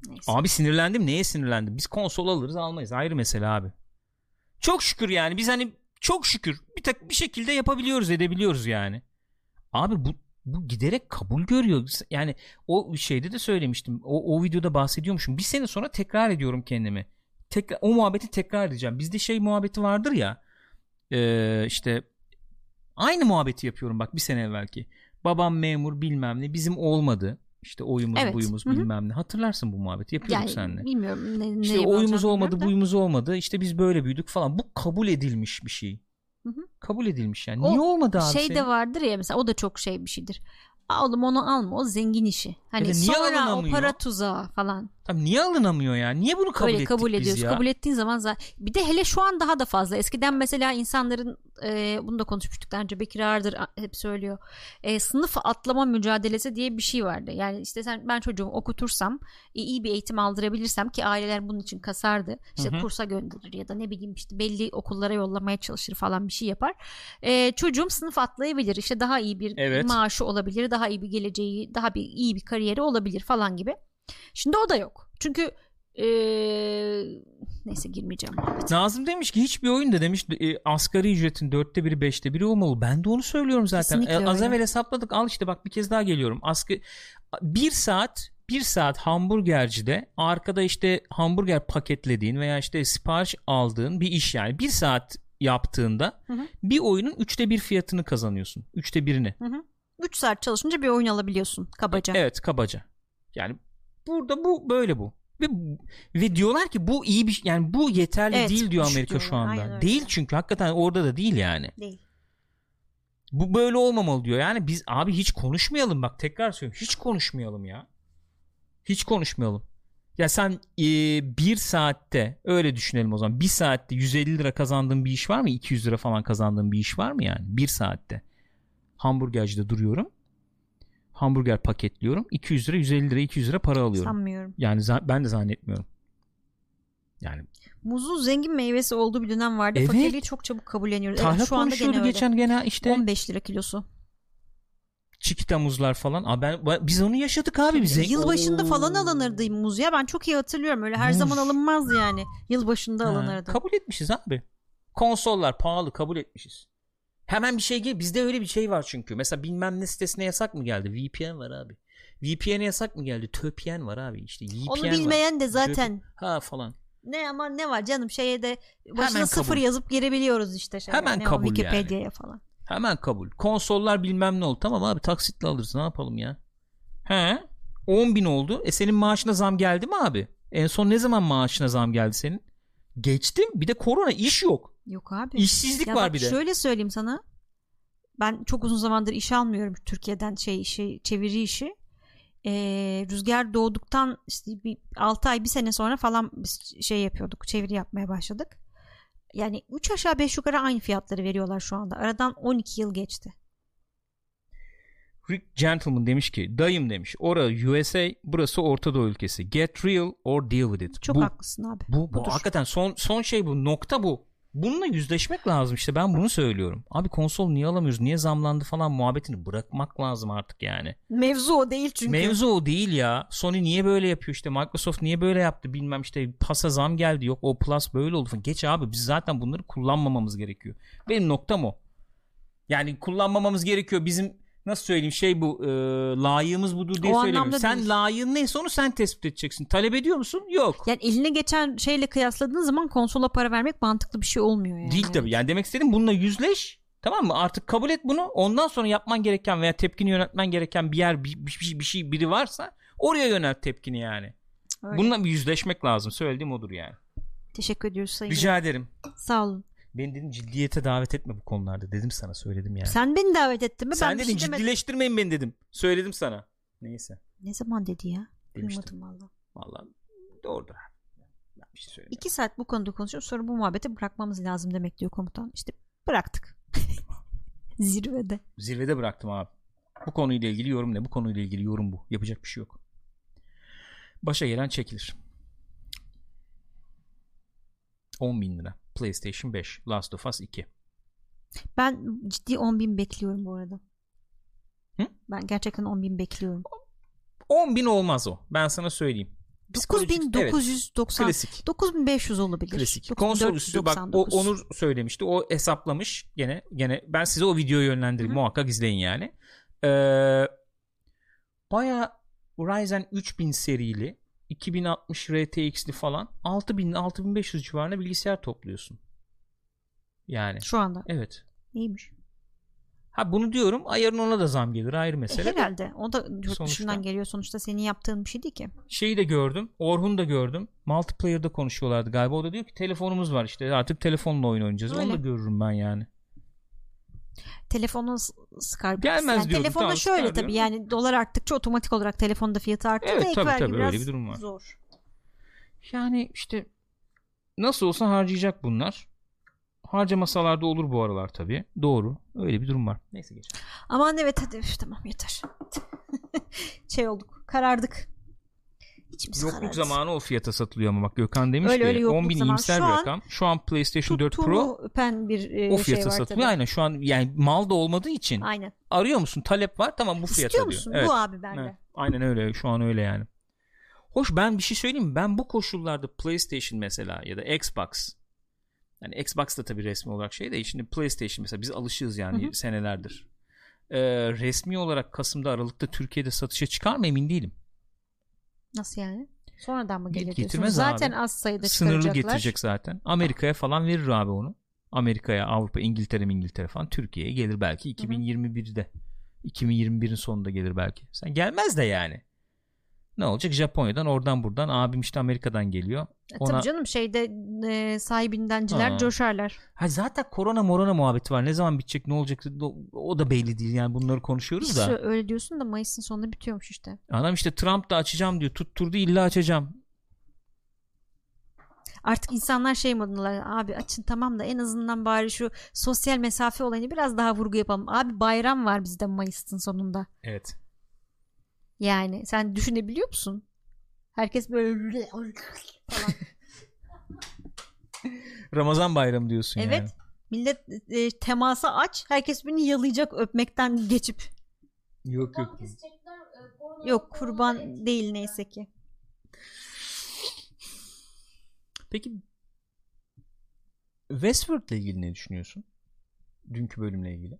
Neyse. Abi sinirlendim. Neye sinirlendim? Biz konsol alırız almayız. Ayrı mesele abi. Çok şükür yani biz hani çok şükür bir tak bir şekilde yapabiliyoruz edebiliyoruz yani. Abi bu bu giderek kabul görüyor. Yani o şeyde de söylemiştim. O, o videoda bahsediyormuşum. Bir sene sonra tekrar ediyorum kendimi. Tekrar, o muhabbeti tekrar edeceğim. Bizde şey muhabbeti vardır ya. Ee, işte aynı muhabbeti yapıyorum bak bir sene evvelki. Babam memur bilmem ne bizim olmadı. İşte oyumuz Evet. buyumuz Hı hı. bilmem ne. Hatırlarsın bu muhabbeti yapıyorduk yani seninle. bilmiyorum ne, İşte neye oyumuz bağlanacağını olmadı, bilmiyorum da. buyumuz olmadı. İşte biz böyle büyüdük falan. Bu kabul edilmiş bir şey. Hı hı. Kabul edilmiş yani. O Niye olmadı abi? şey senin? de vardır ya mesela o da çok şey bir şeydir. Aa oğlum onu alma o zengin işi. Hani Ya da niye sonra o alınamıyor? para tuzağı falan. Tam niye alınamıyor ya? Niye bunu kabul Öyle ettik kabul biz ediyoruz. ya? Kabul ettiğin zaman zaten. Bir de hele şu an daha da fazla. Eskiden mesela insanların e, bunu da konuşmuştuk daha önce Bekir Ağırdır a- hep söylüyor. E, sınıf atlama mücadelesi diye bir şey vardı. Yani işte sen ben çocuğumu okutursam e, iyi bir eğitim aldırabilirsem ki aileler bunun için kasardı. İşte Hı hı. kursa gönderir ya da ne bileyim işte belli okullara yollamaya çalışır falan bir şey yapar. E, çocuğum sınıf atlayabilir. İşte daha iyi bir Evet. maaşı olabilir. Daha iyi bir geleceği, daha bir iyi bir kariyeri olabilir falan gibi. Şimdi o da yok. Çünkü ee, neyse girmeyeceğim. Nazım demiş ki hiçbir oyunda demiş e, asgari ücretin dörtte biri beşte biri olmalı. Ben de onu söylüyorum zaten. Kesinlikle E, az öyle. evvel hesapladık al işte bak bir kez daha geliyorum. Asgari, bir saat bir saat hamburgercide arkada işte hamburger paketlediğin veya işte sipariş aldığın bir iş yani bir saat yaptığında Hı hı. bir oyunun üçte bir fiyatını kazanıyorsun. Üçte birini. 3 saat çalışınca bir oyun alabiliyorsun kabaca. Evet kabaca. Yani burada bu böyle bu. Ve, ve diyorlar ki bu iyi bir şey- yani bu yeterli Evet, değil diyor şu Amerika şu diyorlar, anda. aynen öyle. Değil çünkü hakikaten orada da değil yani. Değil. Bu böyle olmamalı diyor. Yani biz abi hiç konuşmayalım bak tekrar söylüyorum. Hiç konuşmayalım ya. Hiç konuşmayalım. Ya sen e, bir saatte öyle düşünelim o zaman. Bir saatte 150 lira kazandığın bir iş var mı? 200 lira falan kazandığın bir iş var mı yani? Bir saatte. Hamburgercide duruyorum. Hamburger paketliyorum. 200 lira 150 lira 200 lira para alıyorum. Sanmıyorum. Yani za- ben de zannetmiyorum. Yani Muzun zengin meyvesi olduğu bir dönem vardı. Evet. Fakirliği çok çabuk kabulleniyoruz. tahla evet, şu anda gene konuşuyordu öyle. geçen gene işte 15 lira kilosu. çikita muzlar falan. Aa, ben, ben- biz onu yaşadık abi. Biz zengin- Yılbaşında Oo. falan alınırdı muz ya. Ben çok iyi hatırlıyorum. Öyle her Muz. zaman alınmaz yani. Yılbaşında Ha, alınırdı. Kabul etmişiz abi. Konsollar pahalı kabul etmişiz. Hemen bir şey gel. Bizde öyle bir şey var çünkü. Mesela bilmem ne sitesine yasak mı geldi? VPN var abi. VPN yasak mı geldi? Töpyen var abi işte. VPN Onu E var. bilmeyen de zaten Ha falan. ne ama ne var canım şeye de başına Hemen sıfır kabul. yazıp girebiliyoruz işte. Şöyle. Hemen ne o, kabul yani. Wikipedia'ya falan. Hemen kabul. Konsollar bilmem ne oldu. Tamam abi taksitle alırız ne yapalım ya. He? 10 bin oldu. E senin maaşına zam geldi mi abi? En son ne zaman maaşına zam geldi senin? Geçtim. Bir de korona iş yok. Yok abi. İşsizlik Ya var bak bir de. Şöyle söyleyeyim sana. Ben çok uzun zamandır iş almıyorum Türkiye'den şey işi çeviri işi. Ee, rüzgar doğduktan işte bir 6 ay bir sene sonra falan biz şey yapıyorduk çeviri yapmaya başladık. Yani 3 aşağı 5 yukarı aynı fiyatları veriyorlar şu anda. Aradan 12 yıl geçti. Rick Gentleman demiş ki dayım demiş ora USA burası Orta Doğu ülkesi get real or deal with it. Çok bu, haklısın abi. bu, bu Budur. hakikaten son son şey bu nokta bu. Bununla yüzleşmek lazım işte ben bunu söylüyorum. Abi konsol niye alamıyoruz niye zamlandı falan muhabbetini bırakmak lazım artık yani. Mevzu o değil çünkü. Mevzu o değil ya. Sony niye böyle yapıyor işte Microsoft niye böyle yaptı bilmem işte pasa zam geldi yok o plus böyle oldu falan. Geç abi biz zaten bunları kullanmamamız gerekiyor. Benim noktam o. Yani kullanmamamız gerekiyor bizim nasıl söyleyeyim şey bu e, layığımız budur diye O söylemiyorum. anlamda Sen değil. layığın neyse onu sen tespit edeceksin. Talep ediyor musun? Yok. Yani eline geçen şeyle kıyasladığın zaman konsola para vermek mantıklı bir şey olmuyor yani. Değil tabii. Yani demek istediğim bununla yüzleş. Tamam mı? Artık kabul et bunu. Ondan sonra yapman gereken veya tepkini yönetmen gereken bir yer, bir, bir, bir- bir şey, biri varsa oraya yönelt tepkini yani. Öyle. Bununla bir yüzleşmek lazım. Söylediğim odur yani. Teşekkür ediyoruz sayın. Rica ederim. Bilal. Sağ olun. Beni dedim ciddiyete davet etme bu konularda. Dedim sana söyledim yani. Sen, Sen beni davet ettin mi? ben bir dedin şey demedim. ciddileştirmeyin beni dedim. Söyledim sana. Neyse. Ne zaman dedi ya? Demiştim. Duymadım valla. Vallahi doğrudur abi. Ben bir şey söylemiyorum. İki saat bu konuda konuşuyoruz. Sonra bu muhabbeti bırakmamız lazım demek diyor komutan. İşte bıraktık. Zirvede. Zirvede bıraktım abi. Bu konuyla ilgili yorum ne? Bu konuyla ilgili yorum bu. Yapacak bir şey yok. Başa gelen çekilir. 10 bin lira. PlayStation 5. Last of Us 2. Ben ciddi 10.000 bekliyorum bu arada. Hı? Ben gerçekten 10.000 bekliyorum. 10 bin olmaz o. Ben sana söyleyeyim. Psikolojik- Evet, 9990 klasik. 9500 olabilir. Klasik. 9499. Konsol üstü bak o Onur söylemişti. O hesaplamış. Gene gene ben size o videoyu yönlendireyim. Hı Muhakkak izleyin yani. Ee, Baya Ryzen 3000 serili 2060 RTX'li falan 6000 ile 6500 civarında bilgisayar topluyorsun. Yani. şu anda Evet. neymiş? Ha bunu diyorum. Ayarın ona da zam gelir. Ayrı mesele. E, Herhalde o da yurt Sonuçta. dışından geliyor sonuçta senin yaptığın bir şey değil ki. Şeyi de gördüm. Orhun'u da gördüm. Multiplayer'da konuşuyorlardı galiba. O da diyor ki telefonumuz var işte. Artık telefonla oyun oynayacağız. Onu Öyle. da görürüm ben yani. Telefonun s- Skype Gelmez yani diyorum, telefonda tamam, şöyle Skype tabii diyorum. yani dolar arttıkça otomatik olarak telefonda fiyatı artıyor Evet, da ek tabii, vergi tabii, biraz öyle bir durum var. zor. Yani işte nasıl olsa harcayacak bunlar. Harcamasalar da olur bu aralar tabii. Doğru. Öyle bir durum var. Neyse geç. Aman evet hadi üf, tamam yeter. şey olduk karardık. İçimiz Yokluk karardı. zamanı o fiyata satılıyor ama bak Gökhan demiş Öyle ki öyle yokluk 10 bin zamanı. iyimser Şu bir an rakam. Şu an PlayStation 4 Pro Tuttuğumu öpen bir e, o şey fiyata var satılıyor. tabii. Aynen şu an yani mal da olmadığı için Aynen. arıyor musun? Talep var. Tamam bu fiyata İstiyor diyor. musun? Evet. Bu abi bende. Evet. Aynen öyle. Şu an öyle yani. Hoş ben bir şey söyleyeyim mi? Ben bu koşullarda PlayStation mesela ya da Xbox yani Xbox da tabii resmi olarak şey de şimdi PlayStation mesela biz alışığız yani Hı hı. senelerdir. Ee, resmi olarak Kasım'da Aralık'ta Türkiye'de satışa çıkar mı emin değilim. Nasıl yani? Sonradan mı Git- gelir getirmez diyorsunuz? Zaten abi. az sayıda Sınırlı çıkaracaklar. getirecek zaten. Amerika'ya falan verir abi onu. Amerika'ya, Avrupa, İngiltere, İngiltere falan Türkiye'ye gelir belki 2021'de. 2021'in sonunda gelir belki. Sen gelmez de yani. Ne olacak? Japonya'dan oradan buradan abim işte Amerika'dan geliyor. E, Ona Tabii canım şeyde e, sahibindenciler Ha. coşarlar. Ha zaten korona morona muhabbeti var. Ne zaman bitecek, ne olacak o da belli değil. Yani bunları konuşuyoruz da. Sö- Öyle diyorsun da Mayıs'ın sonunda bitiyormuş işte. Adam işte Trump da açacağım diyor. Tutturdu illa açacağım. Artık insanlar şey modundalar abi açın tamam da en azından bari şu sosyal mesafe olayını biraz daha vurgu yapalım. Abi bayram var bizde Mayıs'ın sonunda. Evet. Yani sen düşünebiliyor musun? Herkes böyle Ramazan bayramı diyorsun evet yani. millet e, temasa aç herkes beni yalayacak öpmekten geçip. Yok yok. Yok kurban değil neyse ki. Peki Westworld'le ilgili ne düşünüyorsun? Dünkü bölümle ilgili.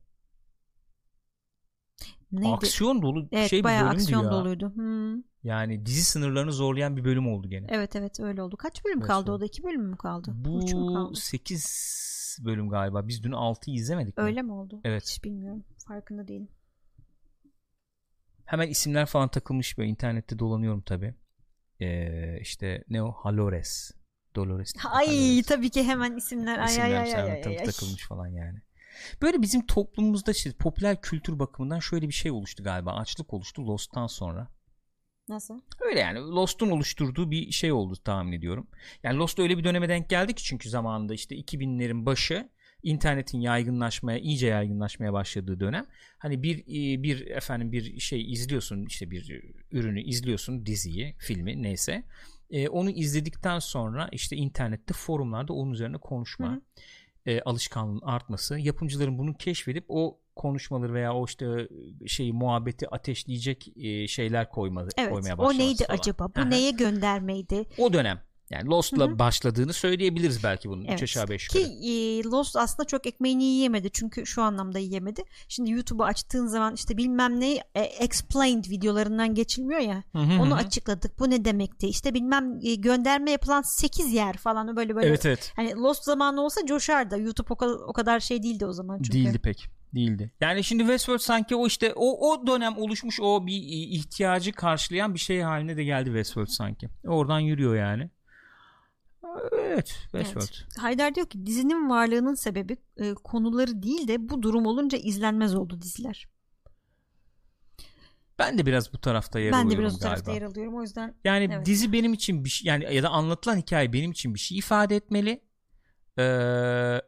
Neydi? Aksiyon dolu evet şey bir bayağı bölümdü aksiyon ya. doluydu. Hmm. Yani dizi sınırlarını zorlayan bir bölüm oldu gene. Evet evet öyle oldu. Kaç bölüm Nasıl? kaldı o da? İki bölüm mü kaldı? Üç mü Bu kaldı? 8 bölüm galiba. Biz dün 6'yı izlemedik mi? Öyle mi oldu? Evet. Hiç bilmiyorum. Farkında değilim. Hemen isimler falan takılmış böyle internette dolanıyorum tabi. Ee, işte ne o? Halores. Dolores. değil, Ay Halores. tabii ki hemen isimler. Ay ay İsimler ay ay, falan ay, tabii ay, ay. takılmış falan yani. Böyle bizim toplumumuzda şey, popüler kültür bakımından şöyle bir şey oluştu galiba. Açlık oluştu Lost'tan sonra. Nasıl? Öyle yani Lost'un oluşturduğu bir şey oldu tahmin ediyorum. Yani Lost öyle bir döneme denk geldi ki çünkü zamanında işte 2000'lerin başı internetin yaygınlaşmaya, iyice yaygınlaşmaya başladığı dönem hani bir e, bir efendim bir şey izliyorsun işte bir ürünü izliyorsun, diziyi, filmi neyse. E, onu izledikten sonra işte internette forumlarda onun üzerine konuşma Hı hı. e, alışkanlığının artması, yapımcıların bunu keşfedip o konuşmaları veya o işte e, şeyi muhabbeti ateşleyecek e, şeyler koyma, Evet. koymaya O başlaması. neydi falan. acaba? Aha. Bu neye göndermeydi? O dönem. Yani Lost'la başladığını söyleyebiliriz belki bunun 3 Evet. aşağı 5 Ki yukarı. e, Lost aslında çok ekmeğini yiyemedi çünkü şu anlamda yiyemedi. Şimdi YouTube'u açtığın zaman işte bilmem ne e, explained videolarından geçilmiyor ya. Hı hı hı. Onu açıkladık. Bu ne demekti? İşte bilmem e, gönderme yapılan 8 yer falan böyle böyle. Evet evet. Hani Lost zamanı olsa coşardı. YouTube o kadar, o kadar şey değildi o zaman çünkü. Değildi pek. Değildi. Yani şimdi Westworld sanki o işte o o dönem oluşmuş o bir e, ihtiyacı karşılayan bir şey haline de geldi Westworld sanki. Oradan yürüyor yani. Ee, Evet, Westworld. Haydar diyor ki dizinin varlığının sebebi e, konuları değil de bu durum olunca izlenmez oldu diziler. Ben de biraz bu tarafta yer ben de alıyorum biraz o galiba. tarafta yer alıyorum o yüzden. Yani Evet. dizi benim için bir şey yani ya da anlatılan hikaye benim için bir şey ifade etmeli. Ee,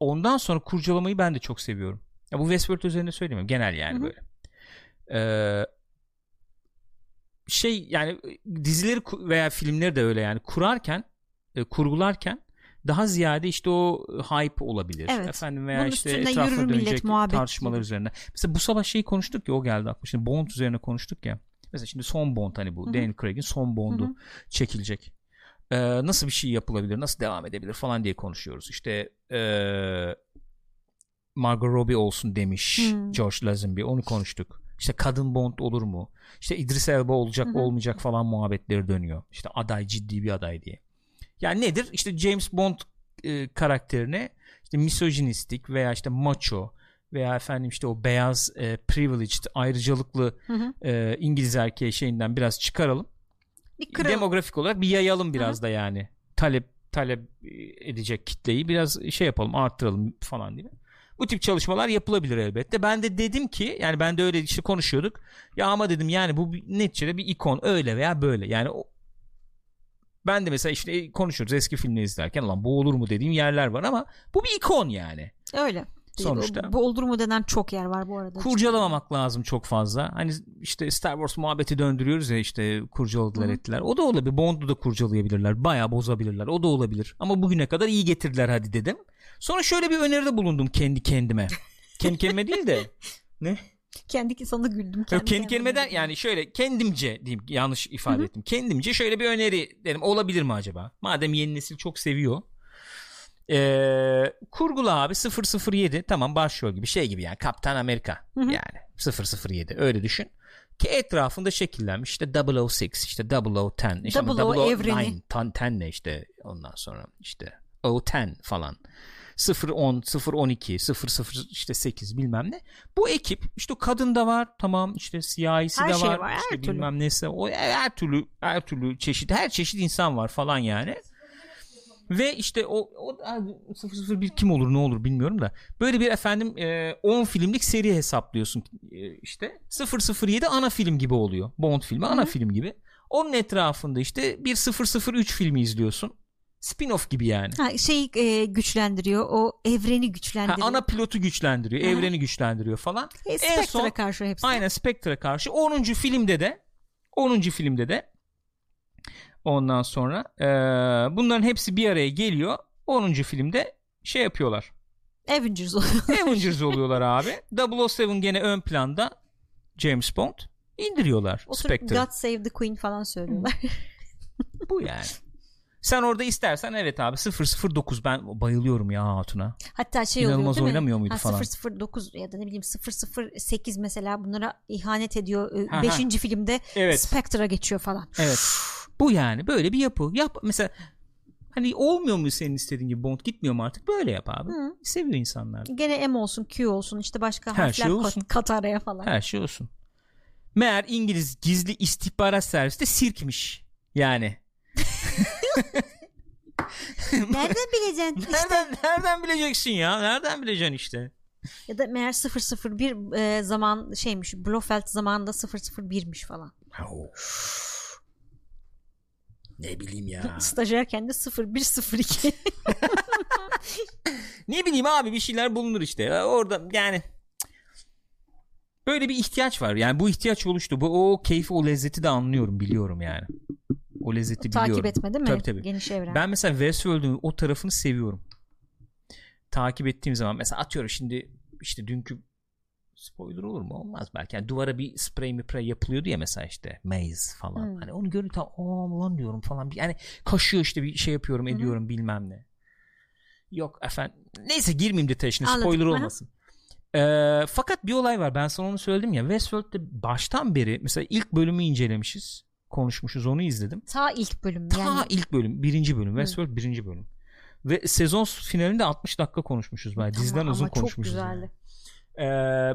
ondan sonra kurcalamayı ben de çok seviyorum. Ya bu Westworld üzerinde söylemiyorum genel yani Hı hı. böyle. Ee, şey yani dizileri ku- veya filmleri de öyle yani kurarken e, kurgularken daha ziyade işte o hype olabilir. Evet. Efendim veya Bunun işte üstünden etrafına yürür millet dönecek muhabbeti. tartışmalar üzerine. Mesela bu sabah şeyi konuştuk ya o geldi aklıma. Şimdi Bond üzerine konuştuk ya. Mesela şimdi son Bond hani bu Hı hı. Daniel Craig'in son Bond'u Hı hı. çekilecek. Ee, nasıl bir şey yapılabilir? Nasıl devam edebilir falan diye konuşuyoruz. İşte ee, Margot Robbie olsun demiş Hmm. George Lazenby. Onu konuştuk. İşte kadın Bond olur mu? İşte İdris Elba olacak Hı hı. olmayacak falan muhabbetleri dönüyor. İşte aday ciddi bir aday diye. Yani nedir? İşte James Bond e, karakterine işte misojinistik veya işte macho veya efendim işte o beyaz e, privileged ayrıcalıklı Hı hı. e, İngiliz erkeği şeyinden biraz çıkaralım. Bir kral. Demografik olarak bir yayalım biraz da yani. Talep talep e, edecek kitleyi biraz şey yapalım, arttıralım falan diye. Bu tip çalışmalar yapılabilir elbette. Ben de dedim ki yani ben de öyle işte konuşuyorduk. Ya ama dedim yani bu bir- neticede bir ikon öyle veya böyle. Yani o ben de mesela işte konuşuyoruz eski filmleri izlerken lan bu olur mu dediğim yerler var ama bu bir ikon yani. Öyle. Sonuçta. Bu olur mu denen çok yer var bu arada. kurcalamamak lazım çok fazla. Hani işte Star Wars muhabbeti döndürüyoruz ya işte kurcaladılar Hı hı. ettiler. O da olabilir. Bond'u da kurcalayabilirler. Bayağı bozabilirler. O da olabilir. Ama bugüne kadar iyi getirdiler hadi dedim. Sonra şöyle bir öneride bulundum kendi kendime. kendi kendime değil de. Kendi insana güldüm. Yok, kendi kendime de yani şöyle kendimce diyeyim yanlış ifade Hı hı. ettim. Kendimce şöyle bir öneri dedim. Olabilir mi acaba? Madem yeni nesil çok seviyor. Ee, kurgula abi 007 tamam başlıyor gibi şey gibi yani Kaptan Amerika Hı hı. yani 007 öyle düşün ki etrafında şekillenmiş işte 006 işte 0010 işte ama 00 009 evreni. tan, ten ne işte ondan sonra işte 010 falan 010 012 00 işte 8 bilmem ne bu ekip işte kadın da var tamam işte siyahisi Her de şey var, var, her işte türlü. bilmem nesi o e, her türlü her türlü çeşit her çeşit insan var falan yani ve işte o, o abi 001 kim olur ne olur bilmiyorum da böyle bir efendim e, 10 filmlik seri hesaplıyorsun e, işte 007 ana film gibi oluyor Bond filmi ana Hı hı. film gibi onun etrafında işte bir 003 filmi izliyorsun spin-off gibi yani Ha, şey e, güçlendiriyor. O evreni Ha, güçlendiriyor. ana pilotu güçlendiriyor Hı hı. evreni güçlendiriyor falan e, en son Spectre'a karşı hepsi. Aynen Spectre'a karşı 10. filmde de 10. filmde de ondan sonra eee, bunların hepsi bir araya geliyor. 10. filmde şey yapıyorlar. Avengers oluyor. Avengers oluyorlar abi. 007 gene ön planda James Bond indiriyorlar Oturup Spectre'ı. God Save the Queen falan söylüyorlar. Bu yani. Sen orada istersen evet abi 009 ben bayılıyorum ya Hatun'a. Hatta şey İnanılmaz oluyor değil mi? oynamıyor muydu ha, falan? 009 ya da ne bileyim 008 mesela bunlara ihanet ediyor. Ha, 5. filmde Evet. Spectre'a geçiyor falan. Evet. Bu yani böyle bir yapı. Yap mesela hani olmuyor mu senin istediğin gibi Bond gitmiyor mu artık? Böyle yap abi. Hı. Seviyor insanlar. Gene M olsun, Q olsun, işte başka Her harfler şey kat- olsun. kat araya falan. Her şey olsun. Meğer İngiliz gizli istihbarat servisi de sirkmiş. Yani. Nereden bileceksin? Nereden, nereden bileceksin ya? Nereden bileceksin işte? ya da meğer 001 e, zaman şeymiş, Blofeld zamanında 001'miş falan. ne bileyim ya. Stajyer kendi 0102. ne bileyim abi bir şeyler bulunur işte. Ya Orada yani böyle bir ihtiyaç var. Yani bu ihtiyaç oluştu. Bu o keyfi, o lezzeti de anlıyorum, biliyorum yani. O lezzeti biliyorum. Takip etme değil mi? Tabii, tabii. Geniş evren. Ben mesela Westworld'ün o tarafını seviyorum. Takip ettiğim zaman mesela atıyorum şimdi işte dünkü spoiler olur mu? Olmaz belki. Yani duvara bir sprey mi prey yapılıyordu ya mesela işte maze falan. Hmm. Hani onu görüp tam "Aa, lan diyorum falan. Bir- Yani kaşıyor işte bir şey yapıyorum Hı hı. ediyorum bilmem ne. Yok efendim. Neyse girmeyeyim detaya şimdi Anladım. spoiler Aha. olmasın. Ee, fakat bir olay var. Ben sana onu söyledim ya. Westworld'de baştan beri mesela ilk bölümü incelemişiz. Konuşmuşuz onu izledim. Ta ilk bölüm Ta yani. ilk bölüm, birinci bölüm. Westworld birinci bölüm. Ve sezon finalinde 60 dakika konuşmuşuz. Bayağı diziden Ama- uzun ama çok konuşmuşuz. yani. güzeldi.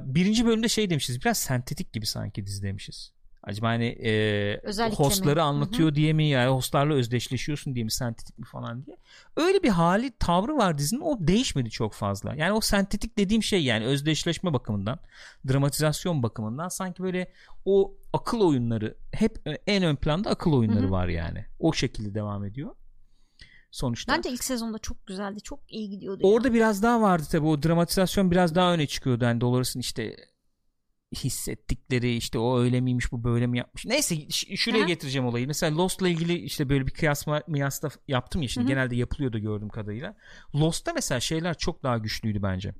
Ee, birinci bölümde şey demişiz. Biraz sentetik gibi sanki dizi demişiz. Acaba hani e, Özellikle hostları mi? anlatıyor diye mi? Yani hostlarla özdeşleşiyorsun diye mi? Sentetik mi falan diye. Öyle bir hali, tavrı var dizinin. O değişmedi çok fazla. Yani o sentetik dediğim şey yani özdeşleşme bakımından, dramatizasyon bakımından sanki böyle o akıl oyunları hep e, en ön planda akıl oyunları Hı hı. var yani. O şekilde devam ediyor. Sonuçta. Bence ilk sezonda çok güzeldi. Çok iyi gidiyordu. ya. Orada biraz daha vardı tabii o dramatizasyon biraz daha öne çıkıyordu. Yani Dolores'ın işte hissettikleri işte o öyle miymiş bu böyle mi yapmış. Neyse ş- şuraya Aha. getireceğim olayı. Mesela Lost'la ilgili işte böyle bir kıyasma miyasla yaptım ya şimdi Hı hı. genelde yapılıyordu gördüğüm kadarıyla. Lost'ta mesela şeyler çok daha güçlüydü bence.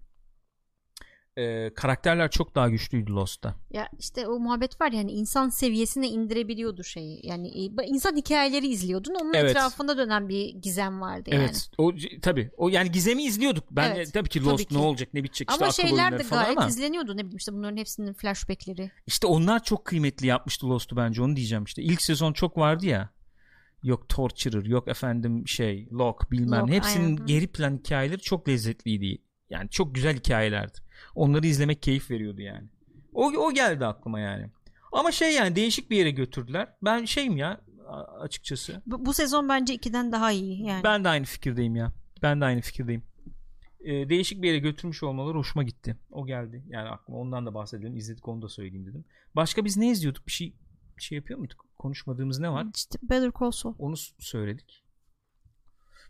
Ee, karakterler çok daha güçlüydü Lost'ta. Ya işte o muhabbet var ya hani insan seviyesine indirebiliyordu şeyi. Yani e, insan hikayeleri izliyordun. Onun Evet. etrafında dönen bir gizem vardı yani. Evet. O c- tabii. O yani gizemi izliyorduk. Ben Evet, tabii ki tabii Lost ki. ne olacak, ne bitecek işte Ama akıl şeyler oyunları de falan gayet ama izleniyordu. Ne bileyim işte bunların hepsinin flashbackleri. İşte onlar çok kıymetli yapmıştı Lost'u bence onu diyeceğim işte. İlk sezon çok vardı ya. Yok Torturer, yok efendim şey Locke bilmem Locke, ne. Hepsinin aynen. Hı. geri plan hikayeleri çok lezzetliydi. Yani çok güzel hikayelerdi. Onları izlemek keyif veriyordu yani. O, o geldi aklıma yani. Ama şey yani değişik bir yere götürdüler. Ben şeyim ya a- açıkçası. Bu, bu sezon bence ikiden daha iyi yani. Ben de aynı fikirdeyim ya. Ben de aynı fikirdeyim. Ee, değişik bir yere götürmüş olmaları hoşuma gitti. O geldi. Yani aklıma ondan da bahsedelim. İzledik onu da söyleyeyim dedim. Başka biz ne izliyorduk? Bir şey bir şey yapıyor muyduk? Konuşmadığımız ne var? İşte Better Call Saul. Onu s- söyledik.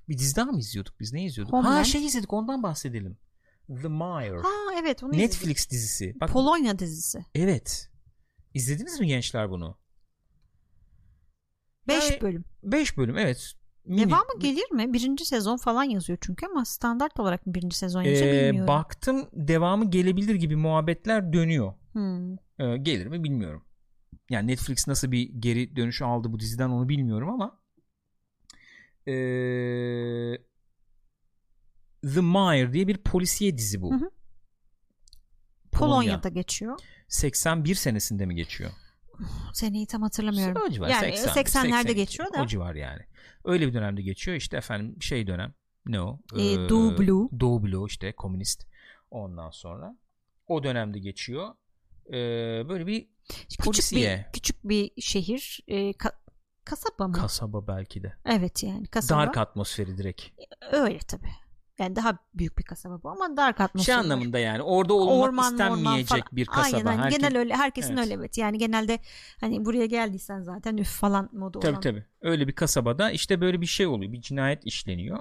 Bir dizi daha mı izliyorduk? Biz ne izliyorduk? Ha Homeland. şey izledik. Ondan bahsedelim. The Mire. Ha evet onu izledik. Netflix dizisi. Bak Polonya dizisi. evet. İzlediniz mi gençler bunu? 5 Yani bölüm. 5 bölüm evet. Mini. Devamı gelir mi? Birinci sezon falan yazıyor çünkü ama standart olarak mı birinci sezon yazıyor Ee, bilmiyorum. baktım devamı gelebilir gibi muhabbetler dönüyor. Hmm. Ee, gelir mi bilmiyorum. Yani Netflix nasıl bir geri dönüş aldı bu diziden onu bilmiyorum ama ee, The Mire diye bir polisiye dizi bu. Hı hı. Polonya. Polonya'da geçiyor. 81 senesinde mi geçiyor? Seneyi tam hatırlamıyorum. O civar, yani 80, 80'lerde 82, geçiyor da. O civar yani. Öyle bir dönemde geçiyor. İşte efendim şey dönem. Ne o? Ee, Doğu Bloğu. Doğu Bloğu işte komünist. Ondan sonra o dönemde geçiyor. Ee, böyle bir Küçük bir, polisiye. küçük bir şehir. e, ka- kasaba mı? kasaba belki de. evet yani kasaba. Şey Dark atmosferi direkt. Öyle tabii. Yani daha büyük bir kasaba bu ama dark atmosferi. şey var. anlamında yani orada olmak orman istenmeyecek falan. bir kasaba. Aynen, aynen. Herkes- genel öyle herkesin Evet. öyle evet. Yani genelde hani buraya geldiysen zaten üf falan modu Tabii olan. tabii. Öyle bir kasabada işte böyle bir şey oluyor. Bir cinayet işleniyor.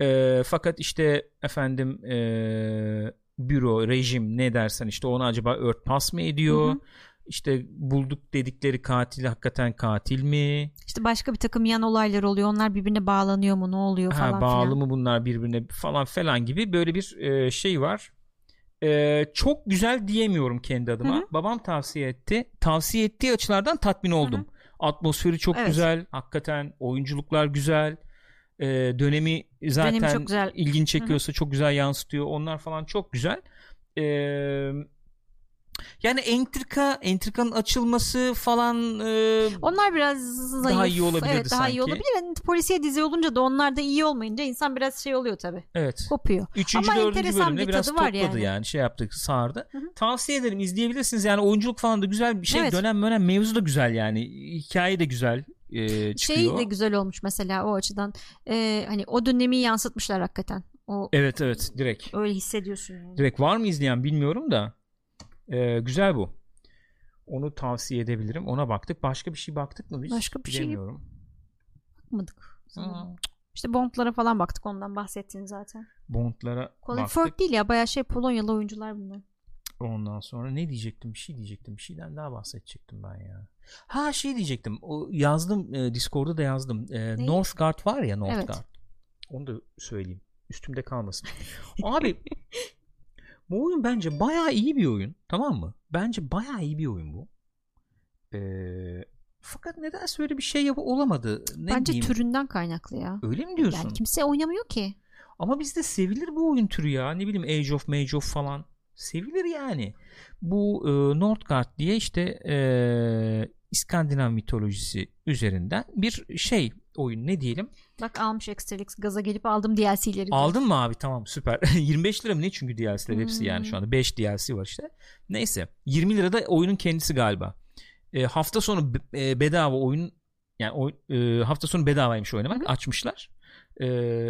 Ee, fakat işte efendim ee, büro, rejim ne dersen işte onu acaba örtbas mı ediyor? Hı hı. İşte bulduk dedikleri katil hakikaten katil mi? İşte başka bir takım yan olaylar oluyor. Onlar birbirine bağlanıyor mu? Ne oluyor Ha, falan bağlı filan. mı bunlar birbirine falan falan gibi böyle bir ee, şey var. Ee, çok güzel diyemiyorum kendi adıma. Hı hı. Babam tavsiye etti. Tavsiye ettiği açılardan tatmin oldum. Atmosferi çok Evet. güzel. Hakikaten oyunculuklar güzel. Ee, dönemi zaten Dönemi çok güzel. ilgini çekiyorsa çok güzel yansıtıyor. Onlar falan çok güzel. Ee, yani entrika, entrikanın açılması falan e, Onlar biraz zayıf. iyi olabilirdi evet, daha iyi sanki. olabilir. Yani polisiye dizi olunca da onlar da iyi olmayınca insan biraz şey oluyor tabii. evet. Kopuyor. Üçüncü, Ama dördüncü enteresan bölümde bir biraz tadı var topladı yani. yani. Şey yaptık sardı. Hı hı. Tavsiye ederim izleyebilirsiniz. Yani oyunculuk falan da güzel bir şey. Evet. Dönem dönem mevzu da güzel yani. Hikaye de güzel e, çıkıyor. Şey de güzel olmuş mesela o açıdan. Ee, hani o dönemi yansıtmışlar hakikaten. O Evet evet direkt. öyle hissediyorsun yani. Direkt var mı izleyen bilmiyorum da Ee, güzel bu. Onu tavsiye edebilirim. Ona baktık. Başka bir şey baktık mı biz? Başka bir şey Bilemiyorum. Bakmadık. Aa, İşte Bond'lara falan baktık ondan bahsettin zaten. Bond'lara Colin baktık. Firth değil ya bayağı şey Polonyalı oyuncular bunlar. Ondan sonra ne diyecektim? Bir şey diyecektim. Bir şeyden daha bahsedecektim ben ya. Ha şey diyecektim. O yazdım e, Discord'da da yazdım. E, Neyi? Northgard var ya Northgard. Evet. Onu da söyleyeyim. Üstümde kalmasın. Abi bu oyun bence bayağı iyi bir oyun. Tamam mı? Bence bayağı iyi bir oyun bu. E, fakat nedense öyle bir şey yap olamadı. Ne Bence diyeyim? türünden kaynaklı ya. Öyle mi diyorsun? Yani kimse oynamıyor ki. Ama bizde sevilir bu oyun türü ya. Ne bileyim Age of Mage of falan. Sevilir yani. Bu e, Northgard diye işte e, İskandinav mitolojisi üzerinden bir şey oyun ne diyelim. Bak almış Extralix gaza gelip aldım DLC'leri. diyor. Aldın mı abi tamam süper. 25 lira mı ne çünkü DLC'ler hepsi yani Hmm. şu anda 5 DLC var işte. Neyse 20 lira da oyunun kendisi galiba. E, hafta sonu be- e, bedava oyun yani oy- e, hafta sonu bedavaymış oynamak açmışlar. E,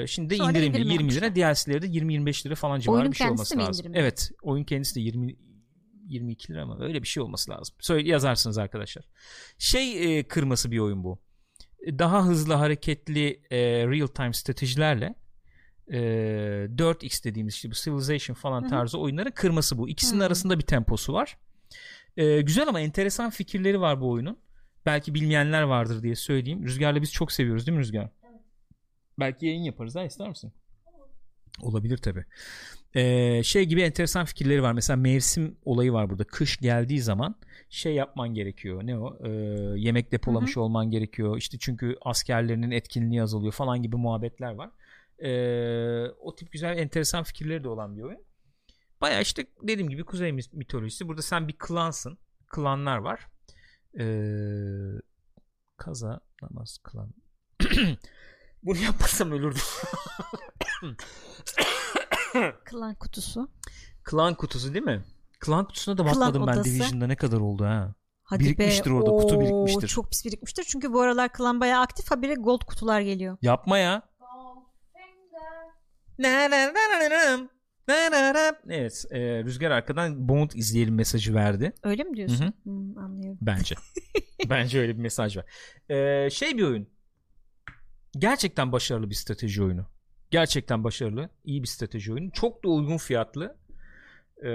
şimdi de Sonra indirimli indirim 20 lira DLC'leri de 20-25 lira falan civarı Oyunun bir şey kendisi olması mi lazım. indirimli? Evet oyun kendisi de 20 22 lira mı öyle bir şey olması lazım. Söyle yazarsınız arkadaşlar. Şey e, kırması bir oyun bu. Daha hızlı hareketli e, real time stratejilerle e, 4X dediğimiz işte bu Civilization falan tarzı oyunların kırması bu. İkisinin Hı. arasında bir temposu var. E, güzel ama enteresan fikirleri var bu oyunun. Belki bilmeyenler vardır diye söyleyeyim. Rüzgar'la biz çok seviyoruz değil mi Rüzgar? Belki yayın yaparız ha ister misin? Olabilir tabi. şey gibi enteresan fikirleri var. Mesela mevsim olayı var burada. Kış geldiği zaman şey yapman gerekiyor. Ne o? Ee, yemek depolamış olman gerekiyor. İşte çünkü askerlerinin etkinliği azalıyor falan gibi muhabbetler var. Ee, o tip güzel enteresan fikirleri de olan bir oyun. Baya işte dediğim gibi kuzey mit- mitolojisi. Burada sen bir klansın. Klanlar var. Ee, kaza namaz klan. Bunu yapmasam ölürdüm. Klan kutusu. Klan kutusu değil mi? Klan kutusuna da bakmadım ben odası. Division'da ne kadar oldu ha. Hadi Birikmiştir be. orada, kutu Oo, birikmiştir. Çok pis birikmiştir çünkü bu aralar klan bayağı aktif habire gold kutular geliyor. Yapma ya. Na na na na na na. Na na na. Evet e, Rüzgar arkadan Bond izleyelim mesajı verdi Öyle mi Hı diyorsun? hı. Hmm, anlıyorum. bence. bence öyle bir mesaj var. E, şey bir oyun. Gerçekten başarılı bir strateji oyunu. Gerçekten başarılı. iyi bir strateji oyunu. Çok da uygun fiyatlı. E,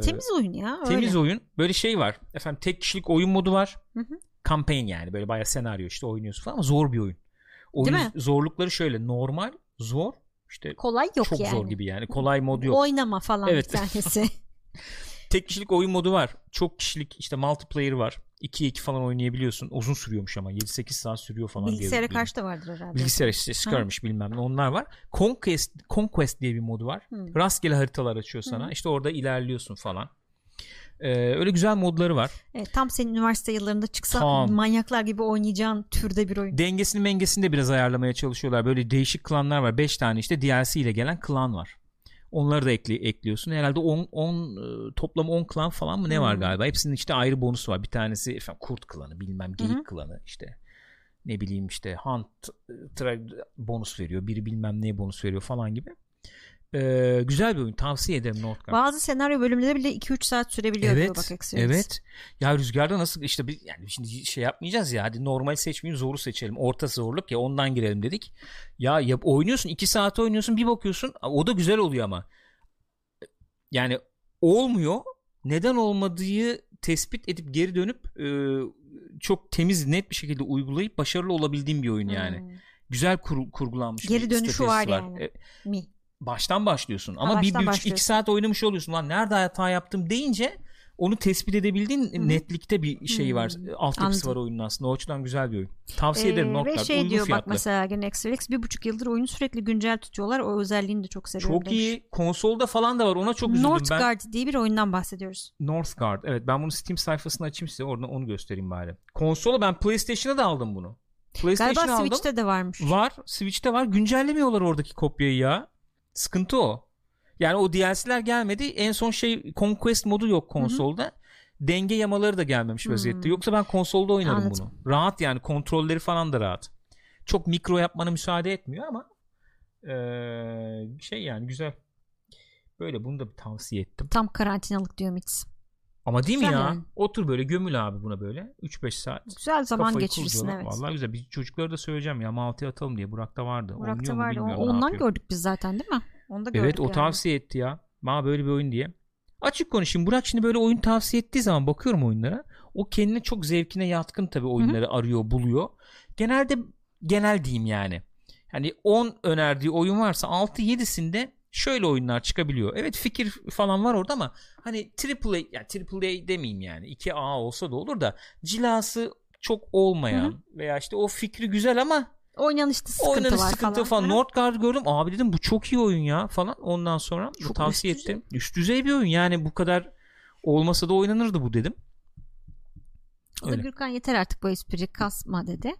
Temiz oyun ya. Öyle. Temiz oyun. Böyle şey var. Efendim tek kişilik oyun modu var. Hı hı. Campaign yani. Böyle bayağı senaryo işte oynuyorsun falan ama zor bir oyun. Oyun Değil mi? zorlukları şöyle normal, zor, işte Kolay yok çok yani. zor gibi yani. Kolay mod yok. Oynama falan Evet. bir tanesi. Tek kişilik oyun modu var. Çok kişilik işte multiplayer var. 2'ye 2 falan oynayabiliyorsun. Uzun sürüyormuş ama 7-8 saat sürüyor falan diye Bilgisayara biliyorum. karşı da vardır herhalde. Bilgisayar işte skirmish bilmem ne onlar var. Conquest, Conquest diye bir modu var. Hı. Rastgele haritalar açıyor sana. İşte orada ilerliyorsun falan. Ee, öyle güzel modları var. Evet, tam senin üniversite yıllarında çıksa Tam. manyaklar gibi oynayacağın türde bir oyun. dengesini mengesini de biraz ayarlamaya çalışıyorlar. Böyle değişik klanlar var. 5 tane işte DLC ile gelen klan var. Onları da ekli, ekliyorsun. Herhalde 10 10 e, toplam 10 klan falan mı ne var Hmm. galiba? Hepsinin işte ayrı bonusu var. Bir tanesi efendim, kurt klanı, bilmem geyik klanı işte. Ne bileyim işte hunt e, tra- bonus veriyor. Biri bilmem neye bonus veriyor falan gibi. Ee, güzel bir oyun. Tavsiye ederim Northgard. Bazı senaryo bölümleri bile 2-3 saat sürebiliyor diyor bak Evet. Exodus. Evet. Ya rüzgarda nasıl işte biz yani şimdi şey yapmayacağız ya hadi normal seçmeyeyim zoru seçelim. Orta zorluk ya ondan girelim dedik. Ya, ya oynuyorsun 2 saat oynuyorsun bir bakıyorsun o da güzel oluyor ama. Yani olmuyor. Neden olmadığı tespit edip geri dönüp e, çok temiz net bir şekilde uygulayıp başarılı olabildiğim bir oyun yani. Hmm. Güzel kur- kurgulanmış Geri bir dönüşü stratejisi var yani. E, Mi. baştan başlıyorsun ama bir, Ha, baştan bir buçuk, başlıyorsun. iki saat oynamış oluyorsun lan nerede hata yaptım deyince onu tespit edebildiğin Hı. netlikte bir şey var Hı. e, altyapısı var Anladım. oyunun aslında o açıdan güzel bir oyun tavsiye ederim Ee, notlar ve şey uygun diyor bak fiyatlı mesela gene Extralix bir buçuk yıldır oyunu sürekli güncel tutuyorlar. O özelliğini de çok seviyorum. çok iyi konsolda falan da var ona çok üzüldüm ben Northgard diye bir oyundan bahsediyoruz. Northgard evet ben bunu Steam sayfasını açayım size oradan onu göstereyim bari konsolu ben PlayStation'a da aldım bunu PlayStation'a Galiba aldım Switch'te de varmış. var Switch'te var güncellemiyorlar oradaki kopyayı ya sıkıntı o Yani o DLC'ler gelmedi. En son şey Conquest modu yok konsolda. Denge yamaları da gelmemiş vaziyette. Yoksa ben konsolda oynarım Hmm. Anladım. bunu. Rahat yani kontrolleri falan da rahat. Çok mikro yapmana müsaade etmiyor ama eee, şey yani güzel. Böyle bunu da bir tavsiye ettim. Tam karantinalık diyor Mitz. Ama değil mi Güzel ya? yani. Otur böyle gömül abi buna böyle. 3-5 saat. Güzel zaman Kafayı geçirirsin kurcala. evet. Vallahi güzel. Biz çocuklara da söyleyeceğim ya Malta'ya atalım diye. Burak'ta vardı. Burak'ta Oynuyor mu vardı. O- bilmiyorum, ne Ondan yapıyor. gördük biz zaten değil mi? Onu da gördük Evet o yani. tavsiye etti ya. Bana böyle bir oyun diye. Açık konuşayım. Burak şimdi böyle oyun tavsiye ettiği zaman bakıyorum oyunlara. O kendine çok zevkine yatkın tabii oyunları arıyor, buluyor. Genelde genel diyeyim yani. Hani 10 önerdiği oyun varsa 6-7'sinde şöyle oyunlar çıkabiliyor. Evet fikir falan var orada ama hani AAA ya AAA demeyeyim yani 2A olsa da olur da cilası çok olmayan veya işte o fikri güzel ama Oynanışta sıkıntı Oynanış var sıkıntı falan. Hı. Northgard gördüm. Abi dedim bu çok iyi oyun ya falan. Ondan sonra bu Çok tavsiye üst düzey. ettim. Üst düzey bir oyun. Yani bu kadar olmasa da oynanırdı bu dedim. O da Öyle. Gürkan yeter artık bu espri kasma dedi.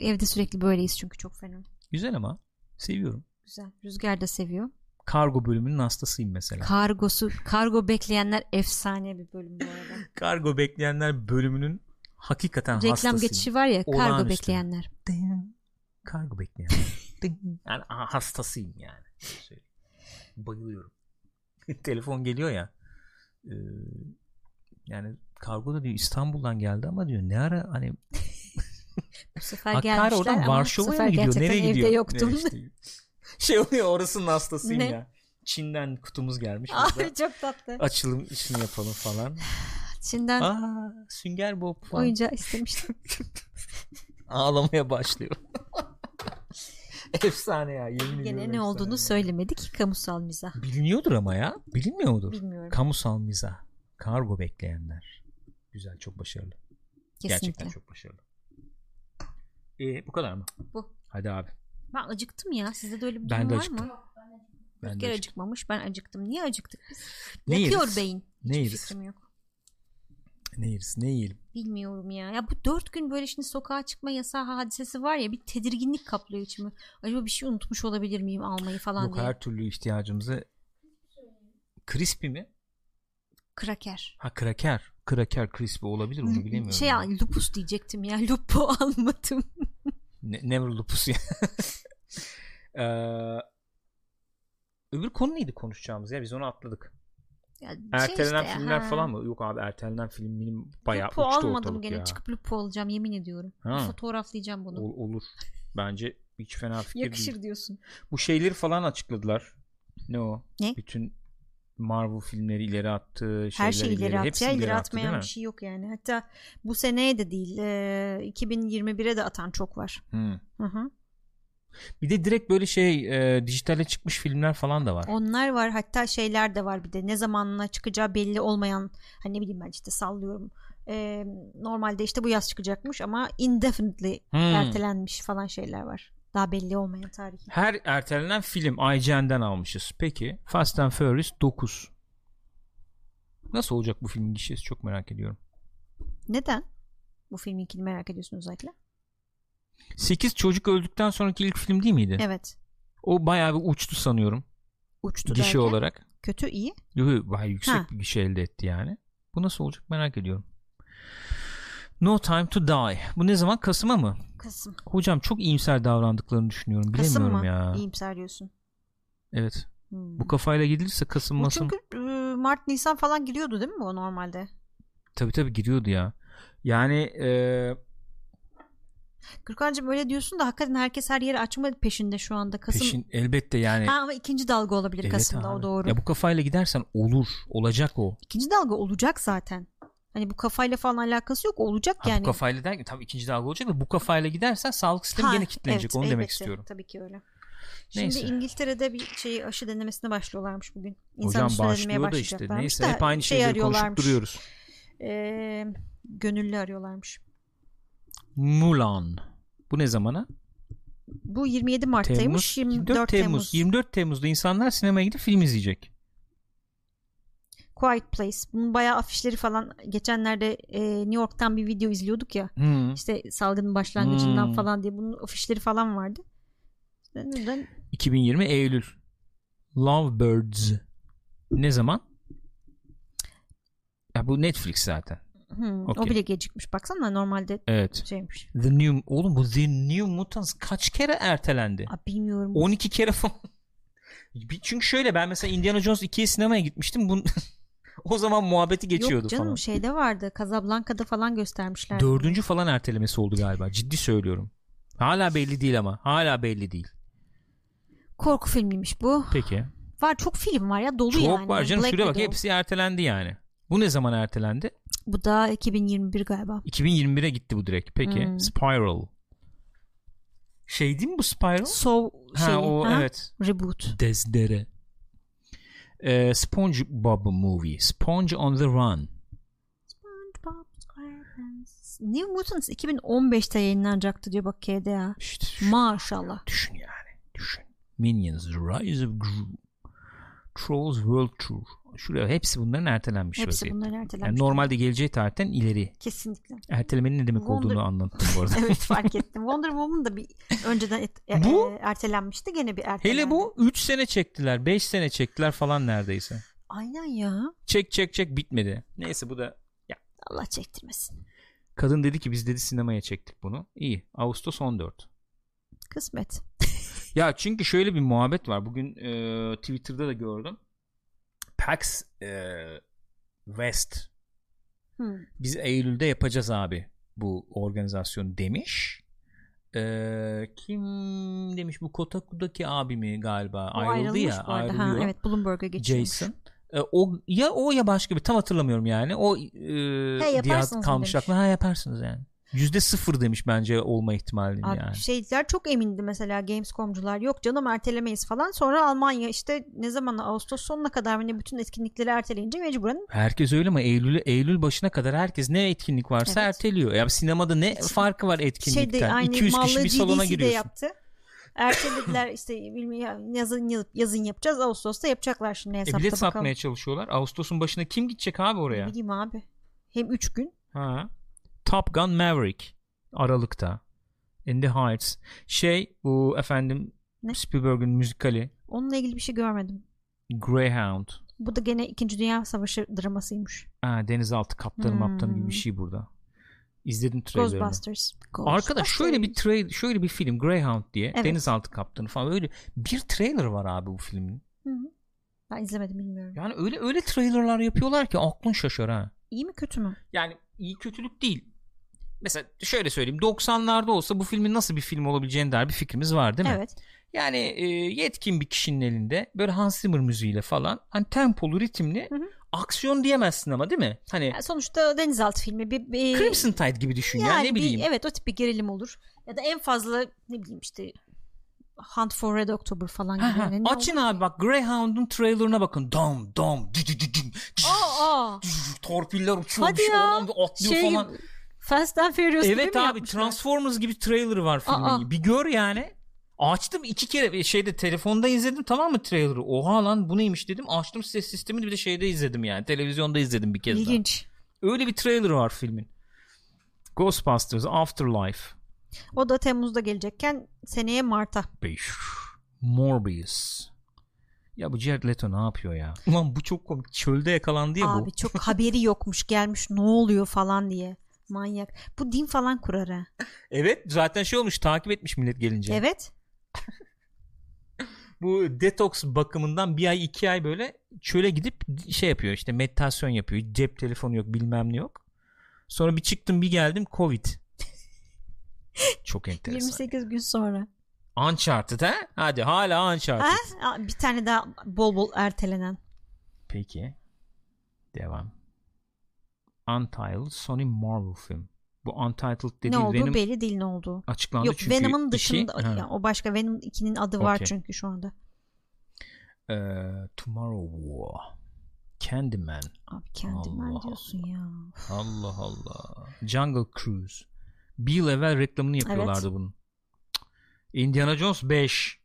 Evde sürekli böyleyiz çünkü çok fena. Güzel ama seviyorum. Güzel. Rüzgar da seviyor. Kargo bölümünün hastasıyım mesela. Kargosu, kargo bekleyenler efsane bir bölüm bu arada. Kargo bekleyenler bölümünün hakikaten Reklam hastasıyım. geçişi var ya kargo Olağanüstü. bekleyenler. Ding. Kargo bekleyenler. Ding. yani aha, hastasıyım yani. Öyle söyleyeyim. Bayılıyorum. Telefon geliyor ya. Ee, yani kargo da diyor İstanbul'dan geldi ama diyor ne ara hani Bu sefer Hakkari gelmişler oradan ama bu Varşova'ya sefer mı gidiyor? gerçekten Nereye evde gidiyor? yoktum. Ne işte. Şey oluyor orasının hastasıyım Ne? ya. Çin'den kutumuz gelmiş. biz de Ay çok tatlı. Açılım işini yapalım falan. Çin'den Aa sünger bob falan. oyuncağı istemiştim. Ağlamaya başlıyor. efsane ya yemin ediyorum. Gene ne efsane olduğunu ya. söylemedik. Kamusal mizah. Biliniyordur ama ya. Bilinmiyor mudur? Bilmiyorum. Kamusal mizah. Kargo bekleyenler. Güzel çok başarılı. Kesinlikle. Gerçekten çok başarılı. E, bu kadar mı? Bu. Hadi abi. Ben acıktım ya. Sizde de öyle bir Ben durum de var acıktım. mı? Ben Ben de işte- acıkmamış. Ben acıktım. Niye acıktık biz? Ne Yakıyor yeriz? beyin. Hiçbir Ne yeriz? fikrim yok. Ne yeriz? Ne yiyelim? Bilmiyorum ya. Ya bu dört gün böyle şimdi sokağa çıkma yasağı hadisesi var ya bir tedirginlik kaplıyor içimi. Acaba bir şey unutmuş olabilir miyim almayı falan Yok diye. her türlü ihtiyacımızı crispy mi? Kraker. Ha kraker. Kraker crispy olabilir onu bilemiyorum. Şey ya. lupus diyecektim ya. Lupo almadım. Ne- never lupus ya. Ee, öbür konu neydi konuşacağımız ya biz onu atladık. Ya şey Ertelenen işte, filmler ha. falan mı? Yok abi ertelenen film benim bayağı Lupo uçtu almadım ortalık gene. ya. Çıkıp lupo olacağım yemin ediyorum. Bir Ha. Fotoğraflayacağım bunu. Ol- olur. Bence hiç fena fikir değil. Yakışır diyorsun. Bu şeyleri falan açıkladılar. Ne o? Ne? Bütün Marvel filmleri ileri attı. Her şeyi şeyleri ileri hepsi atacağı ileri attı, değil atmayan mi? bir şey yok yani. Hatta bu seneye de değil. eee, 2021'e de atan çok var. Hı. Hı hı. Bir de direkt böyle şey e, dijitale çıkmış filmler falan da var. Onlar var hatta şeyler de var bir de ne zamanına çıkacağı belli olmayan hani ne bileyim ben işte sallıyorum Eee, normalde işte bu yaz çıkacakmış ama indefinitely Hmm. ertelenmiş falan şeyler var daha belli olmayan tarihi Her ertelenen film IGN'den almışız. Peki Fast and Furious 9. Nasıl olacak bu filmin gişesi çok merak ediyorum. neden bu filmin ikini merak ediyorsun özellikle 8 çocuk öldükten sonraki ilk film değil miydi? evet O bayağı bir uçtu sanıyorum. uçtu gişe derken. olarak. kötü iyi Yo, yo, bayağı yüksek Ha. bir gişe elde etti yani. Bu nasıl olacak merak ediyorum. No Time to Die. Bu ne zaman? Kasım'a mı? Kasım Hocam çok iyimser davrandıklarını düşünüyorum. Kasım Bilemiyorum mı ya. iyimser diyorsun Evet. Hmm. Bu kafayla gidilirse Kasım Bu Masım. çünkü e, Mart Nisan falan giriyordu değil mi bu normalde? Tabii tabii giriyordu ya. Yani e, Gürkan'cığım öyle diyorsun da hakikaten herkes her yeri açma peşinde şu anda. Kasım peşin elbette yani. ha, ama ikinci dalga olabilir Hani Evet Kasım'da abi. o doğru. Ya bu kafayla gidersen olur. Olacak o. İkinci dalga olacak zaten. Hani bu kafayla falan alakası yok olacak Ha, yani. Bu kafayla derken tabii ikinci dalga olacak da bu kafayla gidersen sağlık sistemi Ha, gene kilitlenecek. evet, Onu demek elbette. istiyorum. Tabii ki öyle. Şimdi Neyse. İngiltere'de bir şeyi aşı denemesine başlıyorlarmış bugün. İnsan şey Hocam üstüne denemeye başlıyor da işte. başlayacaklarmış Neyse da hep aynı şey şeyleri konuşup arıyorlarmış. duruyoruz. Ee, gönüllü arıyorlarmış. Mulan. Bu ne zamana? Bu 27 Mart'taymış. Temmuz. 24, Temmuz. 24 Temmuz'da insanlar sinemaya gidip film izleyecek. Quiet Place. Bunun bayağı afişleri falan geçenlerde e, New York'tan bir video izliyorduk ya. Hı. İşte salgının başlangıcından Hmm. falan diye bunun afişleri falan vardı. Ben neden 2020 Eylül. Lovebirds. Ne zaman? Ya bu Netflix zaten. Hmm, Okey. o bile gecikmiş baksana normalde Evet. şeymiş. The New oğlum bu The New Mutants kaç kere ertelendi? Aa, bilmiyorum. 12 kere falan. Bir- Çünkü şöyle ben mesela Indiana Jones 2'ye sinemaya gitmiştim. Bun, O zaman muhabbeti geçiyordu Yok canım falan. şeyde vardı. Casablanca'da falan göstermişler. Dördüncü falan ertelemesi oldu galiba. Ciddi söylüyorum. Hala belli değil ama. Hala belli değil. Korku filmiymiş bu. Peki. Var çok film var ya dolu Çok yani. var canım. Black Şuraya bak Widow. hepsi ertelendi yani. Bu ne zaman ertelendi? Bu da 2021 galiba. 2021'e gitti bu direkt. Peki. Hmm. Spiral. Şey değil mi bu Spiral? Soul Ha şeyi. o şey, ha? evet. Reboot. Dezdere. Ee, SpongeBob Movie. Sponge on the Run. SpongeBob SquarePants. New Mutants 2015'te yayınlanacaktı diyor bak KDA. İşte düşün, Maşallah. düşün yani. Düşün. Minions. Rise of Gru. Trolls World Tour. Şuraya hepsi bunların ertelenmiş Hepsi vaziyette. bunları ertelenmiş. şey Yani normalde geleceği tarihten ileri. Kesinlikle. Ertelemenin ne demek Wonder- olduğunu anlattım bu arada. Evet fark ettim. Wonder Woman da bir önceden et- e- Bu- e- ertelenmişti gene bir ertelendi. Hele bu 3 sene çektiler, 5 sene çektiler falan neredeyse. Aynen ya. Çek çek çek bitmedi. Neyse bu da Allah çektirmesin. kadın dedi ki biz dedi sinemaya çektik bunu. İyi. Ağustos 14. Kısmet. Ya çünkü şöyle bir muhabbet var. Bugün e, Twitter'da da gördüm. PAX e, West Hı. biz Eylül'de yapacağız abi bu organizasyonu demiş. Ee, kim demiş bu Kotaku'daki abimi galiba O ayrıldı ayrılmış ya bu arada. ayrılıyor. Ha, evet Bloomberg'a geçiyormuş. Jason. Ee, o ya o ya başka bir tam hatırlamıyorum yani. O e, diye yaparsınız mı kalmış demiş. aklımda. Ha yaparsınız yani. Yüzde sıfır demiş bence olma ihtimalini Abi yani. Şeyler çok emindi mesela Gamescom'cular yok canım ertelemeyiz falan. Sonra Almanya işte ne zaman Ağustos sonuna kadar mı ne bütün etkinlikleri erteleyince mecburen Herkes öyle ama Eylül Eylül başına kadar herkes ne etkinlik varsa Evet. erteliyor. Ya sinemada ne farkı var etkinlikten? şeyde şey aynı 200 kişi mallı bir salona GDC 'de giriyorsun. yaptı. Ertelediler işte bilmiyorum yazın yazıp- yazın yapacağız Ağustos'ta yapacaklar şimdi E hesapta bilet bakalım. satmaya çalışıyorlar. Ağustos'un başına kim gidecek abi Ne oraya? Bileyim abi. Hem 3 gün Ha. Top Gun Maverick Aralık'ta. In the Heights. Şey bu efendim Ne? Spielberg'in müzikali onunla ilgili bir şey görmedim. Greyhound. Bu da gene 2. Dünya Savaşı dramasıymış. Ha, denizaltı kaptanı Hmm. maptanı gibi bir şey burada. İzledim trailerını. Ghostbusters. Şey Arkadaş şöyle bir Ghostbusters. trail, şöyle bir film Greyhound diye Evet. denizaltı kaptanı falan öyle bir trailer var abi bu filmin. Hı hı. Ben izlemedim bilmiyorum. Yani öyle öyle trailerlar yapıyorlar ki aklın şaşar ha. İyi mi kötü mü? Yani iyi kötülük değil. Mesela şöyle söyleyeyim 90'larda olsa bu filmin nasıl bir film olabileceğine dair bir fikrimiz var değil mi? Evet. Yani e, yetkin bir kişinin elinde böyle Hans Zimmer müziğiyle falan hani tempolu ritimli Hı hı. aksiyon diyemezsin ama değil mi? Hani Yani sonuçta denizaltı filmi bir, bir Crimson Tide gibi düşün ya ne e, bir- bileyim. evet o tip bir gerilim olur. Ya da en fazla ne bileyim işte Hunt for Red October falan gibi. Ha, ha. yani ne Açın olur? abi bak Greyhound'un trailerına bakın. Dam dam dü dü dü dü, Aa, aa. dü, torpiller uçuyor. Hadi bir şey ya. olan bir atlıyor Şey falan. gibi, Fast and Furious gibi Evet mi abi yapmışlar? Transformers gibi trailer var filmin. Aa. Bir gör yani. Açtım iki kere şeyde telefonda izledim tamam mı trailer'ı? Oha lan bu neymiş dedim. Açtım ses sistemini bir de şeyde izledim yani. Televizyonda izledim bir kez daha. İlginç. Öyle bir trailer var filmin. Ghostbusters Afterlife O da Temmuz'da gelecekken seneye Mart'a. 5 Morbius Ya bu Jared Leto ne yapıyor ya? Ulan bu çok komik. Çölde yakalandı ya bu. Abi çok haberi yokmuş gelmiş ne oluyor falan diye. Manyak. Bu din falan kurar ha. Evet zaten şey olmuş takip etmiş millet gelince. Evet. Bu detoks bakımından bir ay iki ay böyle çöle gidip şey yapıyor işte meditasyon yapıyor. Cep telefonu yok bilmem ne yok. Sonra bir çıktım bir geldim covid. çok enteresan. 28 gün sonra. Uncharted ha? Hadi hala Uncharted. Ha? Aa, Bir tane daha bol bol ertelenen. Peki. Devam. Untitled Sony Marvel film. Bu Untitled dediği ne olduğu Venom belli değil ne olduğu. açıklandı Yok çünkü. Venom'ın iki- dışında Ha. ya, o başka Venom 2'nin adı var Okey. çünkü şu anda. Ee, Tomorrow War. Candyman. Abi kendim Allah. diyorsun ya. Allah Allah. Jungle Cruise. Bir yıl evvel reklamını yapıyorlardı bunun. Cık. Indiana Jones 5.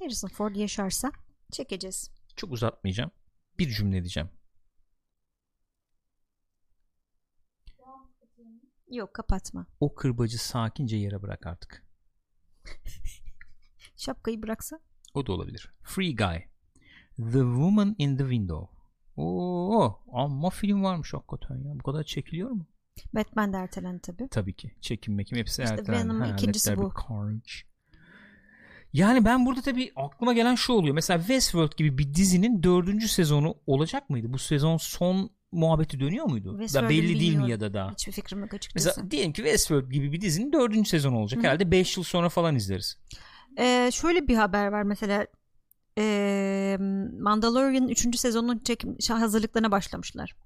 Harrison Ford yaşarsa çekeceğiz. Çok uzatmayacağım. Bir cümle diyeceğim. Yok kapatma. O kırbacı sakince yere bırak artık. Şapkayı bıraksa. O da olabilir. Free Guy. The Woman in the Window. Oo, amma film varmış hakikaten ya. Bu kadar çekiliyor mu? Batman de ertelendi tabii. Tabii ki. Çekim mekim hepsi İşte ertelendi. Venom'un Ha, ikincisi Let There Be bu. Carnage. Yani ben burada tabii aklıma gelen şu oluyor. Mesela Westworld gibi bir dizinin dördüncü sezonu olacak mıydı? Bu sezon son muhabbeti dönüyor muydu? Da Westworld'ü belli değil mi bilmiyorum. ya da daha? Hiçbir fikrim yok açıkçası. Mesela diyelim ki Westworld gibi bir dizinin dördüncü sezonu olacak. Hı. Herhalde 5 yıl sonra falan izleriz. Ee, şöyle bir haber var mesela ee, Mandalorian'ın 3. sezonunun çekim şah- hazırlıklarına başlamışlar.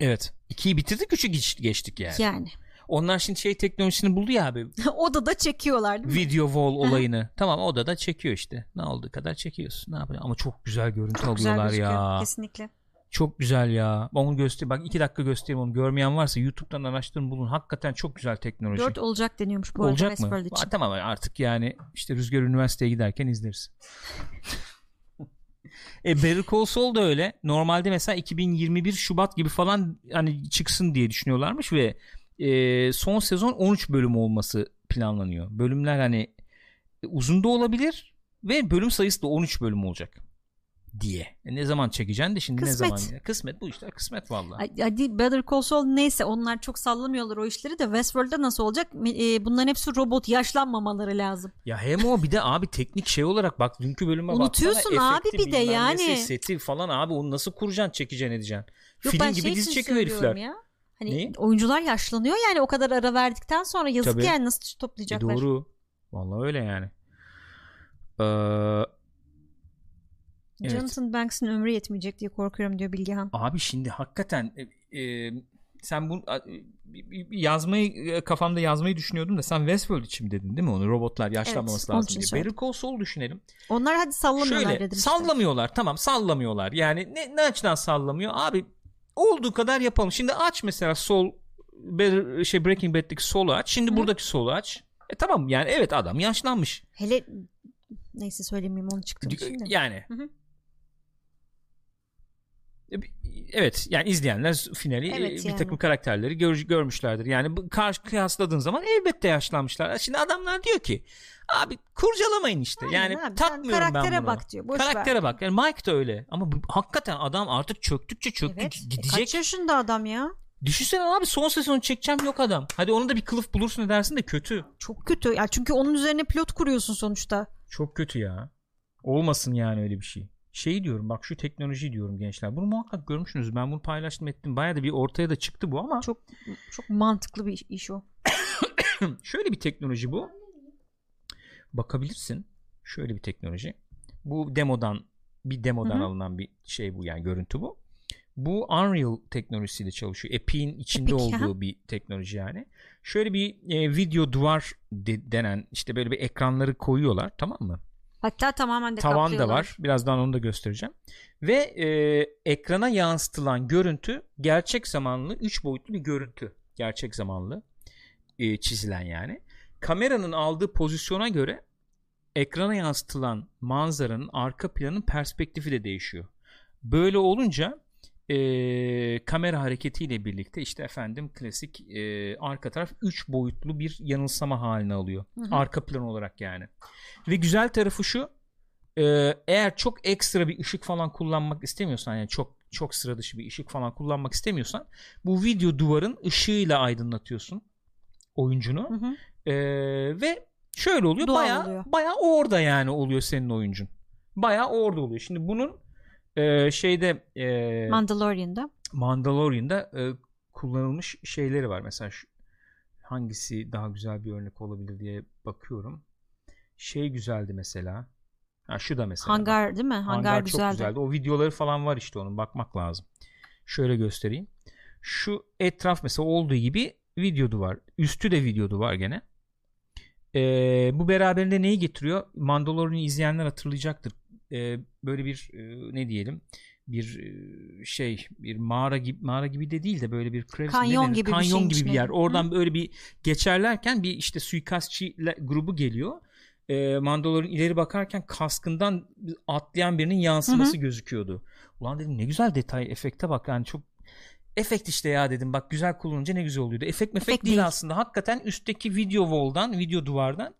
Evet. 2'yi bitirdik 3'ü geçtik yani. Yani. Onlar şimdi şey teknolojisini buldu ya abi. Odada çekiyorlar değil mi? Video wall olayını. tamam odada çekiyor işte. Ne olduğu kadar çekiyorsun. Ne yapıyorsun? Ama çok güzel görüntü Çok güzel alıyorlar gözüküyor. ya. Kesinlikle. Çok güzel ya. Onu göster. Bak iki dakika göstereyim onu. Görmeyen varsa YouTube'dan araştırın bulun. Hakikaten çok güzel teknoloji. 4 olacak deniyormuş bu arada Olacak mı? Westworld Aa, için. tamam artık yani işte Rüzgar üniversiteye giderken izleriz. e Better Call Saul da öyle. Normalde mesela 2021 Şubat gibi falan hani çıksın diye düşünüyorlarmış ve e, son sezon 13 bölüm olması planlanıyor. Bölümler hani uzun da olabilir ve bölüm sayısı da 13 bölüm olacak diye. E ne zaman çekeceksin de şimdi ne Kısmet. zaman? Kısmet bu işler kısmet vallahi. Ay- Hadi Better Call Saul neyse onlar çok sallamıyorlar o işleri de Westworld'da nasıl olacak? Ee, Bunların hepsi robot yaşlanmamaları lazım. Ya hem o bir de abi teknik şey olarak bak dünkü bölüme baksana, Unutuyorsun abi efekti bir de bilmem yani. nesi, seti falan abi onu nasıl kuracaksın çekeceksin edeceksin. Yok, ben Film gibi şey dizi için çekiyor söylüyorum herifler. E, Ya. Hani Neyi? oyuncular yaşlanıyor yani o kadar ara verdikten sonra yazık Tabii. yani nasıl E toplayacaklar? doğru. Vallahi öyle yani. Ee, Evet. Jonathan Banks'in ömrü yetmeyecek diye korkuyorum diyor Bilgehan. abi şimdi hakikaten e, e, sen bu a- e, bir- bir- bir yazmayı e, kafamda yazmayı düşünüyordum da sen Westworld için dedin değil mi onu robotlar yaşlanmaması onun için lazım diye. söyledim. Better Call Saul düşünelim. Onlar hadi sallamıyorlar Şöyle dedim. işte. sallamıyorlar tamam sallamıyorlar yani ne, ne açıdan sallamıyor abi olduğu kadar yapalım şimdi aç mesela sol Better- şey Breaking Bad'deki solu aç şimdi Hı. buradaki solu aç e tamam yani evet adam yaşlanmış Hele neyse söylemeyeyim onu çıktım şimdi. yani Hı hı. E, bi- evet yani izleyenler finali e, Evet bir yani. takım karakterleri gör- görmüşlerdir yani bu karşı kıyasladığın zaman elbette yaşlanmışlar şimdi adamlar diyor ki abi kurcalamayın işte Aynen yani abi, sen takmıyorum ben bunu karaktere bak diyor. Boş Karaktere ver. bak. Yani Mike de öyle. Ama bu, hakikaten adam artık çöktükçe çöktü Evet. E, gidecek. kaç yaşında adam ya? Düşünsene abi son sezonu çekeceğim yok adam. Hadi onun da bir kılıf bulursun edersin de kötü. Çok kötü. Ya çünkü onun üzerine pilot kuruyorsun sonuçta. Çok kötü ya. Olmasın yani öyle bir şey. Şey diyorum bak şu teknoloji diyorum gençler. Bunu muhakkak görmüşsünüz. Ben bunu paylaştım ettim. Bayağı da bir ortaya da çıktı bu ama Çok çok mantıklı bir iş, iş o. şöyle bir teknoloji bu. Bakabilirsin. Şöyle bir teknoloji. Bu demodan bir demodan Hı hı. alınan bir şey bu yani görüntü bu. Bu Unreal teknolojisiyle çalışıyor. Epic'in içinde Epic, olduğu bir teknoloji yani. Şöyle bir e, video duvar de- denen işte böyle bir ekranları koyuyorlar tamam mı? Hatta tamamen de Tavan da kaplıyorlar. var. Birazdan onu da göstereceğim. Ve e, ekrana yansıtılan görüntü gerçek zamanlı 3 boyutlu bir görüntü. Gerçek zamanlı e, çizilen yani. Kameranın aldığı pozisyona göre ekrana yansıtılan manzaranın arka planın perspektifi de değişiyor. Böyle olunca e, kamera hareketiyle birlikte işte efendim klasik e, arka taraf 3 boyutlu bir yanılsama haline alıyor. Hı hı. Arka plan olarak yani. Ve güzel tarafı şu e, eğer çok ekstra bir ışık falan kullanmak istemiyorsan yani çok çok sıra dışı bir ışık falan kullanmak istemiyorsan bu video duvarın ışığıyla aydınlatıyorsun oyuncunu. Hı hı. Ee, ve şöyle oluyor Doğal baya oluyor. baya orada yani oluyor senin oyuncun. Baya orada oluyor. Şimdi bunun e, şeyde e, Mandalorian'da. Mandalorian'da e, kullanılmış şeyleri var. Mesela şu- hangisi daha güzel bir örnek olabilir diye bakıyorum. Şey güzeldi mesela. Ha şu da mesela. Hangar değil mi? Hangar, Hangar çok güzeldi. güzeldi. O videoları falan var işte onun bakmak lazım. Şöyle göstereyim. Şu etraf mesela olduğu gibi video duvar. Üstü de video duvar gene. Ee, bu beraberinde neyi getiriyor? Mandalorian'ı izleyenler hatırlayacaktır. Ee, böyle bir e, ne diyelim bir e, şey bir mağara gibi mağara gibi de değil de böyle bir crevice- Kanyon ne denir? gibi bir kanyon şeyin gibi bir içine. yer. Oradan böyle bir geçerlerken bir işte suikastçı le- grubu geliyor e, Mandalorian ileri bakarken kaskından atlayan birinin yansıması gözüküyordu. Ulan dedim ne güzel detay efekte bak yani çok efekt işte ya dedim bak güzel kullanınca ne güzel oluyordu. Efekt mefekt Efekt değil, değil. aslında hakikaten üstteki video wall'dan video duvardan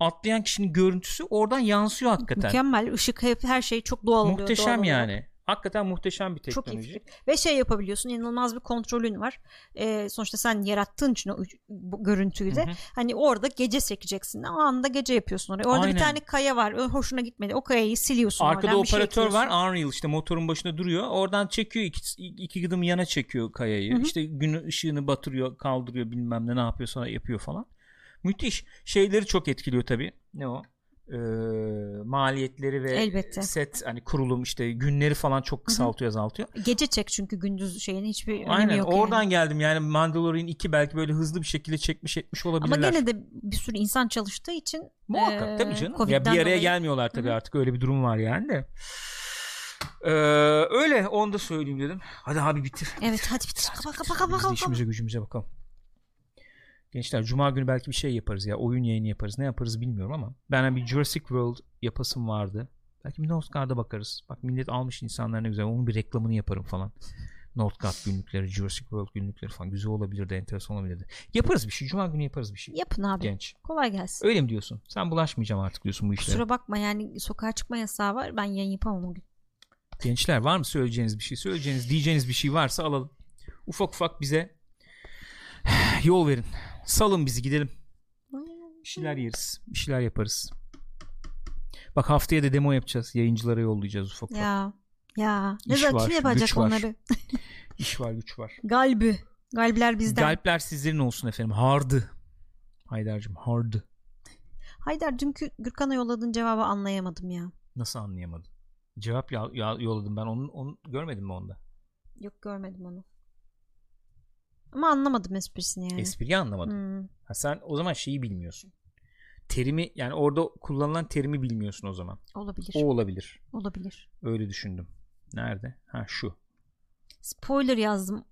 atlayan kişinin görüntüsü oradan yansıyor hakikaten. Mükemmel. Işık hep her şey çok doğal oluyor. Muhteşem doğal olarak. yani. Hakikaten muhteşem bir Çok iyi teknoloji. fikir. Ve şey yapabiliyorsun inanılmaz bir kontrolün var. Ee, sonuçta sen yarattığın için o üç- bu görüntüyü de Hı hı. hani orada gece çekeceksin. O anda gece yapıyorsun orayı. Orada Aynen. bir tane kaya var. Ö- Hoşuna gitmedi. O kayayı siliyorsun. Arkada oradan, bir şey operatör var ekliyorsun. Unreal işte motorun başında duruyor. Oradan çekiyor iki, iki gıdım yana çekiyor kayayı. Hı hı. İşte gün ışığını batırıyor kaldırıyor bilmem ne ne yapıyorsa yapıyor falan. Müthiş. Şeyleri çok etkiliyor tabii. Ne o? Ee, maliyetleri ve Elbette. set hani kurulum işte günleri falan çok kısaltıyor azaltıyor. Gece çek çünkü gündüz şeyin hiçbir önemi Aynen yok. oradan yani. geldim yani Mandalorian 2 belki böyle hızlı bir şekilde çekmiş etmiş Ama olabilirler. gene de bir sürü insan çalıştığı için Muhakkak eee, tabii canım. Ya bir Ee, Covid'den araya dolayı- gelmiyorlar tabii Hı hı. artık öyle bir durum var yani de. Ee, öyle onu da söyleyeyim dedim. Hadi abi bitir. Evet hadi bitir. Kapa kapa kapa Biz de kapa. işimize gücümüze bakalım. Gençler cuma günü belki bir şey yaparız ya. Oyun yayını yaparız. Ne yaparız bilmiyorum ama. Ben hani bir Jurassic World yapasım vardı. Belki bir Northgard'a bakarız. Bak millet almış insanlar ne güzel. Onun bir reklamını yaparım falan. Northgard günlükleri, Jurassic World günlükleri falan. Güzel olabilirdi, enteresan olabilirdi. Yaparız bir şey. Cuma günü yaparız bir şey. Yapın abi. Genç. Kolay gelsin. Öyle mi diyorsun? Sen bulaşmayacağım artık diyorsun bu işlere. Kusura bakma yani sokağa çıkma yasağı var. Ben yayın yapamam o gün. Gençler var mı söyleyeceğiniz bir şey? Söyleyeceğiniz, diyeceğiniz bir şey varsa alalım. Ufak ufak bize yol verin. Salın bizi gidelim. Bir şeyler yeriz. Bir şeyler yaparız. Bak haftaya da demo yapacağız. Yayıncılara yollayacağız ufak ufak. Ya ya. Ne İş zaman var, kim yapacak güç var. onları? İş var güç var. Galbi. Galbiler bizden. Galpler sizlerin olsun efendim. Hardı. Haydar'cığım hardı. Haydar dünkü Gürkan'a yolladığın cevabı anlayamadım ya. Nasıl anlayamadın? Cevap ya- ya- yolladım ben. Onu, onu görmedim mi onda? Yok görmedim onu. Ama anlamadım esprisini yani. Espriyi anlamadım. Hmm. Ha, sen o zaman şeyi bilmiyorsun. Terimi yani orada kullanılan terimi bilmiyorsun o zaman. Olabilir. O olabilir. Olabilir. Öyle düşündüm. Nerede? Ha şu. Spoiler yazdım.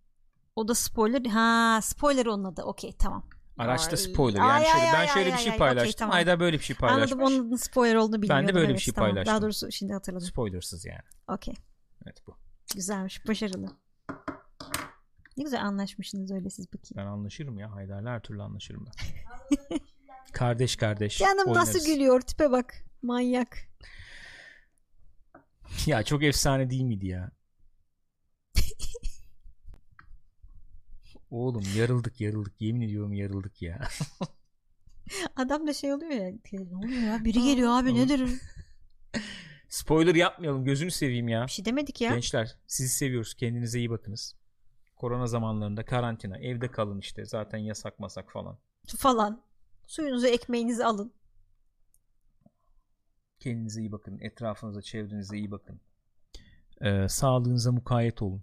O da spoiler. Ha spoiler onun adı. Okey tamam. Araçta Ay. spoiler. Ay, Yani şöyle, ay, ben ay, şöyle ay, bir şey ay, paylaştım. okey, tamam. Ayda böyle bir şey paylaşmış. Anladım onun adının spoiler olduğunu bilmiyordum. böyle bir Evet, şey tamam. paylaştım. Daha doğrusu şimdi hatırladım. Spoilersız yani. Okey. Evet bu. Güzelmiş. Başarılı. Ne güzel anlaşmışsınız öyle siz bakayım. Ben anlaşırım ya. Haydar'la her türlü anlaşırım ben. kardeş kardeş. Canım nasıl oynarız. gülüyor tipe bak. Manyak. Ya çok efsane değil miydi ya? Oğlum yarıldık yarıldık. Yemin ediyorum yarıldık ya. Adam da şey oluyor ya. Ne oluyor ya? Biri geliyor abi nedir? Spoiler yapmayalım. Gözünü seveyim ya. Bir şey demedik ya. Gençler sizi seviyoruz. Kendinize iyi bakınız. Korona zamanlarında karantina. Evde kalın işte. Zaten yasak masak falan. Falan. Suyunuzu ekmeğinizi alın. Kendinize iyi bakın. Etrafınıza, çevrenize iyi bakın. Ee, sağlığınıza mukayyet olun.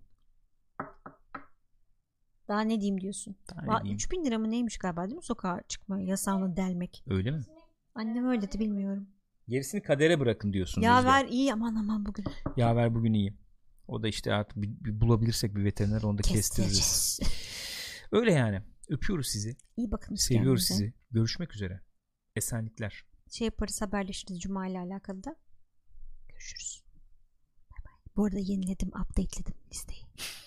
Daha ne diyeyim diyorsun. Daha ne Va- diyeyim? 3000 lira mı neymiş galiba değil mi sokağa çıkma yasağını delmek. Öyle mi? Annem öyle de bilmiyorum. Gerisini kadere bırakın diyorsun. Ya Özge. ver iyi aman aman bugün. Yaver bugün iyi. O da işte artık bir, bir bulabilirsek bir veteriner onu da kestiririz. Kestireceğiz. Öyle yani. Öpüyoruz sizi. iyi bakın. Seviyoruz kendinize. sizi. Görüşmek üzere. Esenlikler. Şey yaparız haberleşiriz Cuma ile alakalı da. Görüşürüz. Bay bay. Bu arada yeniledim, updateledim listeyi.